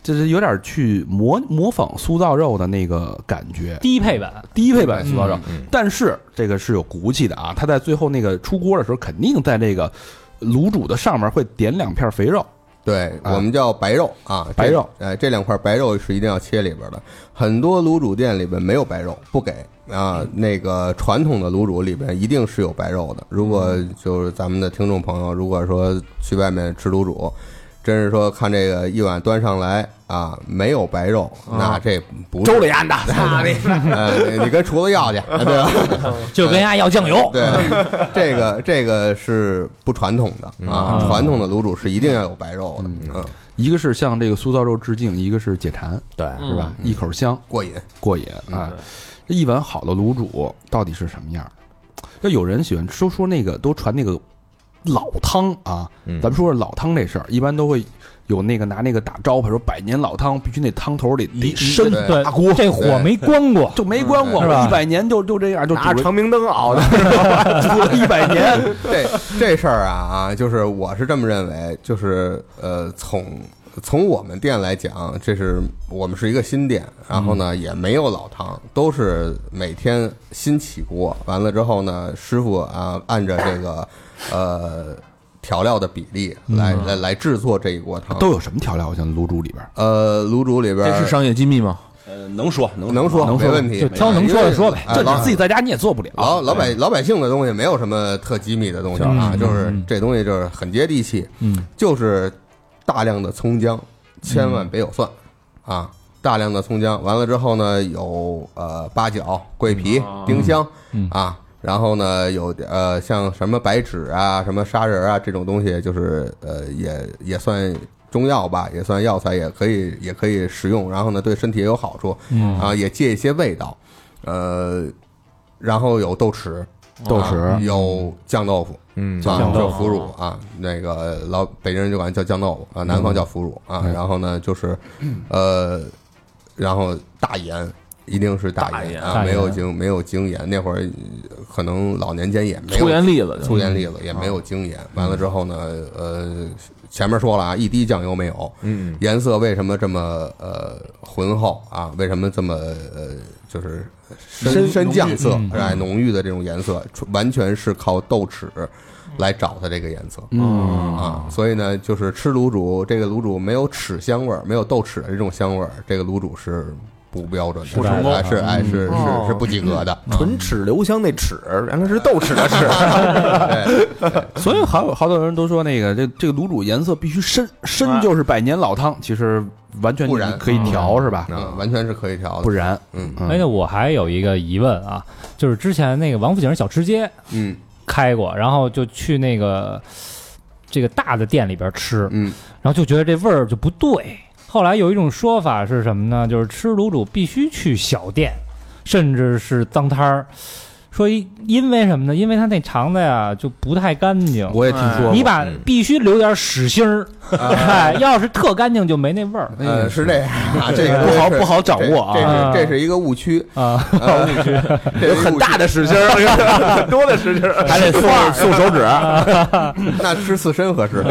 Speaker 2: 就是有点去模模仿苏造肉的那个感觉，
Speaker 4: 低配版，
Speaker 2: 低配版苏造肉，
Speaker 6: 嗯
Speaker 2: 但是这个是有骨气的啊，它在最后那个出锅的时候，肯定在这个卤煮的上面会点两片肥肉，
Speaker 6: 对，
Speaker 2: 啊
Speaker 6: 我们叫白肉啊，这
Speaker 2: 白肉，
Speaker 6: 哎，这两块白肉是一定要切里边的。很多卤煮店里边没有白肉，不给啊。那个传统的卤煮里边一定是有白肉的。如果就是咱们的听众朋友，如果说去外面吃卤煮，真是说看这个一碗端上来啊，没有白肉，那这不是
Speaker 3: 周里 安的，操你！
Speaker 6: 哎，你跟厨子要去，对吧？
Speaker 4: 就跟人家要酱油，
Speaker 6: 对，这个这个是不传统的
Speaker 2: 嗯
Speaker 6: 啊，传统的卤煮是一定要有白肉的，嗯，
Speaker 2: 一个是向这个苏造肉致敬，一个是解馋，
Speaker 3: 对，
Speaker 2: 是吧？一口香
Speaker 6: 过瘾。
Speaker 2: 过瘾啊！这一碗好的卤煮到底是什么样儿？要有人喜欢说说那个，都传那个老汤啊，
Speaker 3: 嗯
Speaker 2: 咱们说说老汤这事儿，一般都会有那个拿那个打招牌说百年老汤，必须那汤头里得深
Speaker 6: 对
Speaker 4: 对，这火没关过，
Speaker 2: 就没关过，
Speaker 4: 是吧
Speaker 2: 一百年就就这样，就
Speaker 3: 拿着
Speaker 2: 煮了
Speaker 3: 长明灯熬 的，
Speaker 2: 煮了一百年，
Speaker 6: 这这事儿啊啊，就是我是这么认为，就是呃，从从我们店来讲，这是我们是一个新店，然后呢也没有老汤，都是每天新起锅，完了之后呢，师傅啊按着这个呃调料的比例来、来来制作这一锅汤。
Speaker 2: 都有什么调料？我想卤煮里边儿，
Speaker 6: 呃，卤煮里边
Speaker 9: 这
Speaker 6: 儿
Speaker 9: 是商业机密吗？
Speaker 5: 呃，能说能
Speaker 6: 能说没问题，
Speaker 4: 就挑能说的说呗
Speaker 6: 哎，
Speaker 2: 这你
Speaker 6: 老
Speaker 2: 自己在家你也做不了。
Speaker 6: 老老百老百姓的东西没有什么特机密的东西啊，就是这东西就是很接地气，
Speaker 4: 嗯，
Speaker 6: 就是大量的葱姜，千万别有蒜啊，大量的葱姜，完了之后呢，有呃八角、桂皮、丁香啊，然后呢有呃像什么白芷啊、什么砂仁啊这种东西，就是呃也也算。中药吧，也算药材，也可以，也可以食用。然后呢，对身体也有好处，啊，也借一些味道。呃，然后有豆豉，
Speaker 2: 豆
Speaker 6: 啊
Speaker 2: 豉
Speaker 6: 有酱豆腐，
Speaker 3: 嗯
Speaker 6: 啊
Speaker 4: 酱豆
Speaker 6: 叫腐乳啊，那个老北京人就管它叫酱豆腐啊，南方叫腐乳啊。然后呢，就是呃，然后大盐、一定是大
Speaker 9: 大
Speaker 6: 盐
Speaker 9: 盐
Speaker 6: 啊，
Speaker 4: 大
Speaker 6: 没有
Speaker 4: 盐
Speaker 6: 经没有经盐，那会儿呃可能老年间也没有
Speaker 9: 粗盐粒子，
Speaker 6: 粗盐粒子也没有精盐。完了之后呢，呃，前面说了啊，一滴酱油没有。
Speaker 3: 嗯，
Speaker 6: 颜色为什么这么呃浑厚啊？为什么这么呃就是深深酱色
Speaker 4: 嗯
Speaker 6: 哎浓郁的这种颜色，完全是靠豆豉来找它这个颜色。
Speaker 2: 嗯
Speaker 6: 啊，所以呢，就是吃卤煮，这个卤煮没有豉香味儿，没有豆豉的这种香味儿，这个卤煮是不标准的，
Speaker 4: 不成功
Speaker 6: 哎是哎是
Speaker 3: 哦
Speaker 6: 是是不及格的。
Speaker 3: 唇齿留香那齿，原来是豆豉的齿，
Speaker 6: 哎
Speaker 2: 所以好好多人都说那个这这个卤煮颜色必须深，深就是百年老汤，其实完全
Speaker 6: 啊不然啊
Speaker 2: 可以调是吧？
Speaker 6: 嗯，完全是可以调的，
Speaker 2: 不然，
Speaker 6: 嗯
Speaker 2: 嗯
Speaker 4: 而且哎我还有一个疑问啊，就是之前那个王府井小吃街
Speaker 6: 嗯
Speaker 4: 开过，然后就去那个这个大的店里边吃，
Speaker 6: 嗯
Speaker 4: 然后就觉得这味儿就不对。后来有一种说法是什么呢？就是吃卤煮必须去小店，甚至是脏摊儿。说一因为什么呢？因为他那肠子呀就不太干净。
Speaker 2: 我也听
Speaker 8: 哎
Speaker 2: 说过
Speaker 4: 你把
Speaker 3: 嗯
Speaker 4: 必须留点屎腥 儿，哎， 要是特干净就没那味儿
Speaker 6: 呃嗯是这样啊，这个
Speaker 2: 嗯 不好
Speaker 6: 是
Speaker 2: 不好掌握啊，
Speaker 4: 啊
Speaker 6: 这是这是这是一个误区，
Speaker 4: 啊。
Speaker 6: 有很大的实心儿， 很多的实心儿，还得 素素手指，那吃刺身合 适。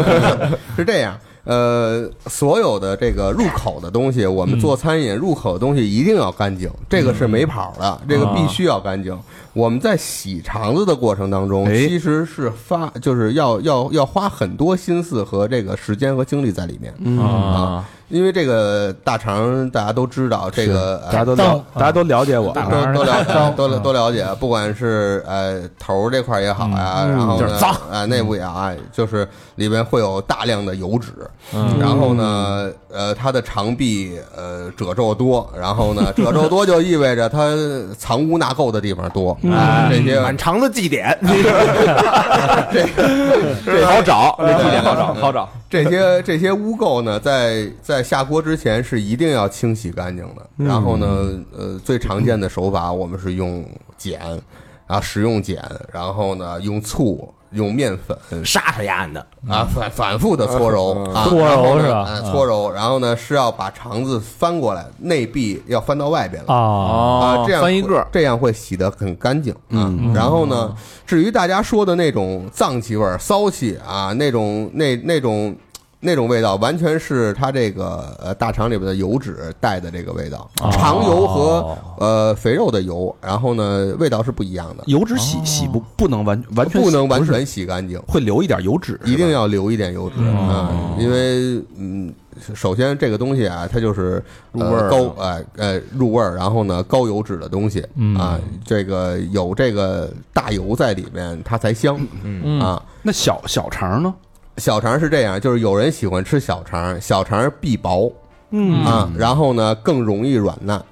Speaker 6: 是这样，呃，所有的这个入口的东西，我们做餐饮入口的东西一定要干净，这个是没跑的，这个必须要干净。我们在洗肠子的过程当中，
Speaker 2: 哎
Speaker 6: 其实是发就是要要要花很多心思和这个时间和精力在里面。
Speaker 3: 嗯
Speaker 9: 啊，
Speaker 6: 因为这个大肠大家都知道，这个
Speaker 2: 大家
Speaker 9: 呃
Speaker 2: 都了大家都了解我，啊嗯
Speaker 6: 都都 了解，都了都了解，不管是呃头儿这块儿也好呀，
Speaker 2: 嗯
Speaker 6: 然
Speaker 9: 嗯
Speaker 6: 后
Speaker 9: 就是脏
Speaker 6: 呢，呃内部也好啊，就是里边会有大量的油脂，
Speaker 2: 嗯
Speaker 6: 然后呢，呃，它的肠壁呃褶皱多，然后呢，褶皱多就意味着它藏污纳垢的地方多，
Speaker 2: 嗯
Speaker 6: 啊这些
Speaker 3: 满肠子祭点，
Speaker 6: 这好找，这
Speaker 9: 这点好找，好找，
Speaker 6: 这些这些污垢呢，在在下锅之前是一定要清洗干净的。然后呢，呃，最常见的手法我们是用碱，啊，食用碱，然后呢用醋。用面粉
Speaker 3: 杀他丫的，
Speaker 6: 啊，反反复的搓揉啊，
Speaker 4: 搓揉
Speaker 6: 然后呢
Speaker 4: 是吧
Speaker 6: 哎搓揉，然后呢是要把肠子翻过来，内壁要翻到外边来。
Speaker 4: 啊，
Speaker 6: 啊
Speaker 9: 哦，
Speaker 6: 这样
Speaker 9: 翻一
Speaker 6: 会
Speaker 9: 个，
Speaker 6: 这样会洗得很干净。嗯，然后呢，至于大家说的那种脏气味儿、骚气啊，那种那那种那种味道，完全是它这个呃大肠里边的油脂带的这个味道，
Speaker 2: 啊哦
Speaker 6: 肠油和呃肥肉的油，然后呢味道是不一样的，
Speaker 2: 油脂洗洗不不能完完全洗
Speaker 6: 不能完
Speaker 2: 是
Speaker 6: 全洗干净。
Speaker 2: 会留一点油脂，哦
Speaker 6: 一定要留一点油脂
Speaker 9: 嗯
Speaker 6: 啊、因为嗯，首先这个东西啊，它就是入
Speaker 9: 入味儿
Speaker 6: 高呃呃入味儿，然后呢高油脂的东西
Speaker 9: 嗯
Speaker 6: 啊，这个有这个大油在里面，它才香
Speaker 9: 嗯
Speaker 6: 啊。
Speaker 2: 那小小肠呢？
Speaker 6: 小肠是这样，就是有人喜欢吃小肠，小肠必薄
Speaker 2: 嗯
Speaker 6: 啊，然后呢更容易软烂。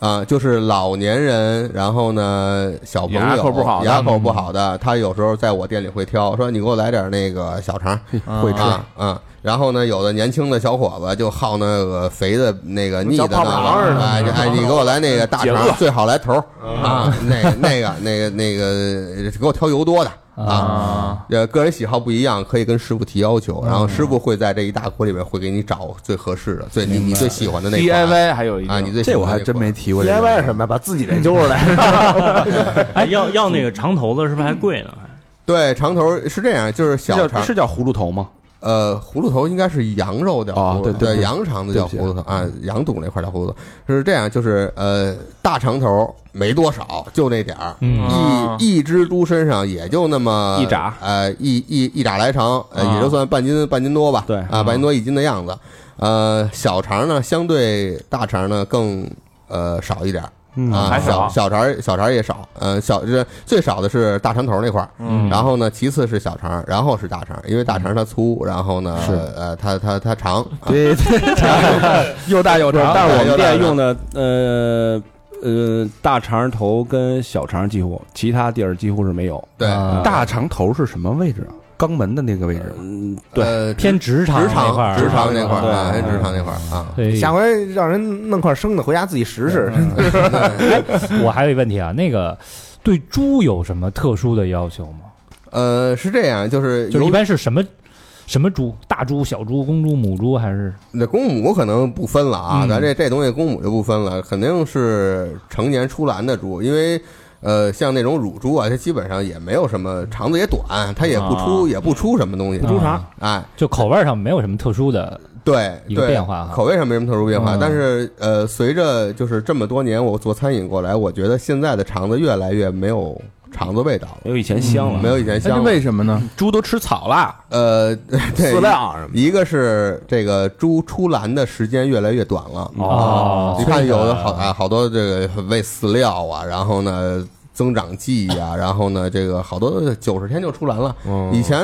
Speaker 6: 啊，就是老年人，然后呢，小朋友
Speaker 9: 牙口不好的
Speaker 6: 牙口不好的，他有时候在我店里会挑，说你给我来点那个小肠，
Speaker 9: 会
Speaker 6: 啊啊。然后呢，有的年轻的小伙子就好那个肥的那个腻的那
Speaker 9: 小胖胖似
Speaker 6: 个，
Speaker 9: 的
Speaker 6: 哎哎，你给我来那个 大肠，最好来头儿啊，
Speaker 9: 嗯
Speaker 6: 那个那个那个那个，给我挑油多的啊。呃，个人喜好不一样，可以跟师傅提要求，然后师傅会在这一大锅里面会给你找最合适的、最你你最喜欢的那款
Speaker 9: DIY 还有一
Speaker 6: 啊，你
Speaker 9: 个，
Speaker 6: 最喜
Speaker 2: 这
Speaker 6: 欢
Speaker 2: 我还
Speaker 6: 那
Speaker 2: 真
Speaker 6: 款
Speaker 2: 没提过这个。
Speaker 3: DIY 是什么呀？把自己这揪出来，
Speaker 8: 哎，要要那个长头子是不是还贵呢？哎
Speaker 6: 对长头是这样，就是
Speaker 2: 是
Speaker 6: 小肠
Speaker 2: 叫是叫葫芦头吗？
Speaker 6: 呃，葫芦头应该是羊肉的
Speaker 2: 哦
Speaker 6: 葫芦头
Speaker 2: 对对对
Speaker 6: 羊肠子叫
Speaker 2: 对
Speaker 6: 葫
Speaker 2: 不
Speaker 6: 芦头啊，羊肚那块儿叫葫芦头。是这样，就是呃，大肠头没多少，就那点儿，
Speaker 9: 嗯
Speaker 6: 一一只猪身上也就那么
Speaker 9: 一拃，
Speaker 6: 呃，一一一拃来长，呃，
Speaker 9: 啊
Speaker 6: 也就算半斤 半斤多吧，
Speaker 9: 对
Speaker 6: 啊，半斤多一斤的样子。呃，小肠呢，相对大肠呢更呃少一点儿。啊，
Speaker 9: 还少
Speaker 6: 小小肠儿小肠儿也少，呃，小这最少的是大肠头那块儿，
Speaker 9: 嗯
Speaker 6: 然后呢，其次是小肠儿，然后是大肠儿，因为大肠儿它粗，然后呢，呃，它它它长，啊
Speaker 2: 对， 又大哎又长，
Speaker 5: 但是我
Speaker 6: 有
Speaker 5: 们
Speaker 6: 点儿
Speaker 5: 店用的呃呃大肠头跟小肠几乎，其他地儿几乎是没有。呃
Speaker 6: 对，
Speaker 2: 啊
Speaker 6: 啊
Speaker 2: 大肠头是什么位置啊？肛门的那个位
Speaker 9: 啊
Speaker 2: 置，
Speaker 5: 嗯，对，
Speaker 6: 对，
Speaker 3: 呃
Speaker 4: 偏职场
Speaker 6: 直
Speaker 4: 那块
Speaker 6: 肠
Speaker 4: 儿，
Speaker 6: 直肠那块儿，
Speaker 5: 对
Speaker 6: 啊
Speaker 5: 对
Speaker 6: 直肠那块儿啊，嗯
Speaker 4: 对
Speaker 3: 下回让人弄块生的回家自己试试。
Speaker 4: 我还有一问题啊，那个对猪有什么特殊的要求吗？
Speaker 6: 呃，是这样，就是
Speaker 4: 就是
Speaker 6: 由
Speaker 4: 一般是什么什么猪，大猪、小猪、公猪、母猪还是
Speaker 6: 那公母可能不分了啊，
Speaker 4: 嗯
Speaker 6: 咱这这东西公母就不分了，肯定是成年出栏的猪，因为呃，像那种乳猪啊，它基本上也没有什么肠子也短，它也不出、
Speaker 8: 啊
Speaker 6: 也不出什么东西，
Speaker 4: 猪肠，
Speaker 6: 哎，
Speaker 4: 就口味上没有什么特殊的
Speaker 6: 对
Speaker 4: 一个
Speaker 6: 对，
Speaker 4: 变化哈
Speaker 6: 口味上没什么特殊变化，
Speaker 4: 嗯
Speaker 6: 但是呃，随着就是这么多年我做餐饮过来，我觉得现在的肠子越来越没有肠子味道了，嗯
Speaker 5: 没有以前香
Speaker 7: 嗯
Speaker 5: 了，
Speaker 6: 没有以前
Speaker 4: 哎
Speaker 7: 那
Speaker 6: 香了。
Speaker 7: 为什么呢？
Speaker 9: 猪都吃草啦，
Speaker 6: 呃， 对
Speaker 3: 饲料什么
Speaker 6: 一个是这个猪出栏的时间越来越短了。啊
Speaker 4: 哦
Speaker 6: 你看有的好啊，好多这个喂饲料啊，然后呢增长剂呀、 然后呢这个好多九十天就出栏了。
Speaker 5: 哦
Speaker 6: 以前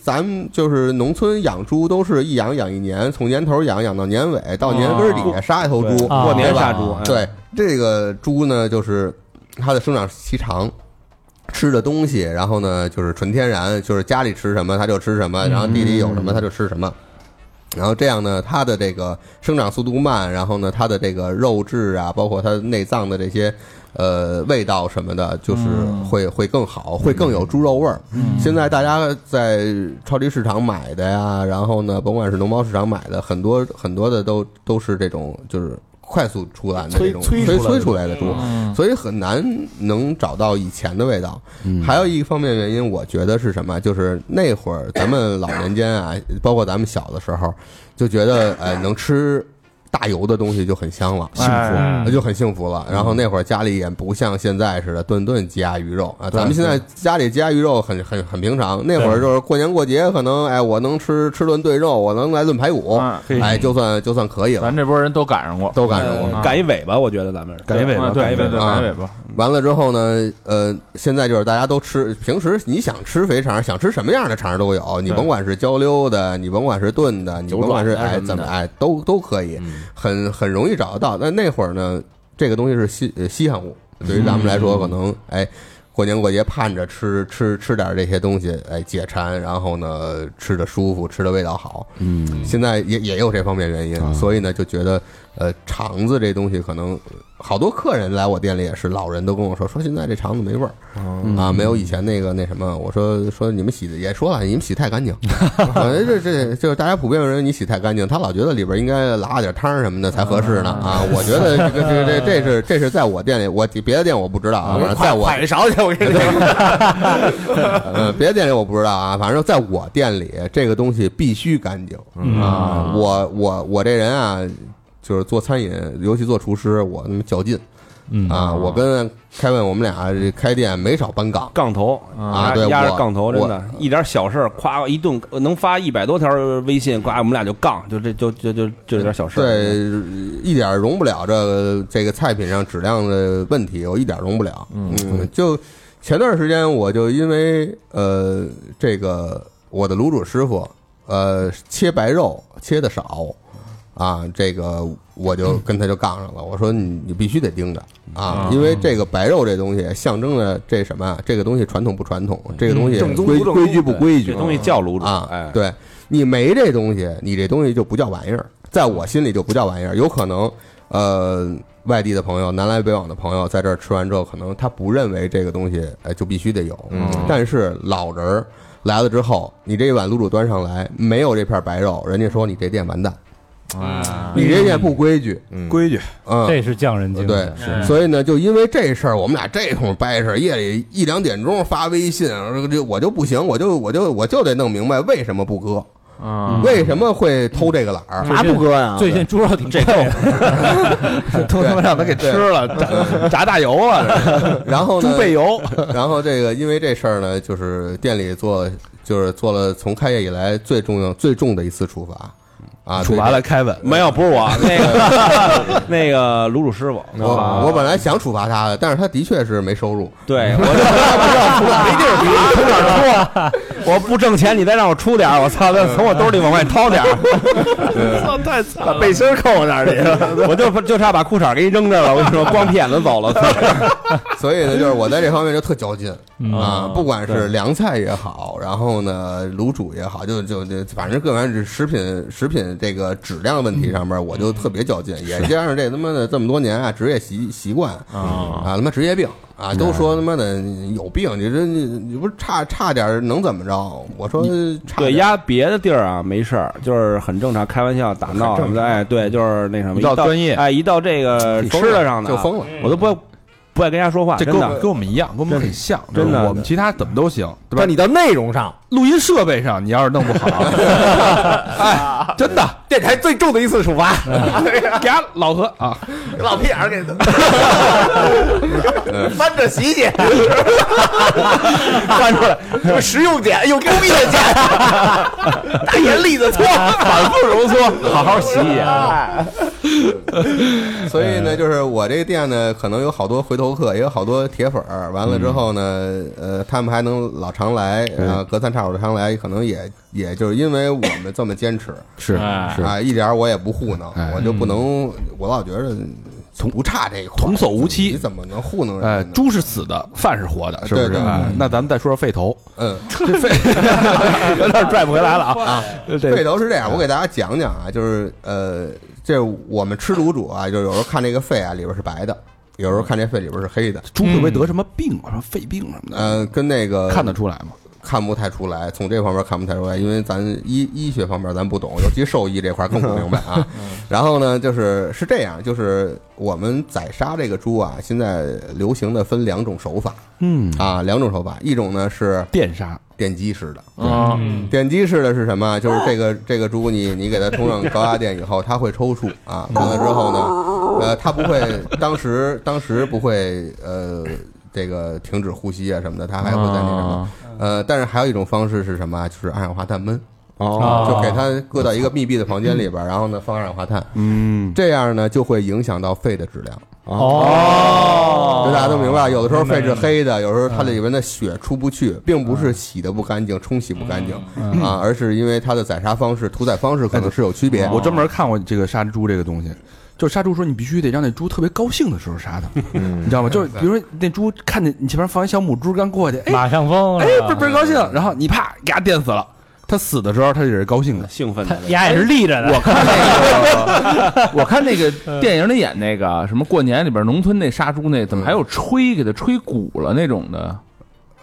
Speaker 6: 咱们就是农村养猪都是一养养一年，从年头养养到年尾，到年根儿底下杀一头猪，
Speaker 5: 对
Speaker 4: 啊
Speaker 5: 过年
Speaker 4: 对吧
Speaker 5: 杀猪，哎
Speaker 6: 对这个猪呢，就是它的生长期长，吃的东西，然后呢就是纯天然，就是家里吃什么它就吃什么，然后地里有什么它就吃什么。然后这样呢，它的这个生长速度慢，然后呢，它的这个肉质啊，包括它内脏的这些呃味道什么的，就是会会更好，嗯会更有猪肉味儿。现在大家在超级市场买的呀，然后呢，甭管是农贸市场买的，很多很多的都都是这种就是快速出栏的这种
Speaker 3: 催催
Speaker 6: 催
Speaker 3: 出来的嗯
Speaker 6: 出来的猪，所以很难能找到以前的味道。
Speaker 9: 嗯
Speaker 6: 还有一方面原因，我觉得是什么？就是那会儿咱们老年间啊，包括咱们小的时候，就觉得呃能吃大油的东西就很香了，幸
Speaker 9: 嗯
Speaker 6: 福就很幸福了。然后那会儿家里也不像现在似的顿顿鸡鸭鱼肉啊，咱们现在家里鸡鸭鱼肉很很很平常。那会儿就是过年过节，可能哎我能吃吃顿炖肉，我能来顿排骨，
Speaker 7: 啊
Speaker 5: 嘿
Speaker 6: 哎就算就算可以了，
Speaker 9: 咱这波人都赶上过，
Speaker 6: 都赶上过。
Speaker 5: 呃赶一尾巴，我觉得咱们是
Speaker 7: 改尾巴，
Speaker 5: 赶一
Speaker 7: 对
Speaker 5: 尾巴
Speaker 7: 对对，
Speaker 6: 啊
Speaker 7: 改尾巴。
Speaker 6: 完了之后呢，呃，现在就是大家都吃，平时你想吃肥肠，想吃什么样的肠都有，你
Speaker 9: 对
Speaker 6: 甭管是焦溜的，你甭管是炖的，你
Speaker 9: 九
Speaker 6: 甭管是
Speaker 9: 转啊
Speaker 6: 哎
Speaker 9: 什么
Speaker 6: 怎么
Speaker 9: 的
Speaker 6: 哎都都可以，很很容易找得到。但那会儿呢，这个东西是稀呃稀罕物，对于咱们来说，可能哎。过年过节盼着吃吃吃点这些东西，哎解馋，然后呢吃的舒服，吃的味道好。
Speaker 2: 嗯，
Speaker 6: 现在也也有这方面原因，
Speaker 2: 啊
Speaker 6: 所以呢就觉得呃肠子这东西可能好多客人来我店里也是，老人都跟我说说现在这肠子没味儿、啊，没有以前那个那什么。我说说你们洗的也说啊了，你们洗太干净， 我觉得这这就是大家普遍认为你洗太干净，他老觉得里边应该拉点汤什么的才合适呢啊。我觉得这个这这这是这是在我店里，我别的店我不知道啊，反正在我
Speaker 3: 快一勺去，我跟你讲，
Speaker 6: 呃，别的店里我不知道啊，反正在我店里这个东西必须干净啊！我我我这人啊，就是做餐饮，尤其做厨师，我他妈较劲
Speaker 4: 嗯
Speaker 6: 啊！我跟凯文我们俩这开店没少搬岗，
Speaker 5: 杠头
Speaker 6: 啊对
Speaker 5: 压
Speaker 6: 我
Speaker 5: 着杠头，真的，一点小事儿，夸一顿能发一百多条微信，夸我们俩就杠，就这就就就就这点小事儿，
Speaker 6: 对，一点容不了这个这个菜品上质量的问题，我一点容不了。嗯，就前段时间我就因为呃这个我的卤煮师傅呃切白肉切的少啊，这个我
Speaker 5: 嗯
Speaker 6: 就跟他就杠上了，我说你你必须得盯着啊，因为这个白肉这东西象征着这什么啊，这个东西传统不传统，
Speaker 5: 嗯
Speaker 6: 这个东西
Speaker 3: 正宗
Speaker 6: 规
Speaker 3: 不正宗
Speaker 6: 规矩不规矩
Speaker 5: 这东西叫卤煮
Speaker 6: 啊，
Speaker 5: 哎，
Speaker 6: 对你没这东西，你这东西就不叫玩意儿，在我心里就不叫玩意儿。有可能，呃，外地的朋友、南来北往的朋友在这儿吃完之后，可能他不认为这个东西，哎，就必须得有。嗯，但是老人儿来了之后，你这一碗卤煮端上来，没有这片白肉，人家说你这店完蛋，你这店不规矩。
Speaker 1: 规矩，
Speaker 6: 嗯，
Speaker 4: 这是匠人精
Speaker 6: 对
Speaker 4: 神，，
Speaker 6: 所以呢，就因为这事儿，我们俩这通掰扯，夜里一两点钟发微信，这我就不行，我就我就我就得弄明白为什么不割，为什么会偷这个懒儿，
Speaker 3: 嘛不割呀？
Speaker 4: 最近猪肉挺贵的，
Speaker 6: 偷他妈让他给
Speaker 9: 吃了 炸炸大油了，
Speaker 6: 然后呢，
Speaker 9: 猪背油，
Speaker 6: 然后这个因为这事儿呢，就是店里做就是做了从开业以来最重要最重的一次处罚啊，
Speaker 2: 处罚了凯文，
Speaker 5: 没有，不是我，那个那个卤煮师傅，
Speaker 6: 对。我我本来想处罚他的，但是他的确是没收入，
Speaker 5: 对我没地儿出，出 我不挣钱，你再让我出点儿，我操，再从我兜里往外掏点儿， 太惨了，背心扣我那里了， 我就就差把裤衩给你扔这儿了，我跟你说，光屁眼子 走了，
Speaker 6: 所以呢，就是我在这方面就特较劲啊
Speaker 4: 嗯，
Speaker 6: 不管是凉菜也好，然后呢卤煮也好，就就就反正各方面食品食品这个质量问题上面，我就特别较劲，也加上这他妈的这么多年啊职业习习惯啊他妈职业病啊，都说他妈的你有病，你这你你不是差差点儿能怎么着？我说差
Speaker 5: 对，
Speaker 6: 点儿
Speaker 5: 压别的地儿啊没事儿，就是很正常，开玩笑打闹什么的，哎，对，就是那什么，一
Speaker 9: 一到
Speaker 5: 到
Speaker 9: 专业
Speaker 5: 哎，一到这个
Speaker 6: 你疯
Speaker 5: 吃
Speaker 6: 了
Speaker 5: 的上的
Speaker 6: 就疯了，
Speaker 5: 啊我都不不爱跟人家说话，
Speaker 9: 这
Speaker 5: 真
Speaker 9: 跟我
Speaker 5: 的
Speaker 9: 们跟我们一样，跟我们很像，
Speaker 5: 真的
Speaker 9: 就是我们其他怎么都行，对吧
Speaker 3: 但？你到内容上，
Speaker 9: 录音设备上你要是弄不好，哎，真的
Speaker 3: 电台最重的一次处罚，
Speaker 9: 俩老何啊，
Speaker 3: 老屁眼儿 给他翻着洗洗， 翻出来，有实用碱，有工业 碱，大眼里子搓，反复揉搓，好好洗洗。
Speaker 2: 啊
Speaker 6: 所以呢，就是我这个店呢，可能有好多回头客，也有好多铁粉儿。完了之后呢，呃，他们还能老常来，啊，隔三差五的常来，可能也也就是因为我们这么坚持
Speaker 2: 是
Speaker 8: 哎
Speaker 2: 是，
Speaker 6: 啊，一点儿我也不糊弄
Speaker 2: 哎，
Speaker 6: 我就不能，我老觉着不差这一块儿，
Speaker 2: 童叟无欺
Speaker 6: 你怎么能糊弄
Speaker 2: 呃，
Speaker 6: 人呢？
Speaker 2: 猪是死的，饭是活的，是不是
Speaker 6: 对？对
Speaker 2: 哎那咱们再说说费头，
Speaker 6: 嗯，
Speaker 2: 这费有点拽不回来了啊啊！
Speaker 6: 这头是这样，我给大家讲讲啊，就是呃，这我们吃卤煮啊，就是有时候看这个肺啊里边是白的，有时候看这肺里边是黑的，
Speaker 2: 猪
Speaker 5: 嗯
Speaker 2: 会不会得什么病啊？什么肺病什么的？
Speaker 6: 呃，跟那个
Speaker 2: 看得出来吗？
Speaker 6: 看不太出来，从这方面看不太出来，因为咱医医学方面咱不 懂，尤其兽医这块儿更不明白啊。
Speaker 2: 嗯
Speaker 6: 然后呢，就是是这样，就是我们宰杀这个猪啊，现在流行的分两种手法
Speaker 2: 嗯，
Speaker 6: 啊，两种手法，一种呢是
Speaker 2: 电杀
Speaker 6: 电击式的，
Speaker 8: 啊，
Speaker 6: 电击式的是什么？就是这个这个猪你，你给它冲上高压电以后，它会抽搐啊。完了之后呢，呃，它不会当时当时不会呃这个停止呼吸啊什么的，它还会在那什
Speaker 2: 啊
Speaker 6: 么。呃，但是还有一种方式是什么啊？就是二氧化碳闷。
Speaker 4: 哦
Speaker 6: 啊就给它搁到一个密闭的房间里边儿，然后呢放二氧化碳，嗯，这样呢就会影响到肺的质量。
Speaker 4: 哦
Speaker 6: 这大家都明白，有的时候肺是黑的，有时候它里面的血出不去，并不是洗的不干
Speaker 2: 嗯
Speaker 6: 净、冲洗不干净啊，而是因为它的宰杀方式、屠宰方式可能是有区别。
Speaker 2: 哎我专门看过这个杀猪这个东西，就是杀猪说你必须得让那猪特别高兴的时候杀它，
Speaker 6: 嗯
Speaker 2: 你知道吗？就是比如说那猪看见你前面放一小母猪刚过去，哎
Speaker 4: 嗯马上疯了，
Speaker 2: 哎倍儿倍儿高兴，然后你啪给它电死了，它死的时候它也是高兴的，
Speaker 5: 兴奋
Speaker 4: 他
Speaker 5: 的。
Speaker 4: 牙也是立着的，我看
Speaker 7: 我看那个电影里演那个什么过年里边农村那杀猪那，怎么还有吹给它吹鼓了那种的？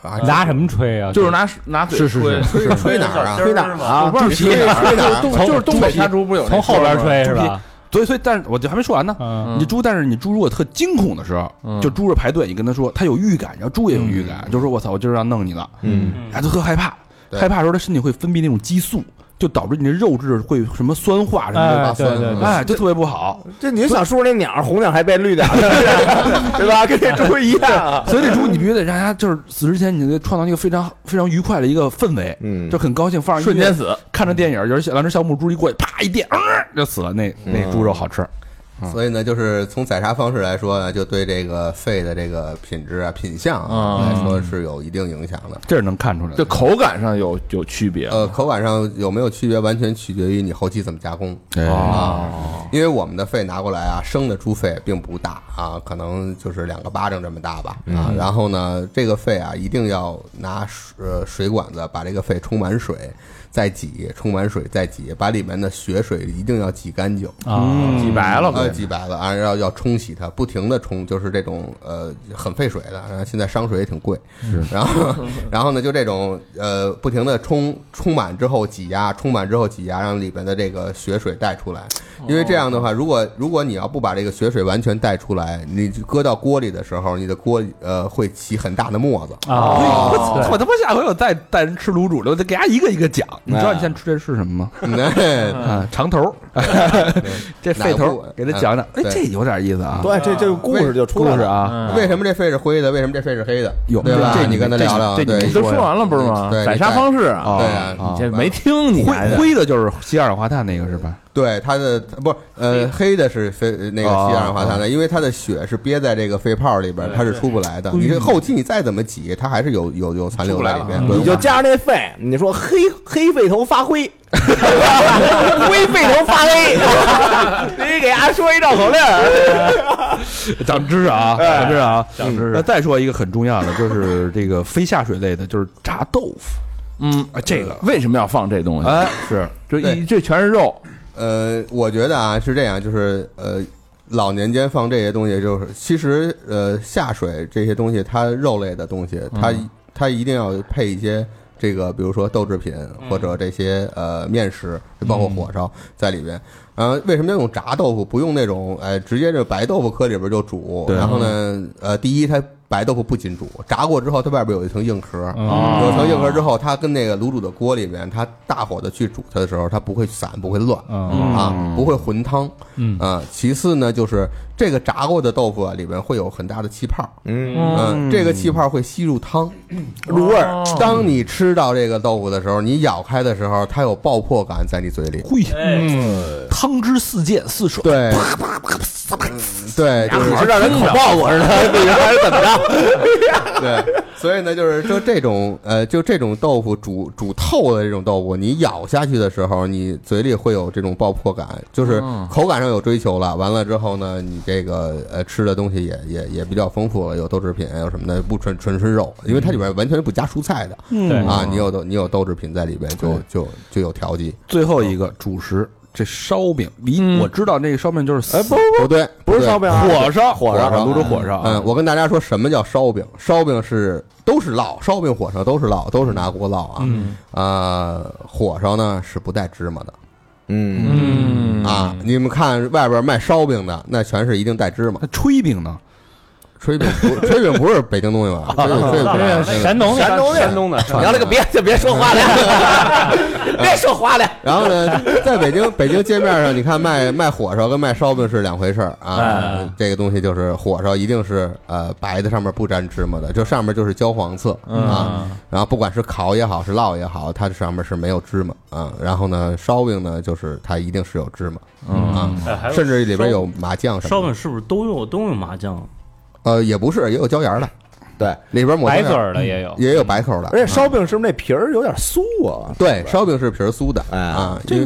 Speaker 6: 啊，
Speaker 4: 拿什么吹啊？
Speaker 7: 就是拿拿嘴
Speaker 2: 是是
Speaker 7: 吹
Speaker 2: 是
Speaker 6: 吹吹哪儿啊？吹哪儿啊？
Speaker 7: 我不知道
Speaker 6: 吹哪儿？吹啊哪
Speaker 2: 啊
Speaker 6: 儿？
Speaker 7: 就是东北杀猪不是有那
Speaker 4: 从后边
Speaker 7: 说吗
Speaker 4: 吹是吧？
Speaker 2: 所以所以但是我就还没说完呢。
Speaker 4: 嗯，
Speaker 2: 你猪，但是你猪如果特惊恐的时候，
Speaker 7: 嗯
Speaker 2: 就猪是排队，你跟它说，它有预感，然后猪也有预感，就说我操，我今儿要弄你了，
Speaker 6: 嗯，
Speaker 2: 然后就特害怕，
Speaker 6: 对
Speaker 2: 害怕的时候它身体会分泌那种激素，就导致你的肉质会什么酸化什么的，
Speaker 4: 哎，对对对，
Speaker 2: 哎，就特别不好。
Speaker 3: 这你就想说那鸟，红鸟还 变绿鸟，对吧？ 跟这猪一样。
Speaker 2: 所以这猪你必须得让它就是死之前，你得创造一个非常非常愉快的一个氛围，
Speaker 6: 嗯
Speaker 2: 就很高兴，放上
Speaker 7: 啊瞬
Speaker 2: 音乐
Speaker 7: 间死，
Speaker 2: 看着电影，有时小两只小母猪一过去，啪一电，呃就死了，那那
Speaker 6: 嗯
Speaker 2: 猪肉好吃。
Speaker 7: 嗯
Speaker 6: 所以呢，就是从宰杀方式来说呢，就对这个肺的这个品质啊、品相啊来说是有一定影响的。
Speaker 2: 这是能看出来
Speaker 7: 嗯这
Speaker 2: 的，
Speaker 7: 口感上有有区别。
Speaker 6: 呃，口感上有没有区别，完全取决于你后期怎么加工。
Speaker 7: 哎哦
Speaker 6: 啊，因为我们的肺拿过来啊，生的猪肺并不大啊，可能就是两个巴掌这么大吧
Speaker 7: 嗯
Speaker 6: 啊。然后呢，这个肺啊，一定要拿水呃水管子把这个肺充满水，再挤，充满水再挤，把里面的血水一定要挤干净。
Speaker 4: 啊，
Speaker 7: 挤白了
Speaker 6: 呃，
Speaker 7: 呗，
Speaker 6: 挤白了啊，要要冲洗它，不停的冲，就是这种呃很费水的，然后现在商水也挺贵，然后然后呢就这种呃不停的冲冲满之后挤压，冲满之后挤压，让里边的这个血水带出来，因为这样的话，如果如果你要不把这个血水完全带出来，你就搁到锅里的时候，你的锅呃会起很大的沫子，
Speaker 4: 啊，
Speaker 6: 哦
Speaker 2: 我他妈下回我再带人吃卤煮了，我得给他一个一个讲。你
Speaker 6: 啊
Speaker 2: 知道你现在吃这是什 么吗？
Speaker 6: 那
Speaker 2: 啊，肠头儿， 这
Speaker 6: 哪
Speaker 2: 肺
Speaker 6: 个
Speaker 2: 头
Speaker 6: 部
Speaker 2: 儿，给他讲讲。哎
Speaker 6: 嗯，对
Speaker 2: 这有点意思啊，
Speaker 3: 对，这这个故事就出来了。
Speaker 2: 啊，
Speaker 6: 为什么这肺是灰的？为什么这肺是黑的？
Speaker 2: 有
Speaker 6: 对吧？
Speaker 2: 这
Speaker 6: 你跟他
Speaker 2: 这
Speaker 6: 聊聊，
Speaker 2: 这
Speaker 6: 对
Speaker 2: 你哦
Speaker 7: 都说完了不是吗
Speaker 6: 对？你
Speaker 7: 宰杀
Speaker 6: 带
Speaker 7: 方式啊，
Speaker 6: 对啊，
Speaker 7: 你这没听你还
Speaker 2: 灰
Speaker 7: 得
Speaker 2: 灰的就是吸二氧化碳那个是吧？
Speaker 6: 对，它的它不是呃黑的是非那个
Speaker 2: 哦
Speaker 6: 吸二氧化碳的，因为它的血是憋在这个肺泡里边，它是出不来的。你这后期你再怎么挤，它还是有有有残留在里面。
Speaker 3: 你就加上那肺，你说黑黑肺头发灰，灰肺头 发黑，你给俺说一绕口令儿，
Speaker 2: 长知识啊，长知识啊，长知识。那再说一个很重要的，就是这个非下水类的，就是炸豆腐。
Speaker 7: 嗯
Speaker 2: 啊，这个
Speaker 7: 为什么要放这东西？
Speaker 2: 哎是
Speaker 7: 这
Speaker 6: 对
Speaker 7: 一这全是肉，
Speaker 6: 呃，我觉得啊是这样，就是呃。老年间放这些东西，就是其实呃下水这些东西，它肉类的东西，它
Speaker 7: 嗯
Speaker 6: 它一定要配一些这个，比如说豆制品或者这些呃面食，就包括
Speaker 7: 嗯
Speaker 6: 火烧在里边。呃，为什么要用炸豆腐，不用那种哎直接这白豆腐搁里边就煮？然后呢，
Speaker 7: 嗯
Speaker 6: 呃，第一它。白豆腐不仅煮，炸过之后它外边有一层硬壳，
Speaker 7: 嗯
Speaker 6: 有一层硬壳之后，它跟那个卤煮的锅里面，它大火的去煮它的时候，它不会散，不会乱，啊，不会混汤，
Speaker 4: 嗯
Speaker 6: 啊。其次呢，就是这个炸过的豆腐啊，里面会有很大的气泡，
Speaker 3: 嗯，
Speaker 6: 嗯，这个气泡会吸入汤，
Speaker 9: 嗯
Speaker 6: 入味儿。
Speaker 2: 哦
Speaker 9: 哦
Speaker 6: 当你吃到这个豆腐的时候，你咬开的时候，它有爆破感在你嘴里，
Speaker 2: 嘿，
Speaker 9: 哎
Speaker 2: 汤汁四溅四水，
Speaker 6: 对，对，就是
Speaker 3: 让人口爆我似的，还是怎么着？
Speaker 6: 对，所以呢，就是就这种呃，就这种豆腐煮煮透的这种豆腐，你咬下去的时候，你嘴里会有这种爆破感，就是口感上有追求了。完了之后呢，你这个呃吃的东西也也也比较丰富了，有豆制品，有什么的，不纯纯吃肉，因为它里边完全不加蔬菜的。
Speaker 4: 对
Speaker 6: 啊，你有豆你有豆制品在里边，就就就有调剂。
Speaker 2: 最后一个主食，这烧饼，离我知道那个烧饼就是
Speaker 3: 嗯哎，不
Speaker 2: 死
Speaker 3: 不
Speaker 6: 不哦对，
Speaker 3: 不是烧
Speaker 6: 饼。
Speaker 3: 饼啊，
Speaker 2: 火烧
Speaker 3: 火烧
Speaker 2: 泸州火烧啊，
Speaker 6: 嗯，我跟大家说什么叫烧饼？烧饼是都是烙，烧饼、火烧都是烙，都是拿锅烙啊。
Speaker 4: 嗯
Speaker 6: 呃，火烧呢是不带芝麻的、
Speaker 3: 嗯，
Speaker 4: 嗯
Speaker 6: 啊。你们看外边卖烧饼的，那全是一定带芝麻
Speaker 2: 那。炊饼呢？
Speaker 6: 炊饼不， 炊饼不是北京东西吧？炊饼炊饼不是那个
Speaker 4: 山东
Speaker 3: 山东的
Speaker 5: 山东的，
Speaker 3: 你要这个别就别说话了， 别说话了。
Speaker 6: 然后 呢，在北京北京街面上，你看卖卖火烧跟卖烧饼是两回事儿啊
Speaker 4: 哎。
Speaker 6: 这个东西就是火烧一定是呃白的，上面不沾芝麻的，就上面就是焦黄色
Speaker 4: 嗯
Speaker 6: 啊。然后不管是烤也好，是烙也好，它上面是没有芝麻啊。然后呢，烧饼呢就是它一定是有芝麻啊，
Speaker 4: 嗯
Speaker 8: 哎还有
Speaker 6: 甚至里边有麻酱什么的。
Speaker 8: 烧饼是不是都用都用麻酱？
Speaker 6: 呃，也不是，也有椒盐的，
Speaker 3: 对，
Speaker 6: 里边抹椒
Speaker 4: 白
Speaker 6: 盐
Speaker 4: 嘴儿的也有，
Speaker 6: 也有白口的，
Speaker 3: 而且烧饼是不是那皮儿有点酥啊？
Speaker 6: 对烧饼是皮儿酥的，
Speaker 3: 哎
Speaker 6: 啊，因
Speaker 2: 这
Speaker 6: 为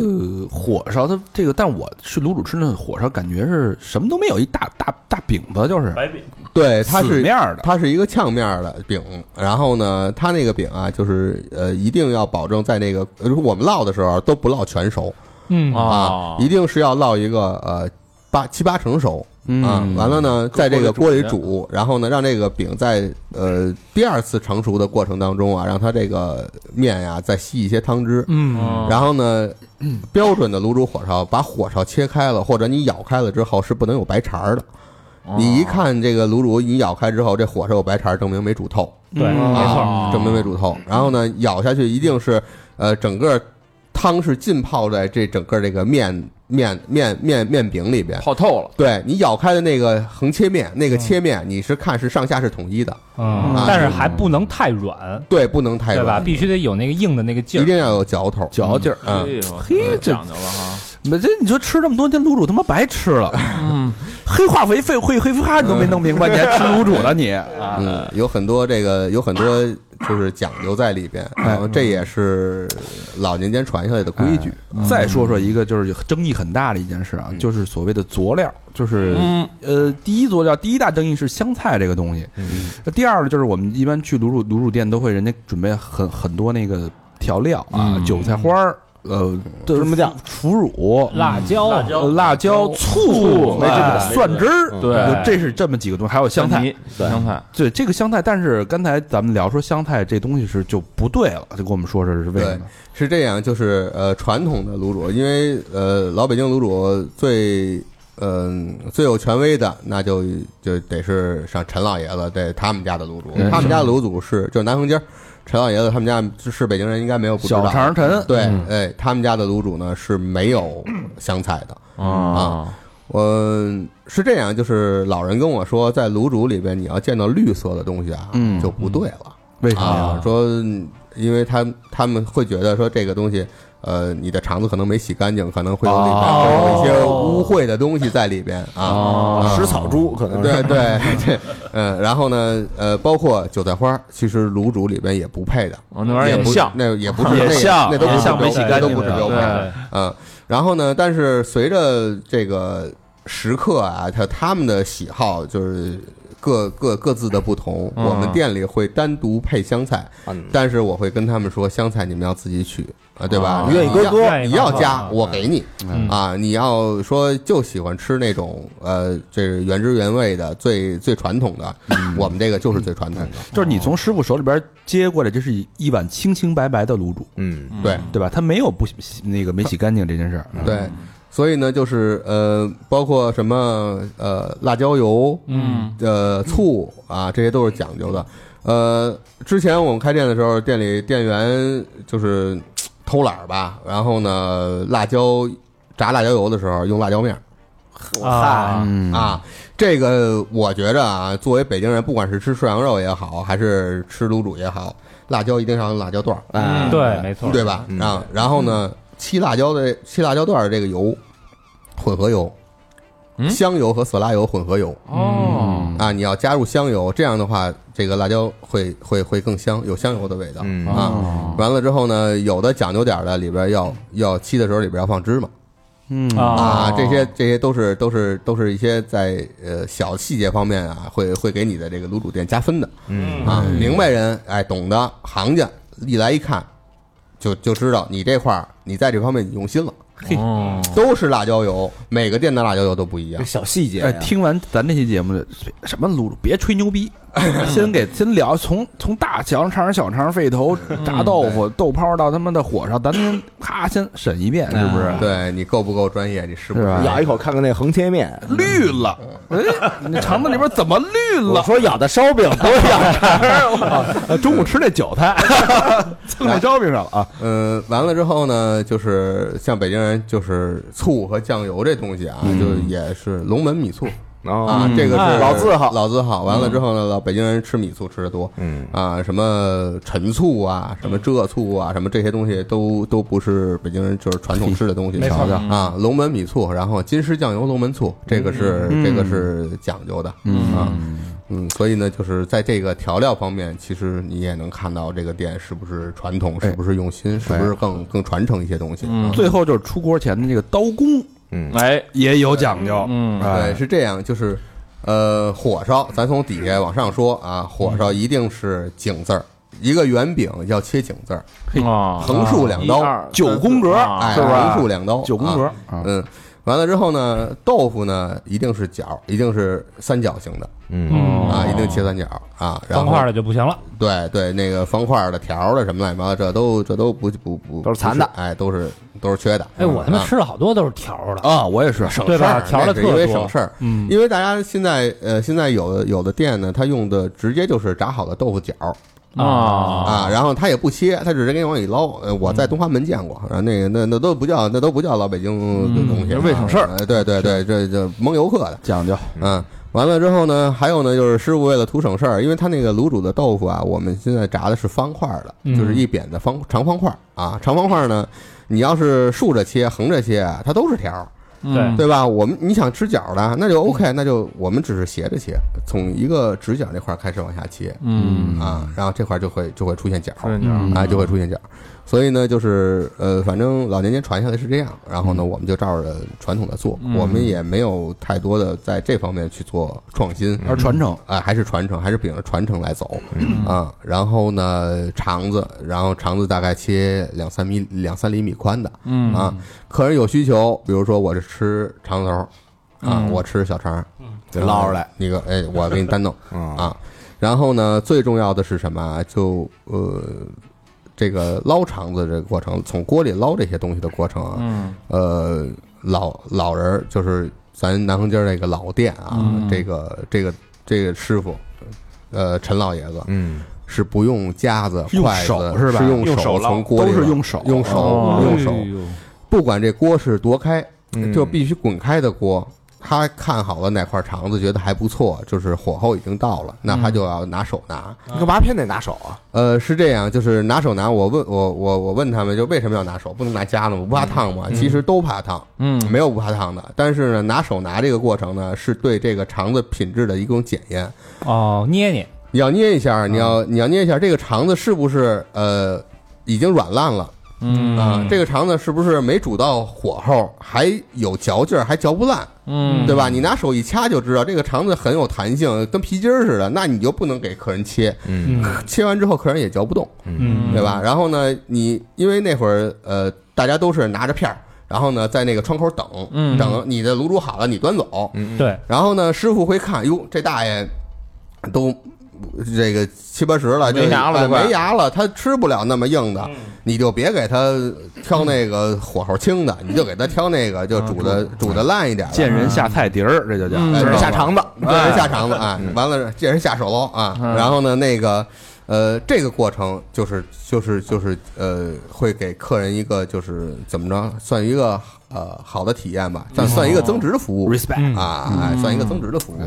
Speaker 2: 个火烧它这个，但我去卤煮吃那火烧，感觉是什么都没有，一大大大饼子就是
Speaker 8: 白饼
Speaker 6: 对它
Speaker 2: 死
Speaker 6: 是
Speaker 2: 面儿的，
Speaker 6: 它是一个呛面儿的饼，然后呢，它那个饼啊，就是呃，一定要保证在那个，呃我们烙的时候都不烙全熟
Speaker 4: 嗯
Speaker 8: 哦
Speaker 6: 啊，一定是要烙一个呃八七八成熟啊。
Speaker 2: 嗯，
Speaker 6: 完了呢，在这个锅里煮，然后呢，让这个饼在呃第二次成熟的过程当中啊，让它这个面呀、再吸一些汤汁，
Speaker 4: 嗯
Speaker 6: 然后呢，标准的卤煮火烧，把火烧切开了，或者你咬开了之后是不能有白茬儿的。你一看这个卤煮，你咬开之后，这火烧有白茬儿，证明没煮透，
Speaker 4: 对，嗯没错，
Speaker 6: 啊，证明没煮透。然后呢，咬下去一定是，呃，整个汤是浸泡在这整个这个面面面面面饼里边。
Speaker 7: 泡透了，
Speaker 6: 对你咬开的那个横切面，那个切面你是看是上下是统一的，啊
Speaker 4: 嗯，但是还不能太软，
Speaker 6: 对，不能太
Speaker 4: 对吧？
Speaker 6: 软，
Speaker 4: 必须得有那个硬的那个劲
Speaker 6: 一
Speaker 4: 儿。
Speaker 6: 定要有嚼头，
Speaker 2: 嚼劲儿。
Speaker 6: 嗯，
Speaker 2: 嘿，这
Speaker 9: 哎讲究了哈，
Speaker 2: 那这你说吃这么多天卤煮，他妈白吃了，
Speaker 3: 嗯
Speaker 2: 黑化肥废会黑化你都没弄明白，你还吃卤煮呢你？啊，
Speaker 6: 嗯，有很多这个有很多就是讲究在里边，
Speaker 4: 哎
Speaker 6: 然后这也是老年间传下来的规矩。
Speaker 2: 再说说一个就是争议很大的一件事啊，就是所谓的佐料，就是呃，第一佐料第一大争议是香菜这个东西，那第二呢就是我们一般去卤煮卤煮店都会人家准备很很多那个调料啊，韭菜花儿。呃，芝麻酱、腐乳、
Speaker 4: 辣椒，
Speaker 8: 辣椒
Speaker 2: 呃辣椒、醋、
Speaker 7: 哎
Speaker 2: 哎蒜汁儿，呃
Speaker 7: 对
Speaker 2: 这是这么几个东西，还有香菜。
Speaker 7: 对香菜，
Speaker 2: 对，这个香菜，但是刚才咱们聊说香菜这东西是就不对了，就跟我们说这是为什么？
Speaker 6: 是这样，就是呃，传统的卤煮，因为呃，老北京卤煮最嗯、最有权威的，那就就得是上陈老爷子这他们家的卤煮，
Speaker 2: 嗯
Speaker 6: 他们家的卤煮是就是南横街儿陈老爷子他们家是北京人，应该没有不知道
Speaker 2: 小
Speaker 6: 的。
Speaker 2: 肠陈，
Speaker 6: 对，哎，他们家的卤煮呢是没有香菜的。
Speaker 9: 啊，
Speaker 6: 我是这样，就是老人跟我说，在卤煮里边你要见到绿色的东西啊，
Speaker 2: 嗯
Speaker 6: 就不对了、
Speaker 2: 为什么呀？
Speaker 6: 啊。说，因为他他们会觉得说这个东西，呃，你的肠子可能没洗干净，可能会有里边、
Speaker 3: 哦
Speaker 6: 会啊有一些污秽的东西在里边啊。啊
Speaker 3: 食草猪可能
Speaker 6: 对
Speaker 3: 是
Speaker 6: 对对，嗯，然后呢，呃，包括韭菜花，其实卤煮里边也不配的，
Speaker 7: 哦那玩意儿
Speaker 6: 也
Speaker 7: 也
Speaker 6: 不
Speaker 7: 像，
Speaker 6: 那也不是
Speaker 7: 也
Speaker 6: 那
Speaker 7: 像
Speaker 6: 那都不
Speaker 7: 也
Speaker 6: 是
Speaker 7: 像没
Speaker 6: 标
Speaker 7: 洗
Speaker 6: 配
Speaker 7: 干
Speaker 6: 都
Speaker 7: 净
Speaker 6: 不是
Speaker 7: 的
Speaker 6: 标配，
Speaker 7: 对
Speaker 6: 嗯，然后呢，但是随着这个食客啊，他他们的喜好就是。各各各自的不同。
Speaker 9: 嗯
Speaker 6: 我们店里会单独配香菜，
Speaker 3: 嗯
Speaker 6: 但是我会跟他们说，香菜你们要自己取啊，对吧？
Speaker 3: 哦愿意
Speaker 6: 你要
Speaker 3: 搁多
Speaker 6: 你要加
Speaker 4: 愿意搁多
Speaker 6: 我给你
Speaker 4: 嗯
Speaker 6: 啊。你要说就喜欢吃那种呃，这是原汁原味的、最最传统的，我们这个就是最传统的。
Speaker 2: 就是你从师傅手里边接过来，这是一碗清清白白的卤煮，
Speaker 6: 嗯，对。
Speaker 2: 对吧？他没有不洗那个没洗干净这件事儿。
Speaker 6: 对，所以呢，就是呃，包括什么呃辣椒油，嗯，呃醋啊，这些都是讲究的。呃，之前我们开店的时候，店里店员就是嘖偷懒儿吧，然后呢，辣椒炸辣椒油的时候用辣椒面儿
Speaker 4: 啊，
Speaker 2: 嗯，
Speaker 6: 啊，这个我觉着啊，作为北京人，不管是吃涮羊肉也好，还是吃卤煮也好，辣椒一定要用辣椒段儿，
Speaker 3: 哎
Speaker 4: 对，没错，
Speaker 6: 嗯对吧？
Speaker 3: 嗯
Speaker 6: 啊，然后呢，七辣椒的七辣椒段儿这个油，混合油，
Speaker 9: 嗯
Speaker 6: 香油和色拉油混合油
Speaker 9: 哦，
Speaker 6: 啊，你要加入香油，这样的话，这个辣椒会会会更香，有香油的味道。
Speaker 3: 嗯
Speaker 6: 啊完了之后呢，有的讲究点儿的，里边要要七的时候里边要放芝麻
Speaker 2: 嗯
Speaker 6: 啊
Speaker 4: 啊，，
Speaker 6: 这些这些都是都是都是一些在呃小细节方面啊，会会给你的这个卤煮店加分的
Speaker 3: 嗯
Speaker 6: 啊。明白人哎，懂的行家一来一看，就就知道你这块儿你在这方面你用心了。
Speaker 9: 哦，
Speaker 6: 都是辣椒油，每个店的辣椒油都不一样
Speaker 3: 这。小细节
Speaker 2: 哎，
Speaker 3: 呀，
Speaker 2: 听完咱这期节目的什么卤，别吹 牛逼，先给先聊从从大小肠、小肠、肺头、
Speaker 6: 嗯
Speaker 2: 炸豆腐、豆泡到他妈的火烧，咱先咔先审一遍，是不是？
Speaker 6: 嗯对你够不够专业？你是不
Speaker 2: 是吧
Speaker 3: 咬一口看看那横切面，
Speaker 2: 绿了，哎，你肠子里边怎么绿
Speaker 3: 我
Speaker 2: 了？
Speaker 3: 说咬的烧饼不是咬肠儿，我
Speaker 2: 呃中午吃那韭菜， 蹭那烧饼上了啊！
Speaker 6: 嗯，完了之后呢，就是像北京人，就是醋和酱油这东西啊，就是也是龙门米醋啊，这个是
Speaker 3: 哎老字号
Speaker 6: 老字号。完了之后呢，老北京人吃米醋吃的多
Speaker 3: 嗯
Speaker 6: 啊，什么陈醋啊，什么浙醋啊，什么这些东西都都不是北京人就是传统吃的东西。
Speaker 4: 没错，
Speaker 6: 啊，龙门米醋，然后金狮酱油龙门醋，这个是、这个是讲究的，嗯啊，嗯，所以呢，就是在这个调料方面，其实你也能看到这个店是不是传统，是不是用心，是不是更更传承一些东西。嗯
Speaker 2: 最后 就是出锅前的这个刀工
Speaker 3: 嗯
Speaker 9: 哎，
Speaker 2: 也有讲究，
Speaker 9: 嗯
Speaker 2: 哎
Speaker 6: 对，，是这样，就是呃，火烧，咱从底下往上说啊，火
Speaker 2: 嗯
Speaker 6: 烧一定是井字儿，一个圆饼要切井字儿，
Speaker 9: 啊，
Speaker 6: 横竖两刀，
Speaker 2: 九宫格，
Speaker 9: 啊
Speaker 6: 哎，
Speaker 2: 是吧
Speaker 6: 横竖两刀，
Speaker 2: 九宫
Speaker 6: 啊
Speaker 2: 格啊，
Speaker 6: 嗯，完了之后呢，豆腐呢一定是角，一定是三角形的
Speaker 3: 嗯
Speaker 2: 哦
Speaker 6: 啊，一定切三角啊，然
Speaker 4: 方
Speaker 6: 后
Speaker 4: 块的就不行了，
Speaker 6: 对对，那个方块的、条的什么乱七八糟，这都这都不不不
Speaker 3: 都是残的
Speaker 6: 不哎，都是都是缺的。
Speaker 4: 哎，我他妈
Speaker 6: 啊
Speaker 4: 吃了好多都是条儿的，
Speaker 2: 啊，我也是，
Speaker 6: 省
Speaker 4: 对
Speaker 6: 事
Speaker 4: 吧
Speaker 6: 儿，
Speaker 4: 条儿
Speaker 6: 那是
Speaker 4: 的特
Speaker 6: 因为
Speaker 4: 多
Speaker 6: 省事儿，
Speaker 4: 嗯，
Speaker 6: 因为大家现在呃现在有的有的店呢，它用的直接就是炸好的豆腐角儿
Speaker 9: 啊
Speaker 6: 啊，然后它也不切，它只是给你往里捞。呃，我
Speaker 4: 嗯
Speaker 6: 在东华门见过，然后那个那那都不叫那都不叫老北京
Speaker 4: 嗯
Speaker 6: 的东西啊，
Speaker 9: 为省事儿
Speaker 6: 呃对对对，这这蒙游客的。
Speaker 2: 讲究，
Speaker 6: 嗯，完了之后呢，还有呢，就是师傅为了图省事儿，因为他那个卤煮的豆腐啊，我们现在炸的是方块儿的，
Speaker 4: 嗯
Speaker 6: 就是一扁的方长方块儿啊，长方块儿呢，你要是竖着切、横着切啊，它都是条儿，
Speaker 4: 对，
Speaker 6: 嗯对吧？我们你想吃角的，那就 OK，那就我们只是斜着切，从一个直角那块儿开始往下切
Speaker 9: 嗯，
Speaker 6: 啊，然后这块儿就会就会出现角儿，
Speaker 9: 顺点
Speaker 6: 啊，就会出现角儿。所以呢，就是呃，反正老年间传下来是这样，然后呢，我们就照着传统的做，
Speaker 9: 嗯
Speaker 6: 我们也没有太多的在这方面去做创新，
Speaker 2: 而传承，
Speaker 6: 啊，还是传承，还是秉着传承来走啊。然后呢，肠子，然后肠子大概切两三米、两三厘米宽的
Speaker 9: 嗯
Speaker 6: 啊。客人有需求，比如说我是吃肠头儿啊，我吃小肠儿，
Speaker 3: 得捞出来，
Speaker 6: 你个哎，我给你 单弄。
Speaker 3: 啊
Speaker 6: 啊。然后呢，最重要的是什么啊？就呃，这个捞肠子这个过程，从锅里捞这些东西的过程啊，
Speaker 10: Mm.
Speaker 9: 嗯
Speaker 6: 呃，老老人儿就是咱南横街儿那个老店啊，
Speaker 9: 嗯
Speaker 6: 这个这个这个师傅，呃，陈老爷子
Speaker 3: 嗯
Speaker 6: 是不用夹子、
Speaker 2: 用
Speaker 6: 筷
Speaker 2: 手
Speaker 6: 子，
Speaker 2: 是吧
Speaker 6: 用
Speaker 5: 用手捞
Speaker 6: 从锅
Speaker 2: 都
Speaker 6: 里
Speaker 2: 是
Speaker 6: 捞
Speaker 2: 用手，哎
Speaker 6: 用手、
Speaker 9: 哦
Speaker 6: 用手，不管这锅是多开，
Speaker 3: 嗯
Speaker 6: 就必须滚开的锅。他看好了哪块肠子，觉得还不错，就是火候已经到了，那
Speaker 2: 嗯
Speaker 6: 他就要拿手
Speaker 2: 啊
Speaker 6: 拿。
Speaker 3: 你干嘛偏得拿手啊？
Speaker 6: 呃，是这样，就是拿手拿。我问我我我问他们，就为什么要拿手？不能拿夹
Speaker 3: 嗯
Speaker 6: 子吗？不怕烫吗？其实都怕烫，
Speaker 9: 嗯
Speaker 6: 没有不怕烫的。但是呢，拿手拿这个过程呢，是对这个肠子品质的一种检验。
Speaker 4: 哦，捏捏，嗯
Speaker 6: 你要捏一下，你要你要捏一下这个肠子是不是呃已经软烂了，
Speaker 9: 嗯
Speaker 6: 啊，这个肠子是不是没煮到火候，还有嚼劲儿，还嚼不烂，
Speaker 9: 嗯，
Speaker 6: 对吧？你拿手一掐就知道，这个肠子很有弹性，跟皮筋儿似的，那你就不能给客人切，
Speaker 3: 嗯
Speaker 6: 切完之后客人也嚼不动，
Speaker 4: 嗯
Speaker 6: 对吧？然后呢，你因为那会儿呃，大家都是拿着片儿，然后呢在那个窗口等，
Speaker 9: 嗯
Speaker 6: 等你的卤煮好了，你端走，
Speaker 3: 嗯，
Speaker 4: 对，
Speaker 6: 然后呢，师傅会看，哟，这大爷都这个七八十了，
Speaker 9: 没
Speaker 6: 就
Speaker 9: 牙了
Speaker 6: 哎
Speaker 9: 都快嗯
Speaker 6: 没牙了，他吃不了那么硬的，你就别给他挑那个火候轻
Speaker 9: 嗯
Speaker 6: 的，你就给他挑那个就煮的煮的烂一点的。
Speaker 2: 见人下菜碟儿，这就叫
Speaker 9: 啊嗯哎
Speaker 6: 哎
Speaker 9: 知道
Speaker 6: 下
Speaker 9: 吧
Speaker 6: 肠子，见人下肠子啊，
Speaker 2: 嗯
Speaker 6: 完了见人下手喽啊，然后呢，那个呃，这个过程就是就是就是呃，会给客人一个就是怎么着，算一个呃好的体验吧，
Speaker 2: 嗯
Speaker 6: 算算一个增值的服务
Speaker 2: respect。
Speaker 6: 啊，哎算一个增值的服务。
Speaker 2: 嗯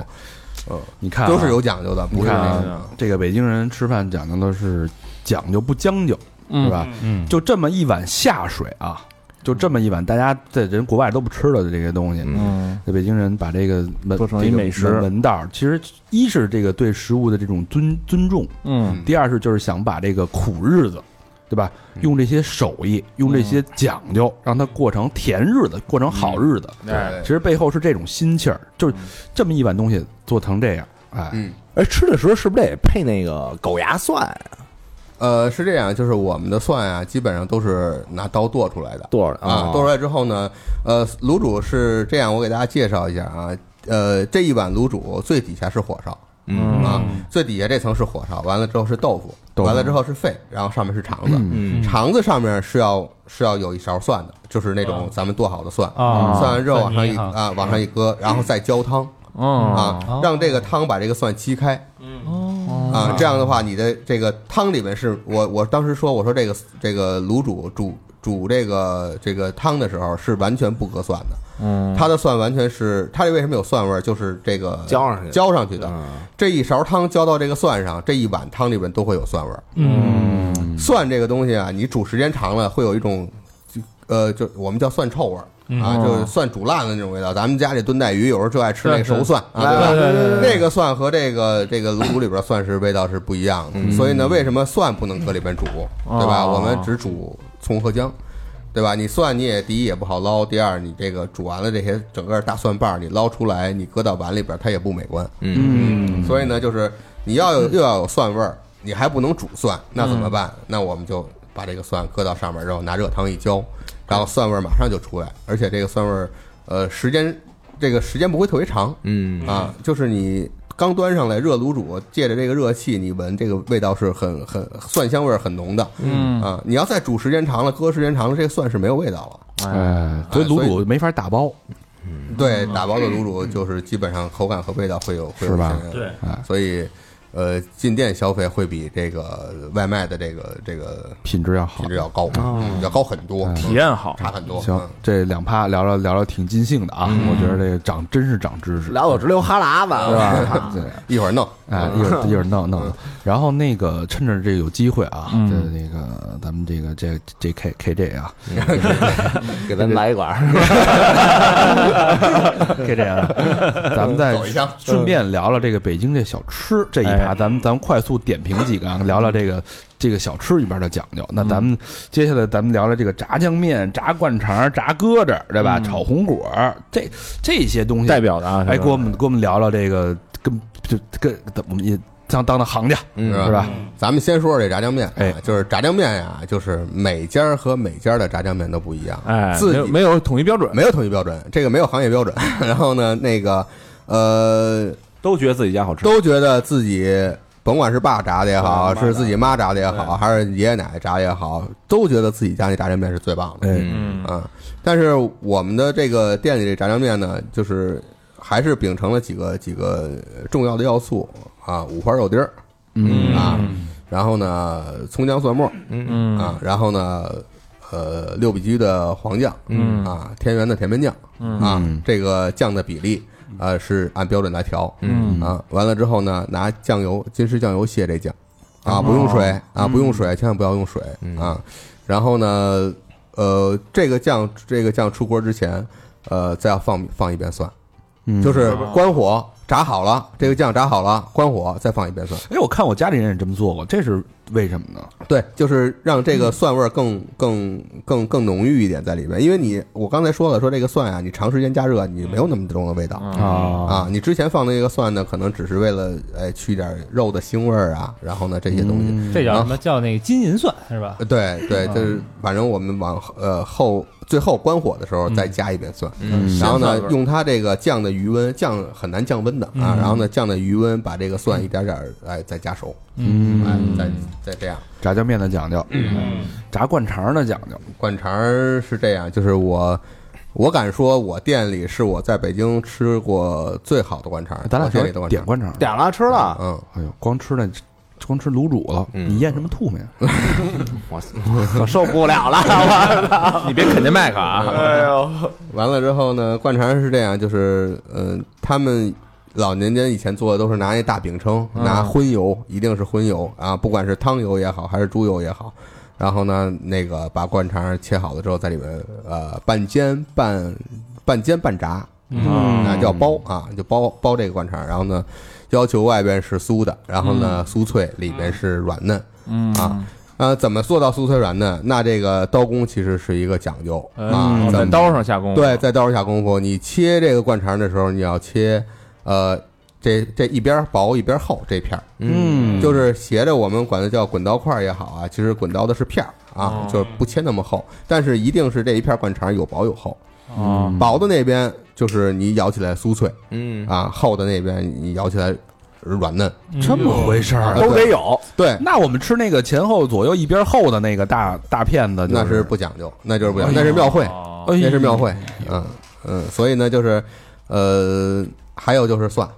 Speaker 6: 嗯
Speaker 2: 你看啊，
Speaker 6: 都是有讲究的，
Speaker 2: 你
Speaker 6: 不是
Speaker 2: 看
Speaker 6: 那
Speaker 2: 啊
Speaker 6: 种。，
Speaker 2: 这个北京人吃饭讲究的是讲究不将就，是
Speaker 9: 是吧？
Speaker 2: 吧？
Speaker 4: 嗯，
Speaker 2: 就这么一碗下水啊，就这么一碗，大家在人国外都不吃的这些东西，
Speaker 9: 嗯
Speaker 2: 这北京人把这个门
Speaker 7: 做成
Speaker 2: 这
Speaker 7: 一
Speaker 2: 个
Speaker 7: 美食
Speaker 2: 门门道儿，其实一是这个对食物的这种尊尊重，
Speaker 9: 嗯
Speaker 2: 第二是就是想把这个苦日子，对吧？
Speaker 7: 嗯
Speaker 2: 用这些手艺，用这些讲究，让它过成甜日子，过成
Speaker 7: 嗯
Speaker 2: 好日子。
Speaker 6: 对
Speaker 2: 哎其实背后是这种心气
Speaker 9: 嗯
Speaker 2: 儿，就是这么一碗东西做成这样，哎，
Speaker 6: 嗯，
Speaker 3: 哎，吃的时候是不是得配那个狗牙蒜啊
Speaker 6: 呃，是这样，就是我们的蒜啊，基本上都是拿刀剁出来的
Speaker 3: 剁了哦
Speaker 6: 啊，剁出来之后呢，呃，卤煮是这样，我给大家介绍一下啊，呃，这一碗卤煮最底下是火烧
Speaker 3: 嗯
Speaker 6: 啊，最底下这层是火烧，完了之后是豆腐，完了之后是肺，然后上面是肠子，
Speaker 3: 嗯
Speaker 6: 肠子上面是要是要有一勺蒜的，就是那
Speaker 3: 哦
Speaker 6: 种咱们剁好的蒜，
Speaker 4: 啊
Speaker 6: 蒜完之后往上一
Speaker 4: 蒜泥
Speaker 6: 啊往上一搁，然后再浇汤
Speaker 9: 嗯
Speaker 6: 啊，让这个汤把这个蒜沏开。
Speaker 9: 哦
Speaker 6: 啊，这样的话，你的这个汤里面是我我当时说，我说这个这个卤煮煮煮这个这个汤的时候是完全不搁蒜的，
Speaker 9: 嗯
Speaker 6: 它的蒜完全是它这为什么有蒜味儿，就是这个
Speaker 3: 浇上去的嗯
Speaker 6: 浇上去的，这一勺汤浇到这个蒜上，这一碗汤里面都会有蒜味儿。
Speaker 2: 嗯，
Speaker 6: 蒜这个东西啊，你煮时间长了会有一种，就呃，就我们叫蒜臭味儿。啊，就是蒜煮烂的那种味道。咱们家里炖带鱼，有时候就爱吃那个熟蒜啊，对吧？那个蒜和这个这个卤煮里边蒜是味道是不一样的。所以呢，为什么蒜不能搁里边煮，
Speaker 5: 啊
Speaker 6: 对吧？
Speaker 9: 哦
Speaker 6: 我们只煮葱和姜，对吧？你蒜你也第一也不好捞，第二你这个煮完了这些整个大蒜瓣儿你捞出来，你搁到碗里边它也不美观。
Speaker 2: 嗯
Speaker 6: 所以呢，就是你要有又要有蒜味儿，你还不能煮蒜，那怎么办？那我们就把这个蒜搁到上面之后，拿热汤一浇，然后蒜味儿马上就出来，而且这个蒜味儿，呃，时间这个时间不会特别长
Speaker 3: 嗯
Speaker 6: 啊，就是你。刚端上来，热卤煮，借着这个热气，你闻这个味道是很很蒜香味儿很浓的，
Speaker 9: 嗯
Speaker 6: 啊，你要再煮时间长了，搁时间长了，这个蒜是没有味道了。嗯
Speaker 2: 哎，所以卤煮没法打包，
Speaker 9: 哦
Speaker 6: 对，打包的卤煮就是基本上口感和味道会有会有
Speaker 2: 是吧哎
Speaker 6: 一些
Speaker 8: 对，
Speaker 6: 所以，呃，进店消费会比这个外卖的这个这个
Speaker 2: 品质要好
Speaker 6: 品质。要高，嗯要高很多，
Speaker 2: 体
Speaker 9: 体验好，
Speaker 6: 差很多。
Speaker 2: 行
Speaker 6: 嗯，
Speaker 2: 这两趴聊聊聊聊挺尽兴的啊，
Speaker 3: 嗯
Speaker 2: 我觉得这个长真是长知识，
Speaker 3: 聊我直流哈喇子
Speaker 2: 是 吧？啊对，
Speaker 6: 一会儿弄，
Speaker 2: 哎，一会儿一会儿弄弄。然后那个趁着这有机会啊，
Speaker 9: 嗯
Speaker 2: 这那个咱们这个这这 K K J 啊
Speaker 3: 给咱来一管儿，
Speaker 2: ，K J 啊， 咱们再
Speaker 6: 走一哎下
Speaker 2: 顺便聊聊这个北京这小吃这一趴，咱们咱们快速点评几个啊，聊聊这个这个小吃里边的讲究。
Speaker 6: 嗯
Speaker 2: 那咱们接下来咱们聊聊这个炸酱面、炸灌肠、炸疙瘩，对
Speaker 6: 嗯
Speaker 2: 吧？炒红果儿，这这些东西
Speaker 9: 代表的啊，
Speaker 2: 哎，给我们给我们聊聊这个跟就跟我们也当当当行家
Speaker 6: 是
Speaker 2: 是吧？？
Speaker 6: 嗯
Speaker 9: 嗯
Speaker 6: 咱们先说说这炸酱面，
Speaker 2: 哎
Speaker 6: 啊就是炸酱面呀，就是每家儿和每家儿的炸酱面都不一 样，
Speaker 9: 哎，
Speaker 6: 自
Speaker 9: 没
Speaker 6: 己
Speaker 9: 有没有统一标准，
Speaker 6: 没有统一标准，这个没有行业标准。 然后呢，那个呃，
Speaker 5: 都觉得自己家好吃，嗯
Speaker 6: 都觉得自己甭管是爸炸的也好，是自己妈炸的也好，还是爷爷奶奶炸的也好，都觉得自己家那炸酱面是最棒的。
Speaker 2: 哎，
Speaker 9: 嗯
Speaker 6: 啊，但是我们的这个店里这炸酱面呢，就是还是秉承了几个几个重要的要素啊，五花肉丁儿
Speaker 2: 嗯
Speaker 6: 啊，然后呢葱姜蒜末
Speaker 9: 嗯
Speaker 6: 啊，然后呢呃六必居的黄酱，嗯啊，天元的甜面酱啊，这个酱的比例呃是按标准来调，
Speaker 9: 嗯
Speaker 6: 啊，完了之后呢，拿酱油金狮酱油蟹这酱啊，不用水啊，不用水，千万不要用水啊，然后呢，呃，这个酱这个酱出锅之前，呃，再要放放一遍蒜，
Speaker 2: 嗯
Speaker 6: 就是关火炸好了，这个酱炸好了，关火再放一遍蒜。
Speaker 2: 哎，我看我家里人也这么做过，这是为什么呢？嗯
Speaker 6: 对，就是让这个蒜味儿更更更更浓郁一点在里边，因为你我刚才说了，说这个蒜啊，你长时间加热，你没有那么重的味道。
Speaker 2: 啊，
Speaker 6: 啊，你之前放那个蒜呢，可能只是为了哎去点肉的腥味儿啊，然后呢这些东西，
Speaker 2: 嗯
Speaker 4: 这叫什么叫那个金银蒜是吧？
Speaker 6: 啊呃对对，就是反正我们往呃后最后关火的时候再加一遍蒜，
Speaker 2: 嗯
Speaker 6: 然后
Speaker 9: 香蒜
Speaker 6: 呢
Speaker 9: 味儿
Speaker 6: 用它这个酱的余温，酱很难降温的
Speaker 2: 嗯
Speaker 6: 啊，然后呢酱的余温把这个蒜一点点儿哎再加熟，哎
Speaker 2: 嗯，
Speaker 6: 再再这样。嗯
Speaker 2: 炸酱面的讲究，炸灌肠的讲究，
Speaker 6: 灌肠儿是这样，就是我，我敢说，我店里是我在北京吃过最好的灌肠儿，
Speaker 2: 咱俩
Speaker 6: 我店里
Speaker 2: 谁
Speaker 6: 的灌肠
Speaker 2: 点
Speaker 6: 儿，
Speaker 2: 灌肠？
Speaker 3: 点了吃了，
Speaker 6: 嗯，
Speaker 2: 哎呦，光吃那光吃卤煮了，
Speaker 6: 嗯
Speaker 2: 你咽什么吐没有？啊
Speaker 3: 嗯我受不 了了，我
Speaker 9: 你别啃这麦克啊！
Speaker 3: 哎呦，
Speaker 6: 完了之后呢，灌肠儿是这样，就是，嗯、他们老年间以前做的都是拿一大饼铛，
Speaker 9: 嗯
Speaker 6: 拿荤油，一定是荤油啊，不管是汤油也好，还是猪油也好，然后呢，那个把灌肠儿切好了之后，在里面呃半煎半半煎半炸，
Speaker 4: 嗯
Speaker 6: 啊，叫包啊，就包包这个灌肠，然后呢，要求外边是酥的，然后
Speaker 9: 嗯
Speaker 6: 呢酥脆，里边是软嫩，嗯啊。呃，怎么做到酥脆软嫩？那这个刀工其实是一个讲究啊，
Speaker 9: 在
Speaker 6: 怎么
Speaker 9: 刀上下功夫，
Speaker 6: 对，在刀上下功夫。你切这个灌肠的时候，你要切，呃，这这一边薄一边厚这片儿，
Speaker 2: 嗯
Speaker 6: 就是斜着我们管它叫滚刀块儿也好啊，其实滚刀的是片儿啊，就是不切那么厚，但是一定是这一片灌肠有薄有厚，
Speaker 9: 啊，
Speaker 6: 薄的那边就是你咬起来酥脆，
Speaker 3: 嗯，
Speaker 6: 啊，厚的那边你咬起来软嫩，
Speaker 2: 这么回事儿啊？
Speaker 3: 嗯都得有，
Speaker 6: 对，
Speaker 2: 那我们吃那个前后左右一边厚的那个大大片子，
Speaker 6: 那
Speaker 2: 是
Speaker 6: 是不讲究，那就是不讲究，那是庙会，
Speaker 9: 哦
Speaker 2: 哎呦
Speaker 6: 那是庙会，嗯嗯，所以呢，就是呃，还有就是蒜，啊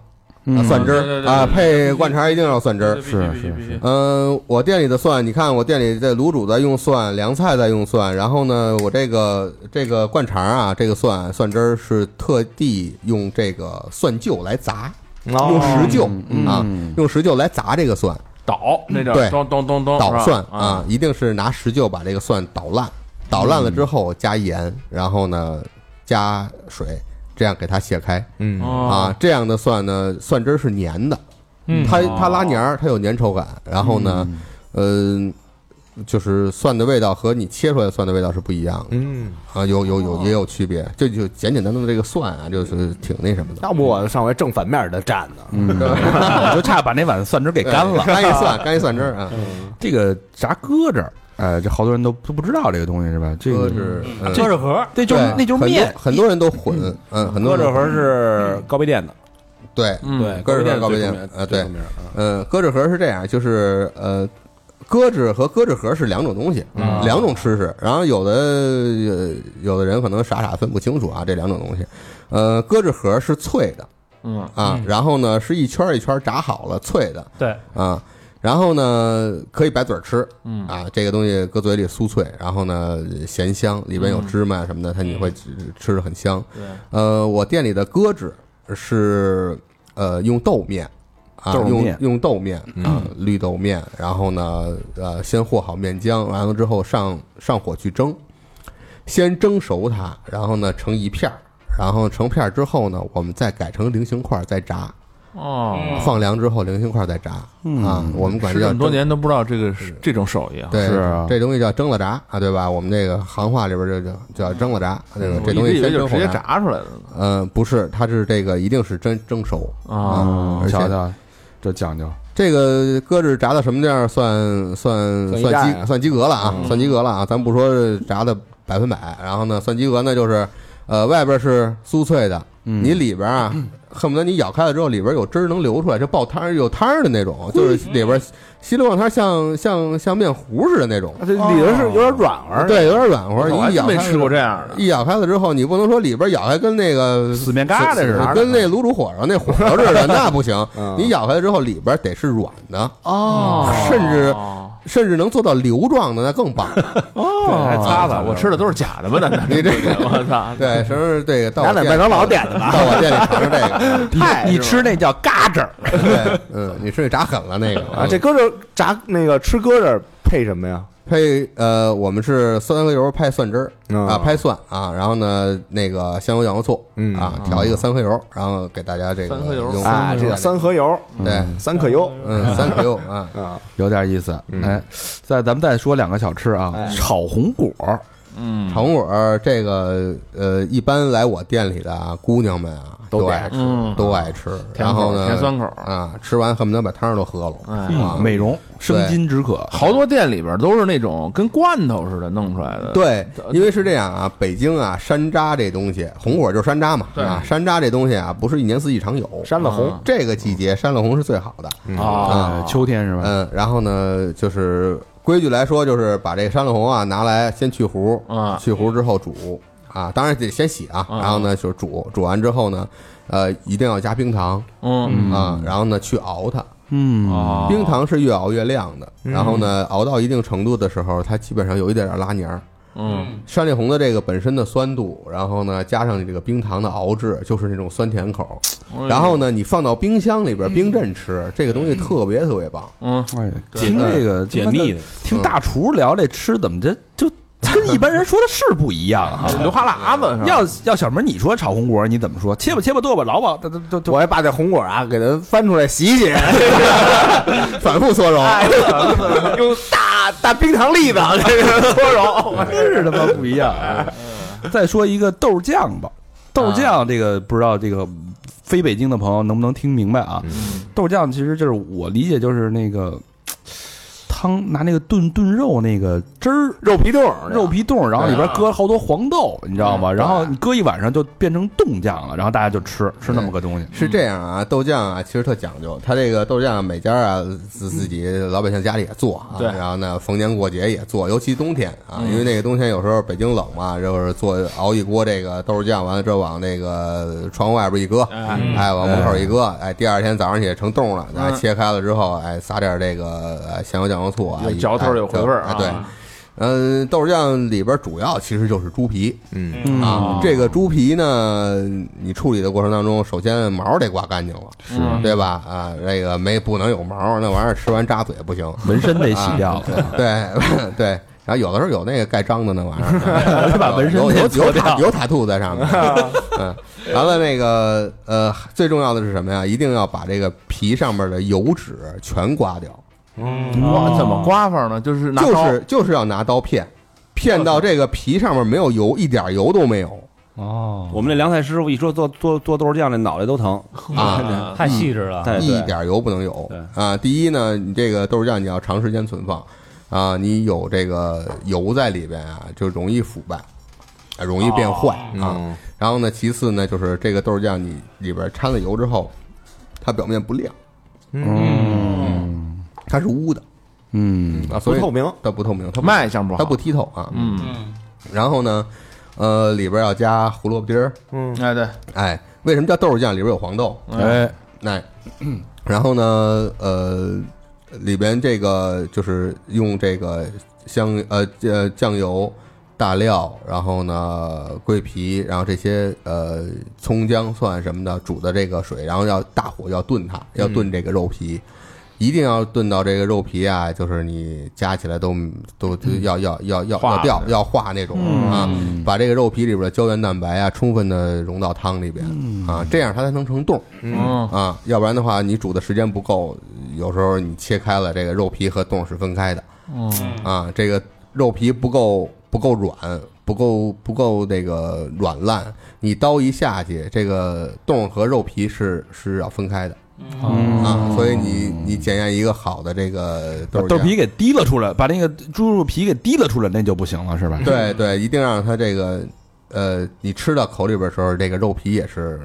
Speaker 2: 嗯
Speaker 6: 蒜汁
Speaker 9: 对对对
Speaker 6: 儿
Speaker 9: 对
Speaker 6: 啊，
Speaker 9: 对
Speaker 6: 配灌肠一定要蒜汁儿。
Speaker 9: 是是
Speaker 2: 是
Speaker 9: 是，
Speaker 6: 嗯，我店里的蒜，你看我店里这卤煮在用蒜，凉菜在用蒜，然后呢，我这个这个灌肠啊，这个蒜蒜汁儿是特地用这个蒜臼来砸，用
Speaker 3: 哦，
Speaker 6: 石臼
Speaker 2: 嗯
Speaker 6: 啊，用石臼来砸这个蒜，
Speaker 9: 倒那叫
Speaker 6: 对
Speaker 9: 咚咚咚咚
Speaker 6: 捣蒜
Speaker 9: 是吧
Speaker 6: 啊，一定是拿石臼把这个蒜捣烂，捣烂了之后加盐，然后呢加水，这样给它卸开
Speaker 3: 嗯
Speaker 6: 啊
Speaker 9: 哦。
Speaker 6: 这样的蒜呢，蒜汁儿是粘的，
Speaker 4: 嗯
Speaker 6: 它
Speaker 9: 哦
Speaker 6: 它拉黏儿，它有粘稠感。然后呢，嗯，就是蒜的味道和你切出来的蒜的味道是不一样的
Speaker 3: 嗯，
Speaker 6: 啊，有有有也有区别。这就简简单单的这个蒜啊，就是挺那什么的。嗯
Speaker 3: 要不我上回正反面的站呢，
Speaker 2: 我就差把那碗蒜汁给干了。
Speaker 6: 哎干一蒜，干一蒜汁儿啊，
Speaker 3: 嗯
Speaker 2: 这个炸鸽子，哎，这好多人都都不知道这个东西是吧？这
Speaker 6: 搁
Speaker 2: 个
Speaker 6: 着
Speaker 3: 啊
Speaker 6: 嗯
Speaker 4: 鸽子盒，
Speaker 2: 那就是
Speaker 6: 对
Speaker 2: 那就是
Speaker 6: 很多
Speaker 2: 面，
Speaker 6: 很多人都混，嗯，很多
Speaker 5: 搁
Speaker 6: 人都
Speaker 5: 这盒
Speaker 6: 混
Speaker 2: 嗯
Speaker 5: 是高碑店的，
Speaker 6: 对，
Speaker 5: 对，
Speaker 6: 搁这盒
Speaker 5: 嗯高
Speaker 6: 高
Speaker 5: 碑
Speaker 6: 碑
Speaker 5: 店
Speaker 6: 店
Speaker 5: 最出名
Speaker 6: 啊对
Speaker 5: 最出名啊
Speaker 6: 呃，鸽子盒是这样，就是呃，鸽子和鸽子盒是两种东西，
Speaker 5: 啊
Speaker 6: 两种吃食。然后有的呃有的人可能傻傻分不清楚啊，这两种东西。呃，鸽子盒是脆的，
Speaker 9: 嗯
Speaker 6: 啊，然后呢是一圈儿一圈儿炸好了脆的
Speaker 4: 对，
Speaker 6: 啊，然后呢可以白嘴儿吃
Speaker 9: 嗯
Speaker 6: 啊，这个东西搁嘴里酥脆，然后呢咸香，里边有芝麻什么的，它你会吃吃着很香。
Speaker 9: 嗯对，
Speaker 6: 呃，我店里的鸽子是呃用豆面啊，
Speaker 2: 豆面嗯
Speaker 6: 用用豆面啊、绿豆面，然后呢呃先和好面浆，完了之后上上火去蒸，先蒸熟它，然后呢成一片儿，然后成片儿之后呢，我们再改成菱形块儿再炸，
Speaker 9: 哦，
Speaker 6: 放凉之后菱形块儿再炸
Speaker 2: 嗯
Speaker 6: 啊，我们管
Speaker 9: 吃
Speaker 6: 叫
Speaker 9: 这么多
Speaker 6: 蒸
Speaker 9: 年都不知道这个是这种手艺啊，
Speaker 6: 对，
Speaker 2: 是啊
Speaker 6: 这东西叫蒸了炸啊，对吧？我们这个行话里边就就叫蒸了炸，这个
Speaker 9: 我
Speaker 6: 这
Speaker 9: 一
Speaker 6: 东
Speaker 9: 直
Speaker 6: 西
Speaker 9: 嗯以为
Speaker 6: 先
Speaker 9: 就
Speaker 6: 蒸
Speaker 9: 直
Speaker 6: 后
Speaker 9: 接。炸出来的呢
Speaker 6: 嗯，不是，它是这个一定是蒸蒸熟
Speaker 3: 嗯
Speaker 9: 啊，
Speaker 6: 嗯而且
Speaker 2: 瞧瞧这讲究，
Speaker 6: 这个鸽子炸到什么样儿算算
Speaker 3: 算一
Speaker 6: 算
Speaker 3: 战
Speaker 6: 及
Speaker 3: 啊
Speaker 6: 算及格了啊，算及格了啊！咱不说炸的百分百，然后呢，算及格呢就是，呃，外边是酥脆的，
Speaker 2: 嗯
Speaker 6: 你里边啊，恨不得你咬开了之后里边有汁儿能流出来，这爆汤儿有汤儿的那种，就是里边稀里旺汤儿像像像面糊似的那种，啊
Speaker 3: 这里头是有点软和，，
Speaker 6: 对，有点软和，
Speaker 9: 我还真
Speaker 6: 一咬
Speaker 9: 没
Speaker 6: 开
Speaker 9: 吃
Speaker 6: 了
Speaker 9: 过这样的，
Speaker 6: 一咬开了之后，你不能说里边咬开跟那个
Speaker 2: 死面疙瘩似的，
Speaker 6: 跟那卤煮火烧那火烧似的，那不行
Speaker 3: 嗯。
Speaker 6: 你咬开了之后，里边得是软的，
Speaker 9: 哦
Speaker 6: 甚至甚至能做到流状的，那更棒。啊
Speaker 9: 对还擦擦，我吃的都是假的吧？难道
Speaker 6: 你这个
Speaker 9: 我
Speaker 3: 啊
Speaker 9: 操，
Speaker 6: 对，什么时候这个到
Speaker 3: 咱
Speaker 6: 我
Speaker 3: 俩
Speaker 6: 店
Speaker 3: 麦
Speaker 6: 里
Speaker 3: 当劳点的吧，
Speaker 6: 到我店里尝尝这个。
Speaker 3: 太
Speaker 2: 你吃那叫嘎吱儿，
Speaker 6: 对，嗯，你吃炸狠了那个
Speaker 3: 啊啊，这鸽子炸那个吃鸽子配什么呀？
Speaker 6: 配呃，我们是酸和油拍蒜汁儿啊，
Speaker 3: 啊
Speaker 6: 拍蒜啊，然后呢那个香油酱油醋
Speaker 3: 嗯
Speaker 6: 啊，调一个三合油，然后给大家这个
Speaker 9: 三合油
Speaker 6: 用
Speaker 3: 啊，这叫三合油，
Speaker 6: 对，
Speaker 3: 三克油
Speaker 6: 嗯，三合油啊，
Speaker 3: 啊，
Speaker 2: 有点意思。
Speaker 3: 嗯
Speaker 2: 哎，再咱们再说两个小吃啊，
Speaker 7: 哎
Speaker 2: 炒红果儿，
Speaker 9: 嗯，
Speaker 6: 炒红果儿这个呃，一般来我店里的啊，姑娘们啊
Speaker 3: 都
Speaker 6: 都
Speaker 3: 点
Speaker 6: 爱吃，
Speaker 9: 嗯
Speaker 6: 都爱吃，
Speaker 9: 甜
Speaker 6: 然后
Speaker 9: 口甜
Speaker 6: 呢
Speaker 9: 酸口儿，
Speaker 6: 啊，吃完恨不得把汤都喝了
Speaker 9: 哎
Speaker 6: 啊，
Speaker 2: 美容生津止渴，
Speaker 7: 好多店里边都是那种跟罐头似的弄出来的，，呃
Speaker 6: 对，因为是这样啊，北京啊，山楂这东西，红果就是山楂嘛，
Speaker 9: 对
Speaker 6: 啊，山楂这东西啊，不是一年四季常有，啊
Speaker 3: 山了红
Speaker 6: 这个季节山了红是最好的，
Speaker 2: 啊，秋天是吧？
Speaker 6: 嗯，然后呢，就是规矩来说，就是把这个山了红啊拿来先去核，
Speaker 9: 啊
Speaker 6: 去核之后煮啊，当然得先洗啊，然后呢就是煮，煮完之后呢，呃，一定要加冰糖
Speaker 9: 嗯
Speaker 6: 啊，然后呢去熬它，
Speaker 2: 嗯，
Speaker 7: 啊，
Speaker 6: 冰糖是越熬越亮的，然后呢熬到一定程度的时候，它基本上有一点点拉黏儿。
Speaker 9: 嗯
Speaker 6: 山里红的这个本身的酸度，然后呢加上你这个冰糖的熬制，就是那种酸甜口。然后呢，你放到冰箱里边冰镇吃，这个东西特别特别棒。
Speaker 9: 嗯，
Speaker 2: 哎，听这个
Speaker 5: 解
Speaker 2: 他妈的
Speaker 5: 腻的，
Speaker 2: 听大厨聊这吃，怎么这就跟一般人说的是不一样啊？
Speaker 7: 流哈喇子是吧？
Speaker 2: 要要小明，你说炒红果儿你怎么说？切吧切吧剁吧 挠吧，这这这这
Speaker 3: 我还把这红果啊给它翻出来洗一洗，
Speaker 6: 反复搓揉，
Speaker 7: 哎
Speaker 3: 用大大冰糖粒子这个搓揉，
Speaker 2: 是他妈不一样啊！
Speaker 6: 嗯
Speaker 2: 再说一个豆酱
Speaker 6: 啊
Speaker 2: 吧，豆酱这个不知道这个非北京的朋友能不能听明白啊？
Speaker 6: 嗯
Speaker 2: 豆酱其实就是我理解就是那个汤拿那个炖炖肉那个汁儿。
Speaker 3: 肉皮冻，
Speaker 2: 肉皮冻，然后里边搁好多黄豆，你知道
Speaker 6: 啊
Speaker 2: 吗？然后你搁一晚上就变成冻酱了，然后大家就吃
Speaker 6: 嗯
Speaker 2: 吃那么个东西。
Speaker 6: 是这样啊，豆酱啊，其实特讲究，它这个豆酱每家啊自自己老百姓家里也做啊，
Speaker 9: 对
Speaker 6: 然后呢逢年过节也做，尤其冬天啊，
Speaker 7: 嗯
Speaker 6: 因为那个冬天有时候北京冷嘛，就是做熬一锅这个豆酱，完了之后往那个窗户外边一搁，
Speaker 7: 嗯
Speaker 6: 哎，往门口一搁，哎，第二天早上起来成冻了，哎，切开了之后，哎，撒点这个哎香油酱油醋啊，
Speaker 7: 有
Speaker 6: 一
Speaker 7: 嚼头
Speaker 6: 哎
Speaker 7: 有回味儿
Speaker 6: 哎
Speaker 7: 啊
Speaker 6: 对。嗯，豆酱里边主要其实就是猪皮，
Speaker 3: 嗯
Speaker 2: 嗯
Speaker 6: 啊，这个猪皮呢，你处理的过程当中，首先毛得刮干净了，
Speaker 7: 嗯
Speaker 6: 对吧？啊，这个没不能有毛，那玩意儿吃完扎嘴不行。啊
Speaker 2: 纹身得洗掉了，
Speaker 6: 对 对，然后有的时候有那个盖章的那玩意 儿，
Speaker 2: 把纹身
Speaker 6: 有
Speaker 2: 给
Speaker 6: 有
Speaker 2: 搓
Speaker 6: 有
Speaker 2: 掉
Speaker 6: 塔有塔兔在上 面。嗯，完了那个呃，最重要的是什么呀？一定要把这个皮上面的油脂全刮掉，
Speaker 7: 哇，怎么刮法呢？哦就是拿
Speaker 6: 就
Speaker 7: 刀
Speaker 6: 是就是要拿刀片，片到这个皮上面没有油，一点油都没有
Speaker 4: 哦，
Speaker 5: 我们那凉菜师傅一说做做做豆酱，那脑袋都疼。嗯
Speaker 6: 啊。
Speaker 4: 太细致了，
Speaker 5: 太对
Speaker 6: 一点油不能有
Speaker 5: 对
Speaker 6: 啊。第一呢，你这个豆酱你要长时间存放啊，你有这个油在里边啊，就容易腐败，啊容易变坏
Speaker 4: 哦
Speaker 6: 啊。
Speaker 3: 嗯
Speaker 6: 然后呢，其次呢，就是这个豆酱你里边掺了油之后，它表面不亮，嗯
Speaker 2: 嗯
Speaker 6: 它是污的
Speaker 2: 嗯，
Speaker 6: 啊，
Speaker 3: 不
Speaker 6: 所以
Speaker 3: 透明，
Speaker 6: 它不透明，它不
Speaker 7: 卖相不好，
Speaker 6: 它不剔透啊。
Speaker 7: 嗯，
Speaker 6: 然后呢，呃，里边要加胡萝卜丁儿，
Speaker 7: 哎对，
Speaker 6: 哎，为什么叫豆酱？里边有黄豆，
Speaker 2: 哎，
Speaker 6: 哎，然后呢，呃，里边这个就是用这个香呃呃酱油、大料，然后呢桂皮，然后这些呃葱姜蒜什么的煮的这个水，然后要大火要炖它，要炖这个肉皮。一定要炖到这个肉皮啊，就是你夹起来都都都要要要要
Speaker 7: 化
Speaker 6: 要
Speaker 7: 了
Speaker 6: 掉要化那种啊，
Speaker 7: 嗯
Speaker 6: 把这个肉皮里边的胶原蛋白啊，充分的融到汤里边啊，这样它才能成冻。
Speaker 7: 嗯
Speaker 6: 啊，要不然的话，你煮的时间不够，有时候你切开了，这个肉皮和冻是分开的
Speaker 7: 嗯
Speaker 6: 啊。这个肉皮不够不够软，不够不够这个软烂，你刀一下去，这个冻和肉皮是是要分开的啊。所以你你检验一个好的这个
Speaker 2: 把
Speaker 6: 豆
Speaker 2: 豆
Speaker 6: 酱
Speaker 2: 皮，给提了出来，把那个猪肉皮给提了出来，那就不行了，是 吧？
Speaker 6: 对对，一定让它这个呃，你吃到口里边的时候，这个肉皮也是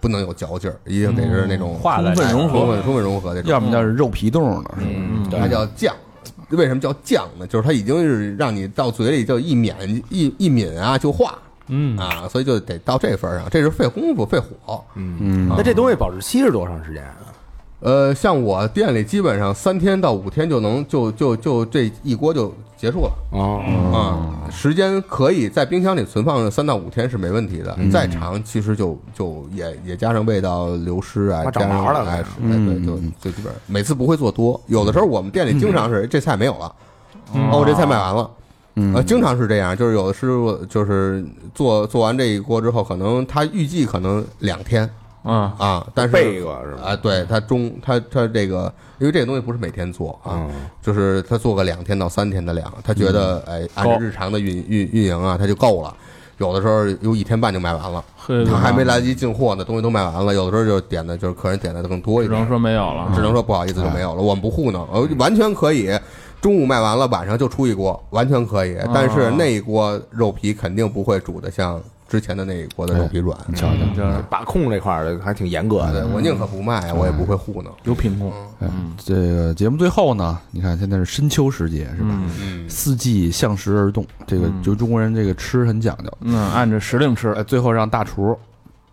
Speaker 6: 不能有嚼劲儿，一定得是那种
Speaker 4: 嗯化在
Speaker 2: 充分
Speaker 4: 里边
Speaker 2: 融合
Speaker 6: 充分充分融合的这种。
Speaker 2: 要么叫是肉皮冻了，是吧？
Speaker 7: 嗯
Speaker 6: 它叫酱。为什么叫酱呢？就是它已经是让你到嘴里就一抿一一抿啊就化
Speaker 4: 嗯，
Speaker 6: 啊，所以就得到这份儿上，这是费功夫费火。
Speaker 2: 嗯
Speaker 3: 那这东西保质期是多长时间啊？
Speaker 6: 呃，像我店里基本上三天到五天就能就就就这一锅就结束了
Speaker 3: 哦，
Speaker 6: 啊、时间可以在冰箱里存放三到五天是没问题的，
Speaker 3: 嗯
Speaker 6: 再长其实就就也也加上味道流失啊，
Speaker 3: 它
Speaker 6: 加
Speaker 3: 长
Speaker 6: 上
Speaker 3: 毛了
Speaker 6: 哎，
Speaker 2: 嗯
Speaker 3: 开始
Speaker 6: 哎对，就就基本上每次不会做多，有的时候我们店里经常是这菜没有了。哦，我这菜买完了。
Speaker 2: 嗯
Speaker 6: 呃，经常是这样，就是有的师傅就是做做完这一锅之后，可能他预计可能两天
Speaker 9: 嗯
Speaker 6: 啊，但
Speaker 3: 背一
Speaker 6: 是
Speaker 3: 个是吧？
Speaker 6: 啊，对他中他他这个，因为这个东西不是每天做啊，就是他做个两天到三天的量，他觉得哎，按照日常的运运运营啊，他就够了。有的时候有一天半就卖完了，
Speaker 7: 呵
Speaker 6: 他还没来得及进货呢，东西都卖完了。有的时候就点的就是客人点的更多一
Speaker 7: 只
Speaker 6: 点
Speaker 7: 能，说没有了，嗯
Speaker 6: 只能说不好意思就没有了。我们不糊弄，呃，完全可以。中午卖完了，晚上就出一锅，完全可以。
Speaker 7: 啊
Speaker 6: 但是那一锅肉皮肯定不会煮的像之前的那一锅的肉皮软。
Speaker 2: 你瞧瞧，
Speaker 7: 就是
Speaker 3: 把控这块儿的还挺严格
Speaker 6: 对
Speaker 3: 的，
Speaker 6: 我宁可不卖，我也不会糊弄。
Speaker 7: 有品控，
Speaker 2: 嗯，这个节目最后呢，你看现在是深秋时节，是吧？
Speaker 6: 嗯，
Speaker 2: 四季向时而动，这个
Speaker 7: 嗯
Speaker 2: 就中国人这个吃很讲究。
Speaker 7: 嗯，按着时令吃，
Speaker 2: 呃，最后让大厨，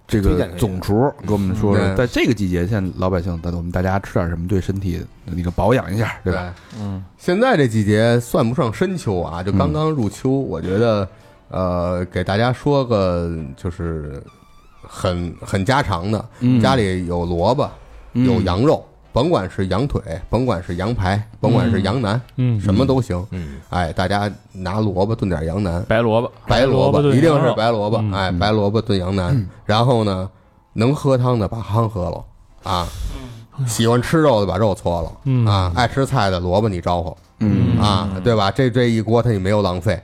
Speaker 2: 这
Speaker 3: 推
Speaker 2: 个
Speaker 3: 荐推荐
Speaker 2: 总厨给我们说说，
Speaker 6: 嗯
Speaker 2: 在这个季节，现在老百姓，咱我们大家吃点啊什么，对身体那个保养一下，对吧？？
Speaker 7: 嗯，
Speaker 6: 现在这季节算不上深秋啊，就刚刚入秋。我觉得，呃，给大家说个就是很很家常的，
Speaker 2: 嗯
Speaker 6: 家里有萝卜，
Speaker 2: 嗯
Speaker 6: 有羊肉，甭管是羊腿，甭管是羊排，甭管是羊腩，
Speaker 4: 嗯
Speaker 6: 什么都行。
Speaker 3: 嗯，
Speaker 6: 哎，大家拿萝卜炖点羊腩，
Speaker 7: 白萝卜，
Speaker 6: 白萝
Speaker 4: 白萝卜炖
Speaker 6: 一定
Speaker 4: 羊
Speaker 6: 是
Speaker 4: 肉
Speaker 6: 白萝卜
Speaker 4: 嗯，
Speaker 6: 哎，白萝卜炖羊腩。然后呢，能喝汤的把汤喝了啊，喜欢吃肉的把肉搓了。
Speaker 4: 嗯
Speaker 6: 啊，爱吃菜的萝卜你招呼，
Speaker 2: 嗯
Speaker 6: 啊，对吧？这这一锅它也没有浪费，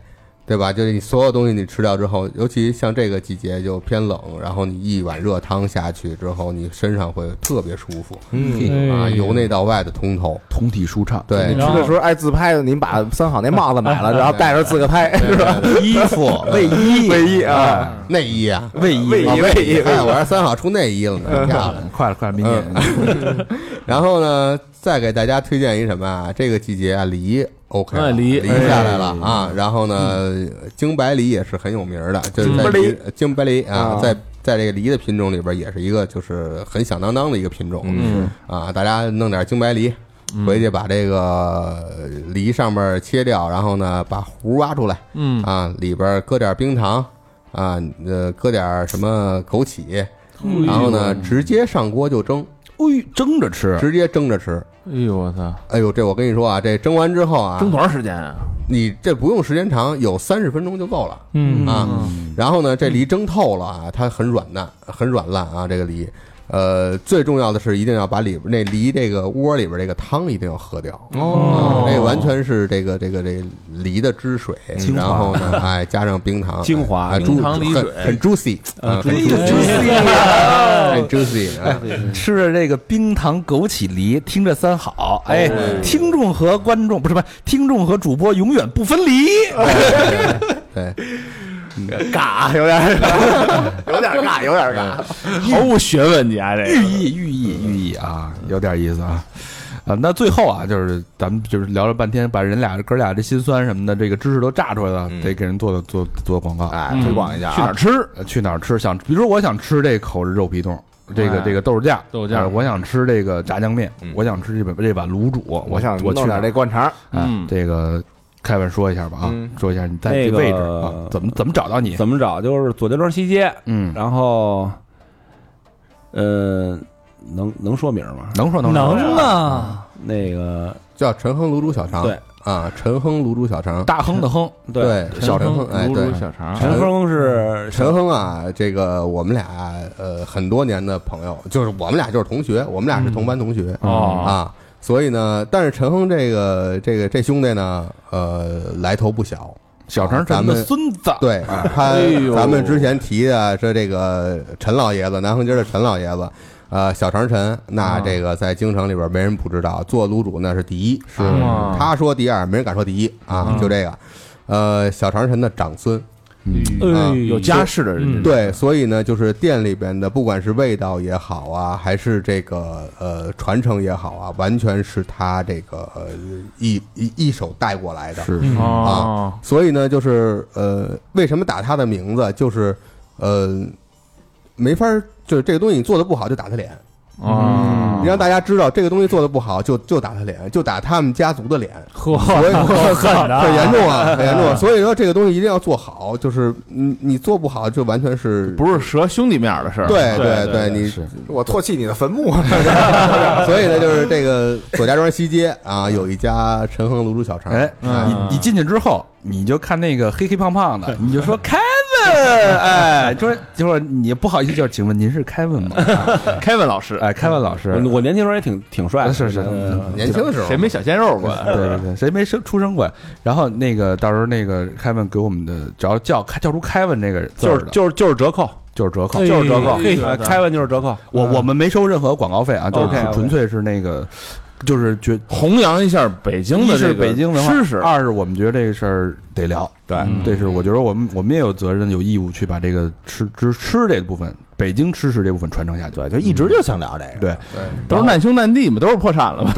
Speaker 6: 对吧？就是你所有东西你吃掉之后，尤其像这个季节就偏冷，然后你一碗热汤下去之后，你身上会特别舒服，
Speaker 4: 哎
Speaker 6: 啊，由内到外的通透。
Speaker 2: 嗯通体舒畅，
Speaker 6: 对
Speaker 3: 你吃的时候爱自拍的，您把三好那帽子买 了，然后戴着自个拍，
Speaker 6: 对对对
Speaker 2: 衣服 嗯
Speaker 3: 卫衣，卫衣啊，
Speaker 6: 内衣啊，
Speaker 2: 卫衣，
Speaker 3: 卫衣
Speaker 6: 哦
Speaker 3: 卫衣
Speaker 6: 哎，我是三好出内衣了呢，漂亮。嗯
Speaker 2: 快了快了，明年
Speaker 6: 然后呢，再给大家推荐一什么啊？这个季节啊，梨 OK，了
Speaker 7: 哎梨
Speaker 6: 梨下来了啊。然后呢，京白梨也是很有名儿的，就是在
Speaker 3: 白梨
Speaker 6: 梨京白梨啊
Speaker 3: 啊，
Speaker 6: 在在这个梨的品种里边，也是一个就是很响当当的一个品种。嗯啊，大家弄点京白梨。回去把这个梨上面切掉，然后呢，把核挖出来，
Speaker 7: 嗯
Speaker 6: 啊，里边搁点冰糖，啊，呃，搁点什么枸杞，然后呢，直接上锅就蒸，
Speaker 2: 哎，蒸着吃，
Speaker 6: 直接蒸着吃。
Speaker 7: 哎呦我操，
Speaker 6: 哎呦，这我跟你说啊，这蒸完之后啊
Speaker 7: 蒸，多长时间啊？
Speaker 6: 你这不用时间长，有三十分钟就够了
Speaker 4: 嗯
Speaker 6: 啊。然后呢，这梨蒸透了啊，它很软烂，很软烂啊，这个梨。呃，最重要的是一定要把里边那梨这个窝里边这个汤一定要喝掉哦，这完全是这个这个这个梨的汁水，
Speaker 2: 精华
Speaker 6: 然后呢，哎，加上冰糖，
Speaker 5: 精华
Speaker 6: 哎
Speaker 7: 冰糖梨
Speaker 6: 很
Speaker 7: 水
Speaker 6: 很 juicy，啊
Speaker 2: 哎
Speaker 6: 很
Speaker 7: 啊
Speaker 2: juicy
Speaker 6: 很 juicy，哎
Speaker 2: 吃着这个冰糖枸杞梨，听着三好，哎，
Speaker 6: 哦
Speaker 2: 听众和观众不是不是，听众和主播永远不分离。
Speaker 6: 对，
Speaker 3: 尬，啊有点，有点尬，有点尬，
Speaker 7: 毫无学问，你啊这
Speaker 2: 寓
Speaker 7: 个，
Speaker 2: 意寓意寓意啊，有点意思啊。啊，那最后啊，就是咱们就是聊了半天，把人俩哥俩这心酸什么的，这个知识都炸出来了，
Speaker 7: 嗯
Speaker 2: 得给人做做做做广告。
Speaker 3: 哎，推广一下
Speaker 7: 去哪
Speaker 3: 啊
Speaker 7: 儿，吃？
Speaker 2: 呃去哪儿吃？想，比如说我想吃这口肉皮冻，这个
Speaker 7: 哎
Speaker 2: 这个豆酱，
Speaker 7: 豆酱
Speaker 2: 呃我想吃这个炸酱面，我想吃这碗这碗卤煮，我
Speaker 3: 嗯我想
Speaker 2: 我去
Speaker 3: 弄
Speaker 2: 哪
Speaker 3: 点
Speaker 2: 儿
Speaker 3: 这灌肠，
Speaker 2: 哎
Speaker 7: 嗯
Speaker 2: 这个凯文说一下吧啊，
Speaker 3: 嗯
Speaker 2: 说一下你在
Speaker 5: 那
Speaker 2: 这
Speaker 5: 个
Speaker 2: 位置啊，怎么怎么找到你？
Speaker 5: 嗯怎么找？就是左家庄西街，
Speaker 2: 嗯，
Speaker 5: 然后，呃，能能说名吗？
Speaker 2: 能说能说
Speaker 4: 能啊，
Speaker 5: 那个
Speaker 6: 叫陈亨卤煮小肠，
Speaker 5: 对
Speaker 6: 啊，陈亨卤煮小肠，
Speaker 2: 大亨 的亨，
Speaker 6: 对小
Speaker 7: 城
Speaker 6: 陈亨，哎，
Speaker 7: 卤
Speaker 6: 对
Speaker 7: 煮，小肠，
Speaker 5: 陈峰是
Speaker 6: 陈亨啊，这个我们俩呃很多年的朋友，就是我们俩就是同学，我们俩是同班同
Speaker 2: 嗯
Speaker 6: 学、
Speaker 7: 哦
Speaker 6: 啊，所以呢，但是陈亨这个这个这兄弟呢，呃，来头不小。啊
Speaker 2: 小城
Speaker 6: 咱
Speaker 2: 陈
Speaker 6: 们
Speaker 2: 的孙子，
Speaker 6: 对啊他
Speaker 7: 哎呦，
Speaker 6: 咱们之前提的说这个陈老爷子，南横街的陈老爷子，呃，小长陈，那
Speaker 7: 啊
Speaker 6: 这个在京城里边没人不知道，做卤煮那是第一，是
Speaker 7: 吗
Speaker 6: 他说第二，没人敢说第一啊，就这个，呃，小长陈的长孙，
Speaker 7: 哎
Speaker 6: 嗯
Speaker 7: 有家世的人，
Speaker 6: 对，所以呢，就是店里边的，不管是味道也好啊，还是这个呃传承也好啊，完全是他这个、呃、一一一手带过来的。啊
Speaker 2: 是
Speaker 7: 哦，
Speaker 6: 所以呢，就是呃，为什么打他的名字，就是呃，没法儿，就是这个东西你做的不好就打他脸，
Speaker 9: 啊
Speaker 6: 你，让大家知道这个东西做的不好，就就打他脸，就打他们家族的 脸，
Speaker 4: 呵，
Speaker 6: 所以
Speaker 4: 狠的，
Speaker 6: 很严重啊，很严重啊。所以说这个东西一定要做好，就是你你做不好，就完全是
Speaker 7: 不是蛇兄弟面儿的事儿。
Speaker 6: 对
Speaker 5: 对
Speaker 6: 对，
Speaker 5: 对
Speaker 6: 你
Speaker 2: 是
Speaker 3: 我唾弃你的坟 墓，啊
Speaker 6: 所以呢，就是这个左家庄西街啊，有一家陈亨卤煮小肠，啊
Speaker 2: 哎，你
Speaker 4: 嗯
Speaker 2: 你进去之后，你就看那个黑黑胖胖的，你 就说 Kevin，哎，就是就是你不好意思，就是请问您是 Kevin 吗？
Speaker 7: 凯文老师，
Speaker 2: 哎，Kevin 老师，
Speaker 5: 我我年轻时候也挺挺帅的，
Speaker 2: 是是
Speaker 5: 嗯
Speaker 6: 年轻时候
Speaker 7: 谁没小鲜肉过？
Speaker 2: 对对对，谁没生出生过呀？然后那个到时候那个 Kevin 给我们的，只要叫叫出 Kevin 这个字
Speaker 5: 就
Speaker 2: 儿
Speaker 5: 是
Speaker 2: 的，
Speaker 5: 就是就是折扣，
Speaker 2: 就是折扣。
Speaker 5: 就是折扣
Speaker 7: 哎，
Speaker 5: 哎开完就是折扣。
Speaker 2: 我我们没收任何广告费啊，就是
Speaker 5: 嗯 OK，OK
Speaker 2: 纯粹是那个，就是觉
Speaker 7: 弘扬一下北京
Speaker 2: 一
Speaker 7: 的这
Speaker 2: 是
Speaker 7: 个
Speaker 2: 北京文化
Speaker 7: 知识，
Speaker 2: 二是我们觉得这个事儿得聊。
Speaker 7: 对
Speaker 4: 嗯
Speaker 2: 这是我觉得我们我们也有责任有义务去把这个吃吃吃这部分北京吃食这部分传承下去。
Speaker 3: 对，
Speaker 2: 嗯
Speaker 3: 就一直就想聊这个，
Speaker 2: 对，
Speaker 7: 都是难兄难弟嘛，都 是破产了嘛。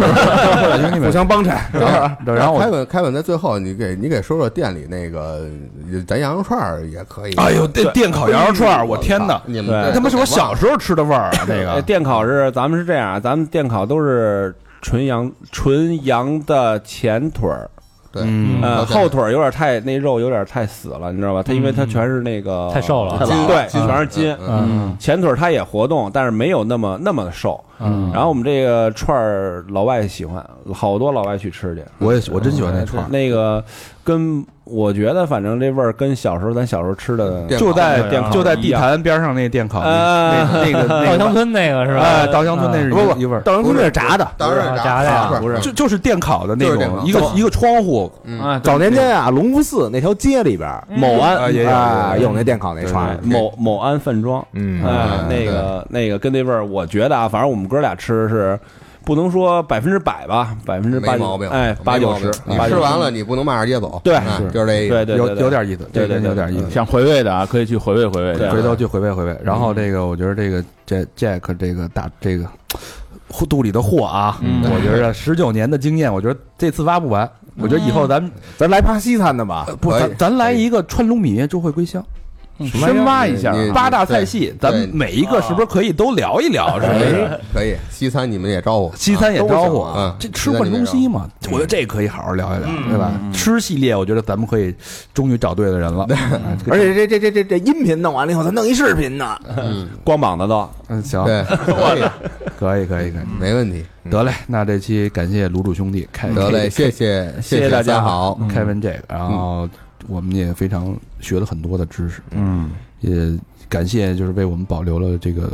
Speaker 2: 互相帮衬。然后然后
Speaker 6: 开
Speaker 2: 我
Speaker 6: 本开本在最后，你给你给说说店里那个呃咱羊肉串儿也可以。
Speaker 2: 哎呦，电电烤羊肉串儿，我天哪！
Speaker 6: 你们
Speaker 5: 对
Speaker 6: 这
Speaker 2: 那他妈是我小时候吃的味儿啊！那
Speaker 5: 哎
Speaker 2: 个
Speaker 5: 电烤是咱们是这样啊，咱们电烤都是纯羊纯羊的前腿儿，
Speaker 6: 对，
Speaker 2: 嗯
Speaker 5: 呃，
Speaker 6: 了解
Speaker 5: 后腿儿有点太那肉有点太死了，你知道吧？它因为它全是那个
Speaker 4: 嗯太瘦了，
Speaker 6: 筋
Speaker 5: 对，
Speaker 6: 筋
Speaker 5: 全是筋。
Speaker 6: 嗯
Speaker 4: 嗯
Speaker 5: 前腿儿它也活动，但是没有那么那么瘦。
Speaker 4: 嗯，
Speaker 5: 然后我们这个串儿老外喜欢，好多老外去吃去。呃
Speaker 2: 我也喜我真喜欢那串儿，
Speaker 5: 那个跟我觉得，反正这味儿跟小时候咱小时候吃的
Speaker 6: 电烤
Speaker 2: 就在
Speaker 4: 啊
Speaker 5: 电烤
Speaker 2: 就在
Speaker 5: 一
Speaker 2: 地
Speaker 5: 样
Speaker 2: 坛边上那电烤，
Speaker 5: 呃
Speaker 2: 那那个
Speaker 4: 稻
Speaker 2: 那
Speaker 4: 香
Speaker 2: 个
Speaker 4: 村那个是吧？啊
Speaker 2: 哎，稻香村那是
Speaker 3: 不
Speaker 2: 一一味儿，
Speaker 3: 到时候那是炸的。
Speaker 6: 当然
Speaker 4: 炸的呀
Speaker 5: 不是
Speaker 2: 就就是电烤的那
Speaker 6: 就是电
Speaker 2: 种，
Speaker 6: 烤
Speaker 2: 一个一个窗户，
Speaker 5: 嗯
Speaker 7: 啊，
Speaker 3: 早年间啊，隆福寺那条街里边，某
Speaker 2: 啊
Speaker 3: 安
Speaker 2: 也有
Speaker 3: 啊
Speaker 2: 也有
Speaker 3: 有那电烤那串儿，
Speaker 5: 某某安饭庄，
Speaker 3: 嗯
Speaker 5: 哎
Speaker 2: 啊
Speaker 6: 嗯，
Speaker 5: 那个那个跟那味儿，我觉得啊，反正我们哥俩吃是不能说百分之百吧，百 分之八
Speaker 6: 没
Speaker 5: 九
Speaker 6: 毛病，
Speaker 5: 哎，八
Speaker 6: 没
Speaker 5: 九
Speaker 6: 毛病
Speaker 5: 十，
Speaker 6: 你
Speaker 5: 八
Speaker 6: 吃
Speaker 5: 九十
Speaker 6: 完了，你不能骂着街走，
Speaker 5: 对
Speaker 6: 哎
Speaker 5: 是
Speaker 6: 就是这意思。
Speaker 5: 对对
Speaker 2: 有
Speaker 5: 对，
Speaker 2: 有点意思，
Speaker 5: 对对
Speaker 2: 这
Speaker 5: 对
Speaker 2: 个有点意思。
Speaker 7: 想回味的啊，可以去回味回味。
Speaker 5: 对
Speaker 2: 回头去回味回味。然后这个，我觉得这个 Jack Jack 这个大这个嘖肚里的货啊，
Speaker 7: 嗯
Speaker 2: 我觉得十九年的经验，我觉得这次挖不完。我觉得以后咱们呃
Speaker 3: 咱来盘西餐的吧，
Speaker 2: 不，
Speaker 6: 可以
Speaker 2: 咱咱来一个川鲁米周会归乡
Speaker 6: 嗯
Speaker 7: 深挖一下啊
Speaker 6: 你
Speaker 2: 八大菜系，咱们
Speaker 6: 对
Speaker 2: 每一个
Speaker 3: 啊
Speaker 2: 是不是可以都聊一聊？是不是？
Speaker 6: 哎，可以，西餐你们也招呼，
Speaker 2: 西餐也招呼
Speaker 6: 啊都行啊
Speaker 2: 这吃惯东西嘛，我觉得
Speaker 6: 嗯
Speaker 2: 这可以好好聊一聊，对吧？吃系列，我觉得咱们可以终于找对的人了。哎这个
Speaker 3: 而且这这这这这音频弄完了以后，咱弄一视频呢，
Speaker 5: 光膀子都，
Speaker 2: 嗯，行，
Speaker 6: 对，可以
Speaker 2: 可以，可以，可以，
Speaker 6: 没问题。
Speaker 2: 得嘞。那这期感谢卤煮兄弟，开
Speaker 6: 得嘞，谢谢，
Speaker 5: 谢
Speaker 6: 谢
Speaker 5: 谢大家
Speaker 6: 三好，
Speaker 2: 嗯开文这个，然后我们也非常学了很多的知识，
Speaker 7: 嗯，
Speaker 2: 也感谢就是为我们保留了这个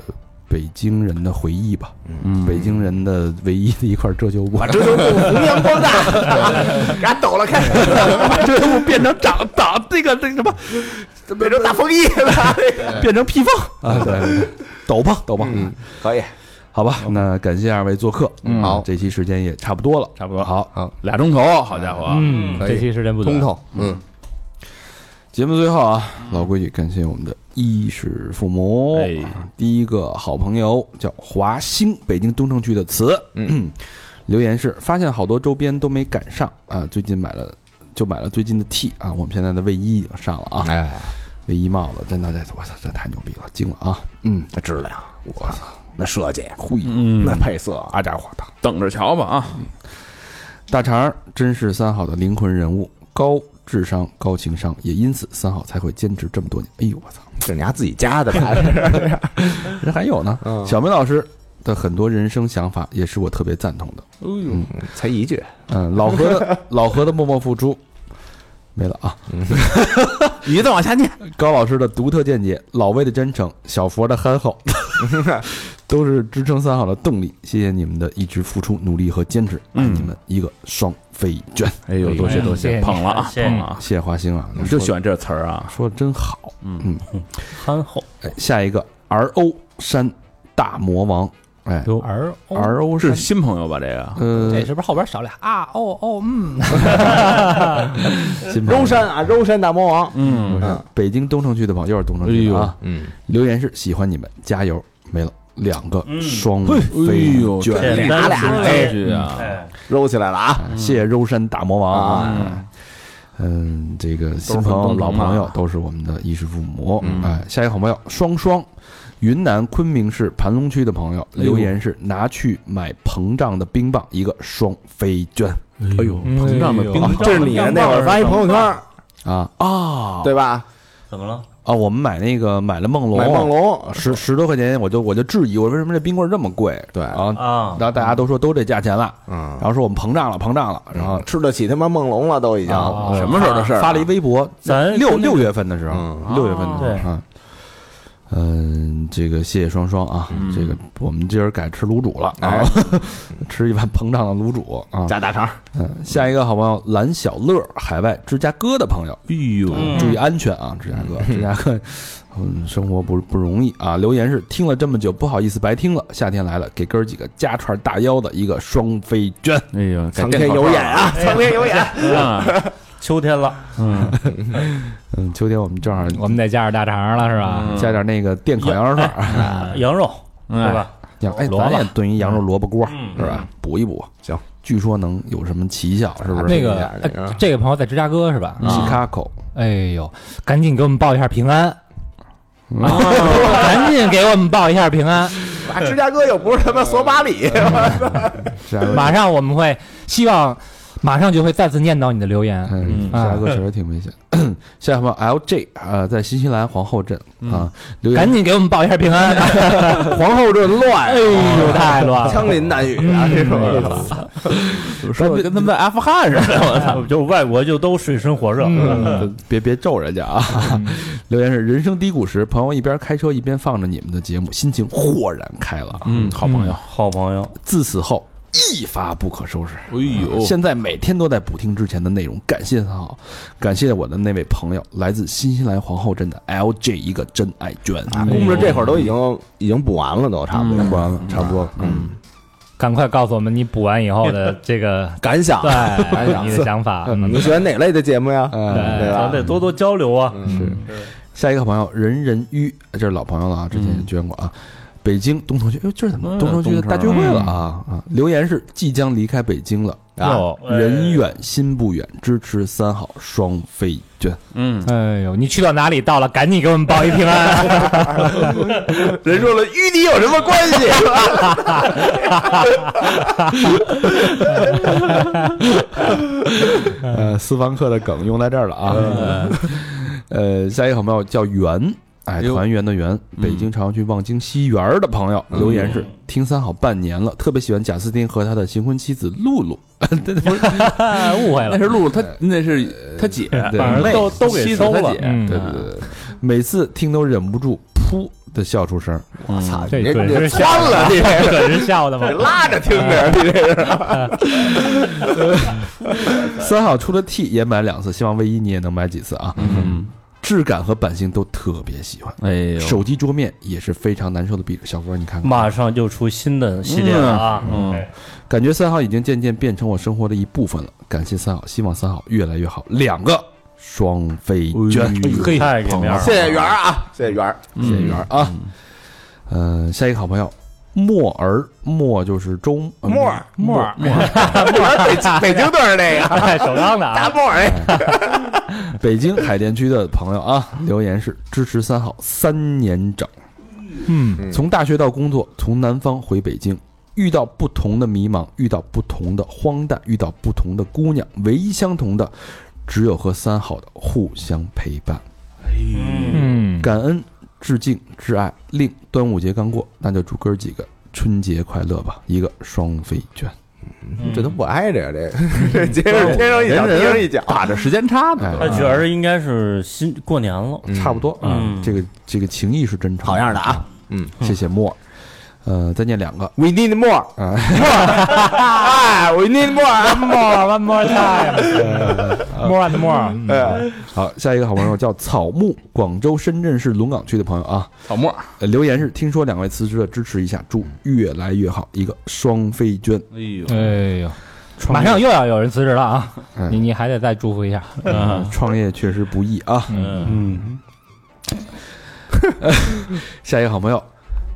Speaker 2: 北京人的回忆吧，嗯，北京人的唯一的一块遮羞布，把
Speaker 3: 这就弘扬光大，给它抖了开，
Speaker 2: 遮羞布变成长长这个这个什么
Speaker 3: 变成大风衣了，
Speaker 2: 变成披风 啊，对，对对斗篷斗篷
Speaker 6: 嗯，
Speaker 3: 可以，
Speaker 2: 好吧，那感谢二位做客，
Speaker 7: 嗯
Speaker 2: 好，这期时间也差不多了，
Speaker 7: 差不多
Speaker 2: 好，
Speaker 7: 俩钟头，好家伙啊，
Speaker 4: 嗯，
Speaker 6: 可以
Speaker 4: 这期时间不短
Speaker 6: 通，透，嗯，
Speaker 2: 节目最后啊，老规矩，感谢我们的衣食父母。
Speaker 7: 哎
Speaker 2: 第一个好朋友叫华兴，北京东城区的词。嗯， 留言是发现好多周边都没赶上啊，最近买了就买了最近的 T 啊，我们现在的卫衣已经上了啊，哎，卫衣帽子真的这我操，这太牛逼了，惊了啊！嗯，
Speaker 3: 那质量，我操，那设计，
Speaker 2: 会
Speaker 7: 嗯，
Speaker 3: 那配色，啊家伙的，
Speaker 7: 等着瞧吧啊，
Speaker 2: 大肠儿真是三好的灵魂人物，高智商高情商，也因此三好才会坚持这么多年。哎呦我操！
Speaker 3: 这是你家自己家的吧？嗯这是
Speaker 2: 人还有呢，小梅老师的很多人生想法也是我特别赞同的。
Speaker 3: 哎才一句，
Speaker 2: 嗯，老何的老何的默默付出没了啊，
Speaker 3: 嗯 你再往下念，
Speaker 2: 高老师的独特见解，老魏的真诚，小佛的憨厚， 都是支撑三好的动力。谢谢你们的一直付出、努力和坚持，爱你们一个双飞卷。
Speaker 7: 嗯哎呦，多谢多
Speaker 4: 谢谢
Speaker 7: 谢，
Speaker 4: 你
Speaker 7: 捧了啊，
Speaker 8: 谢谢
Speaker 7: 捧
Speaker 8: 你
Speaker 7: 了啊，
Speaker 2: 谢谢华兴啊，
Speaker 7: 我就喜欢这词儿啊，
Speaker 2: 说的真好。
Speaker 7: 嗯
Speaker 8: 憨厚，
Speaker 2: 哎，下一个 R O 山大魔王，哎
Speaker 4: 有 R O，
Speaker 2: ，R O
Speaker 7: 这
Speaker 2: 山
Speaker 7: 是，新朋友吧？这个
Speaker 2: 呃
Speaker 4: 这，是不是后边少俩啊？哦哦， 嗯，
Speaker 2: 新朋友
Speaker 3: 柔山啊，柔山大魔王，
Speaker 7: 嗯，
Speaker 3: 嗯
Speaker 2: 北京东城区的朋友，又是东城区的啊。嗯，留言是喜欢你们，加油！没了两个双
Speaker 7: 哎
Speaker 2: 飞
Speaker 7: 呦，
Speaker 2: 卷，
Speaker 8: 简
Speaker 3: 俩
Speaker 8: 单
Speaker 3: 俩
Speaker 8: 思
Speaker 3: 哎
Speaker 8: 维，
Speaker 2: 嗯
Speaker 7: 去啊，
Speaker 8: 哎，
Speaker 3: 揉起来了啊，
Speaker 2: 谢谢肉山大魔王啊！嗯，这个新
Speaker 7: 都是
Speaker 2: 朋友、
Speaker 7: 很
Speaker 2: 老
Speaker 7: 懂的
Speaker 2: 朋友
Speaker 7: 啊
Speaker 2: 都是我们的衣食父母。
Speaker 7: 嗯
Speaker 2: 哎，下一个好朋友双双，云南昆明市盘龙区的朋友留言是拿去买膨胀的冰棒一个双飞券
Speaker 9: 哎呦，
Speaker 2: 嗯
Speaker 9: 膨胀的冰
Speaker 3: 啊这是你那会儿发一朋友圈，
Speaker 2: 啊
Speaker 5: 哦
Speaker 2: 啊
Speaker 3: 对吧？
Speaker 8: 怎么了？
Speaker 2: 啊！我们买那个买了梦龙，
Speaker 3: 买梦龙，
Speaker 2: 十十多块钱，我就我就质疑我为什么这冰棍儿这么贵
Speaker 3: 对，
Speaker 2: 啊？
Speaker 8: 啊
Speaker 2: 然，后大家都说都这价钱了，
Speaker 3: 嗯
Speaker 2: 然，后说我们膨胀了，膨胀了，然后
Speaker 3: 吃得起他妈梦龙了，都已经
Speaker 2: 啊
Speaker 7: 什么时候的事儿？
Speaker 2: 发了一微博，
Speaker 8: 哦咱
Speaker 2: 六六月份的时候，
Speaker 3: 嗯
Speaker 2: 六月份的时候
Speaker 8: 对
Speaker 2: 啊，嗯，这个谢谢双双啊，
Speaker 8: 嗯
Speaker 2: 这个我们今儿改吃卤煮了啊， 吃一碗膨胀的卤煮啊。
Speaker 3: 哎加大肠，
Speaker 2: 嗯，下一个好朋友蓝小乐，海外芝加哥的朋友，
Speaker 7: 哎呦，
Speaker 8: 嗯
Speaker 2: 注意安全啊，芝加哥，芝加哥， 嗯，生活不不容易啊。留言是听了这么久，不好意思白听了，夏天来了，给哥儿几个加串大腰的一个双飞娟，嗯
Speaker 9: 哎呦，
Speaker 3: 苍天有眼啊，苍天有眼，
Speaker 4: 啊
Speaker 8: 秋天了，
Speaker 4: 嗯
Speaker 2: 嗯，秋天我们正好
Speaker 4: 我们得加点大肠了是吧？
Speaker 2: 加点那个电烤羊肉串儿，
Speaker 6: 哎
Speaker 8: 羊肉哎嗯对吧？
Speaker 2: 羊哎，
Speaker 4: 萝卜
Speaker 2: 咱也炖一羊肉萝卜锅，
Speaker 8: 嗯
Speaker 2: 是吧？补一补。
Speaker 3: 行，
Speaker 2: 据说能有什么奇效，是不是？
Speaker 4: 那个
Speaker 2: 啊
Speaker 4: 呃这个朋友在芝加哥是吧？
Speaker 2: 西卡口，
Speaker 4: 哎呦，赶紧给我们报一下平安，赶紧给我们报一下平安，
Speaker 3: 啊芝加哥又不是他妈索马 里，
Speaker 2: 芝加哥，
Speaker 4: 马上我们会希望马上就会再次念叨你的留言。
Speaker 2: 嗯，芝
Speaker 4: 嗯
Speaker 2: 加哥确实挺危险。下什么 LJ 啊，在新西兰皇后镇
Speaker 3: 嗯
Speaker 2: 啊，留言
Speaker 4: 赶紧给我们报一下平 安！
Speaker 3: 皇后镇乱
Speaker 4: 哎，
Speaker 2: 啊
Speaker 4: 呦，太乱了！
Speaker 3: 枪林弹雨啊，这种意思。
Speaker 9: 说的跟他们在阿富汗似的。
Speaker 8: 我操， 就外国就都水深火热， 嗯
Speaker 2: 嗯别别咒人家啊！ 留言是人生低谷时，朋友一边开车一边放着你们的节目，心情豁然开朗。
Speaker 9: 嗯，好朋友，
Speaker 8: 好朋友，
Speaker 2: 自此后一发不可收拾。啊
Speaker 7: 哎呦，
Speaker 2: 现在每天都在补听之前的内容，感谢他好，感谢我的那位朋友，来自新西兰皇后镇的 LJ 一个真爱娟。
Speaker 3: 啊，公着这会儿都已经已经补完了，都差不多，
Speaker 2: 嗯补完了
Speaker 3: 差不多。嗯，
Speaker 4: 赶快告诉我们你补完以后的这个
Speaker 3: 感想，
Speaker 4: 对你的想法。嗯
Speaker 3: 你喜欢哪类的节目呀？
Speaker 2: 呃，
Speaker 4: 对
Speaker 3: 对
Speaker 8: 咱
Speaker 3: 吧？
Speaker 8: 得多多交流啊。
Speaker 2: 是下一个好朋友人人鱼，这是老朋友了啊，之前也捐过啊。北京东城区，哎，这是怎么
Speaker 9: 嗯
Speaker 2: 东城区
Speaker 9: 东
Speaker 2: 的
Speaker 9: 城
Speaker 2: 大聚会了啊啊！留言是即将离开北京了啊，
Speaker 8: 哎
Speaker 2: 人远心不远，支持三好双飞娟。
Speaker 9: 嗯，
Speaker 4: 哎呦，你去到哪里到了？赶紧给我们报一平安！
Speaker 3: 人说了，与你有什么关系？
Speaker 2: 呃，私房课的梗用在这儿了啊。 呃，下一个好朋友叫圆，哎，
Speaker 9: 呦
Speaker 2: 团圆的圆，北京朝阳区望京西园儿的朋友留言是：听三好半年了，特别喜欢贾斯汀和他的新婚妻子露 露。
Speaker 4: 误会
Speaker 7: 那
Speaker 4: 了
Speaker 7: 是，露露，她那是她姐，啊
Speaker 2: 对
Speaker 8: 反正都都给
Speaker 7: 妻子
Speaker 8: 收
Speaker 7: 她
Speaker 8: 了
Speaker 7: 姐，
Speaker 4: 嗯
Speaker 2: 对对对，对每次听都忍不住噗的笑出声。
Speaker 9: 我
Speaker 3: 操，
Speaker 4: 这
Speaker 3: 你这
Speaker 4: 准
Speaker 3: 你
Speaker 4: 是
Speaker 3: 这
Speaker 4: 笑
Speaker 3: 穿了，你这
Speaker 4: 这准是笑的嘛
Speaker 3: 你？拉着听着，你这是
Speaker 2: 三好出的 T 也买两次，希望卫一你也能买几次啊。
Speaker 9: 嗯，
Speaker 2: 质感和版型都特别喜欢，
Speaker 9: 哎呦，
Speaker 2: 手机桌面也是非常难受的壁纸。小哥，你看看，
Speaker 8: 马上就出新的系列了啊！
Speaker 9: 嗯，
Speaker 2: 感觉三好已经渐渐变成我生活的一部分了。感谢三好，希望三好越来越好。两个双飞
Speaker 8: 哎
Speaker 2: 娟，
Speaker 4: 嘿
Speaker 8: 太给面儿了，嗯
Speaker 3: 谢谢圆儿啊，谢谢圆儿，
Speaker 2: 谢谢圆儿啊。嗯、下一个好朋友墨儿，墨就是周呃
Speaker 3: 沫儿
Speaker 2: 墨
Speaker 4: 沫儿
Speaker 2: 墨儿
Speaker 3: 木耳北京北京队儿那个
Speaker 4: 首钢的啊
Speaker 3: 大！哎木耳，
Speaker 2: 北京海淀区的朋友啊，留言是支持三好三年整，
Speaker 4: 嗯，
Speaker 2: 从大学到工作，从南方回北京，遇到不同的迷茫，遇到不同的荒诞，遇到不同的姑娘，唯一相同的，只有和三好的互相陪伴。
Speaker 4: 嗯，
Speaker 2: 感恩、致敬、挚爱。令端午节刚过，那就祝哥儿几个春节快乐吧！一个双飞卷，
Speaker 3: 这都不挨着呀，这个 这天上天上一脚，地上一哎脚，
Speaker 7: 打着时间差呢，
Speaker 8: 他觉得应该是新过年了，
Speaker 2: 差不多啊、
Speaker 8: 嗯
Speaker 2: 这个这个情谊是真诚，嗯
Speaker 3: 好样的啊！
Speaker 2: 谢谢莫儿。呃，再念两个，
Speaker 3: We need more，
Speaker 2: 啊
Speaker 3: 哎，We need more，
Speaker 4: More 嗯 one more time，more and more。
Speaker 3: 哎
Speaker 2: 嗯好，下一个好朋友叫草木，广州深圳市龙岗区的朋友啊，
Speaker 7: 草沫，
Speaker 2: 呃留言是听说两位辞职了，支持一下，祝
Speaker 3: 嗯
Speaker 2: 越来越好，一个双飞娟，
Speaker 7: 哎呦，
Speaker 4: 哎呦，马上又要有人辞职了啊！你你还得再祝福一下。
Speaker 2: 嗯，创业确实不易啊。
Speaker 4: 啊
Speaker 2: 嗯
Speaker 4: 嗯，
Speaker 2: 下一个好朋友，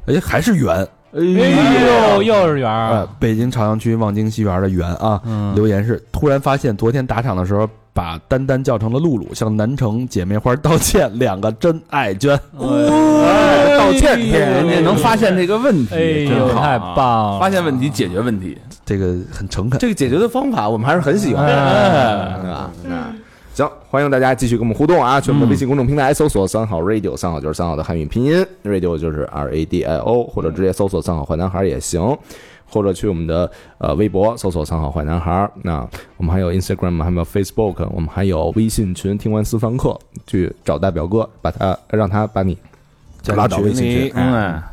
Speaker 2: 哎，还是圆，
Speaker 4: 哎呦，幼儿嗯
Speaker 2: 啊
Speaker 4: 园，
Speaker 2: 北京朝阳区望京西园的圆啊，留言是突然发现昨天打场的时候把丹丹叫成了露露，向南城姐妹花道歉，两个真爱娟。
Speaker 7: 哎
Speaker 3: 道歉去
Speaker 7: 人家能发现这个问题，
Speaker 4: 哎呦，
Speaker 7: 真好啊
Speaker 4: 太棒了！
Speaker 7: 发现问题，解决问题。
Speaker 2: 这个很诚恳。
Speaker 3: 这个解决的方法我们还是很喜欢的，对吧？那行，欢迎大家继续跟我们互动
Speaker 2: 嗯
Speaker 3: 啊！去我们的微信公众平台搜索“三好 radio”，三好就是三好的汉语拼音，radio 就是 R A D I O，或者直接搜索“三好坏男孩”也行。或者去我们的呃微博搜索“三好坏男孩”，那我们还有 Instagram，我们还有 Facebook，我们还有微信群“听完私房课”，去找大表哥，把他让他把你
Speaker 2: 加
Speaker 3: 拉
Speaker 2: 入
Speaker 3: 到
Speaker 2: 到
Speaker 3: 微信群。哎
Speaker 7: 嗯，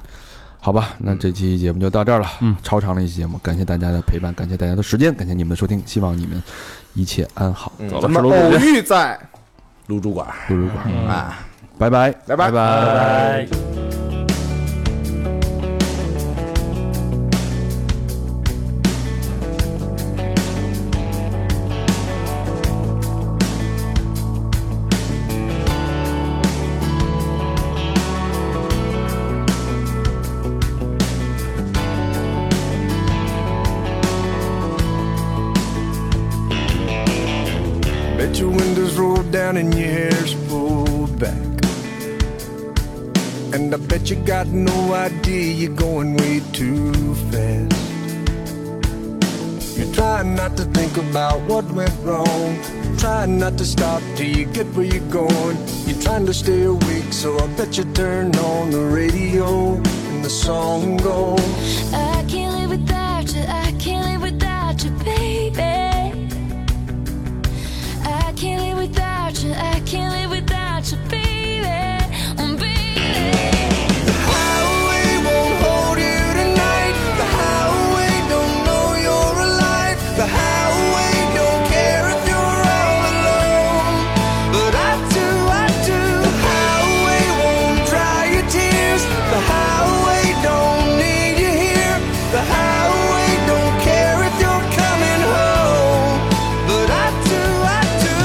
Speaker 2: 好吧，那这期节目就到这儿了，嗯，超长的一期节目，感谢大家的陪伴，感谢大家的时间，感谢你们的收听，希望你们一切安好。
Speaker 3: 嗯
Speaker 7: 走吧
Speaker 3: 咱们
Speaker 7: 吃卤
Speaker 3: 偶遇在卤煮馆，
Speaker 2: 不如管
Speaker 3: 啊，
Speaker 2: 拜拜，
Speaker 3: 拜拜
Speaker 2: 拜。
Speaker 8: 拜。
Speaker 10: Bet your windows rolled down and your hair's pulled back. And I bet you got no idea you're going way too fast. You're trying not to think about what went wrong. Trying not to stop till you get where you're going. You're trying to stay awake, so I bet you turn on the radio and the song goes.
Speaker 11: I can't live without you, I can't live without you, baby. I can't live without you, I can't live without you, baby. Oh, baby.
Speaker 10: highway won't hold you tonight. The highway don't know you're alive. The highway don't care if you're all alone. But I do, I do. The highway won't dry your tears. The highway don't need you here. The highway don't care if you're coming home. But I do, I do.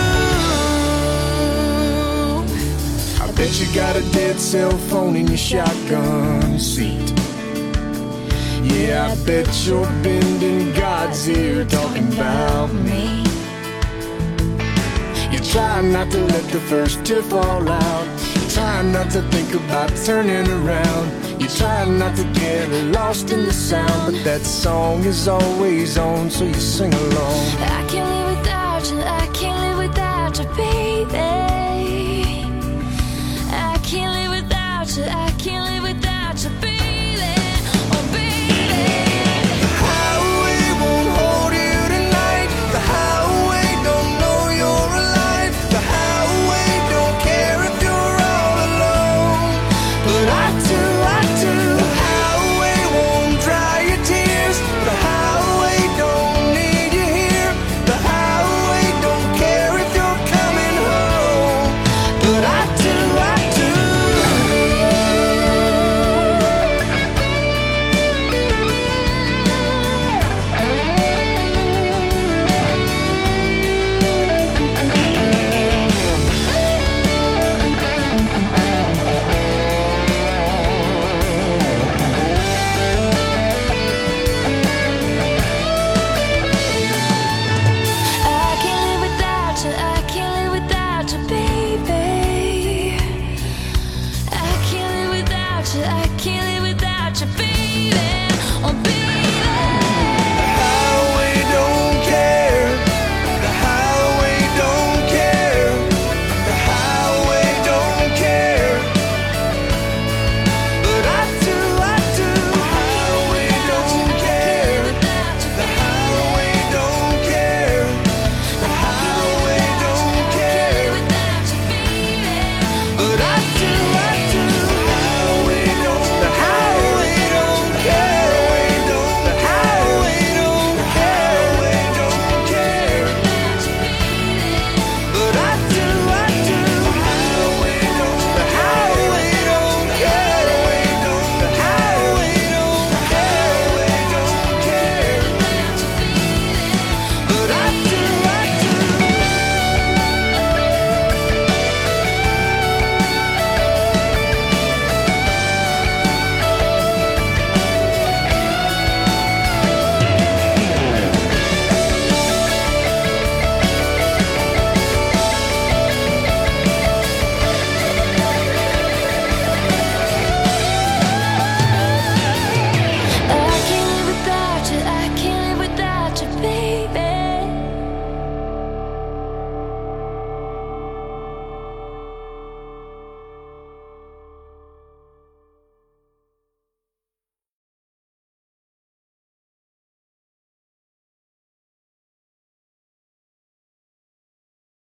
Speaker 10: I bet you got a dead cell phone in your shotgun seat. Yeah, I bet you're bending God's ear talking about me. You're trying not to let the first tear fall out. You're trying not to think about turning around. You're trying not to get lost in the sound. But that song is always on, so you sing along.
Speaker 11: I can't live without you, I can't live without you, baby. Oh, Oh,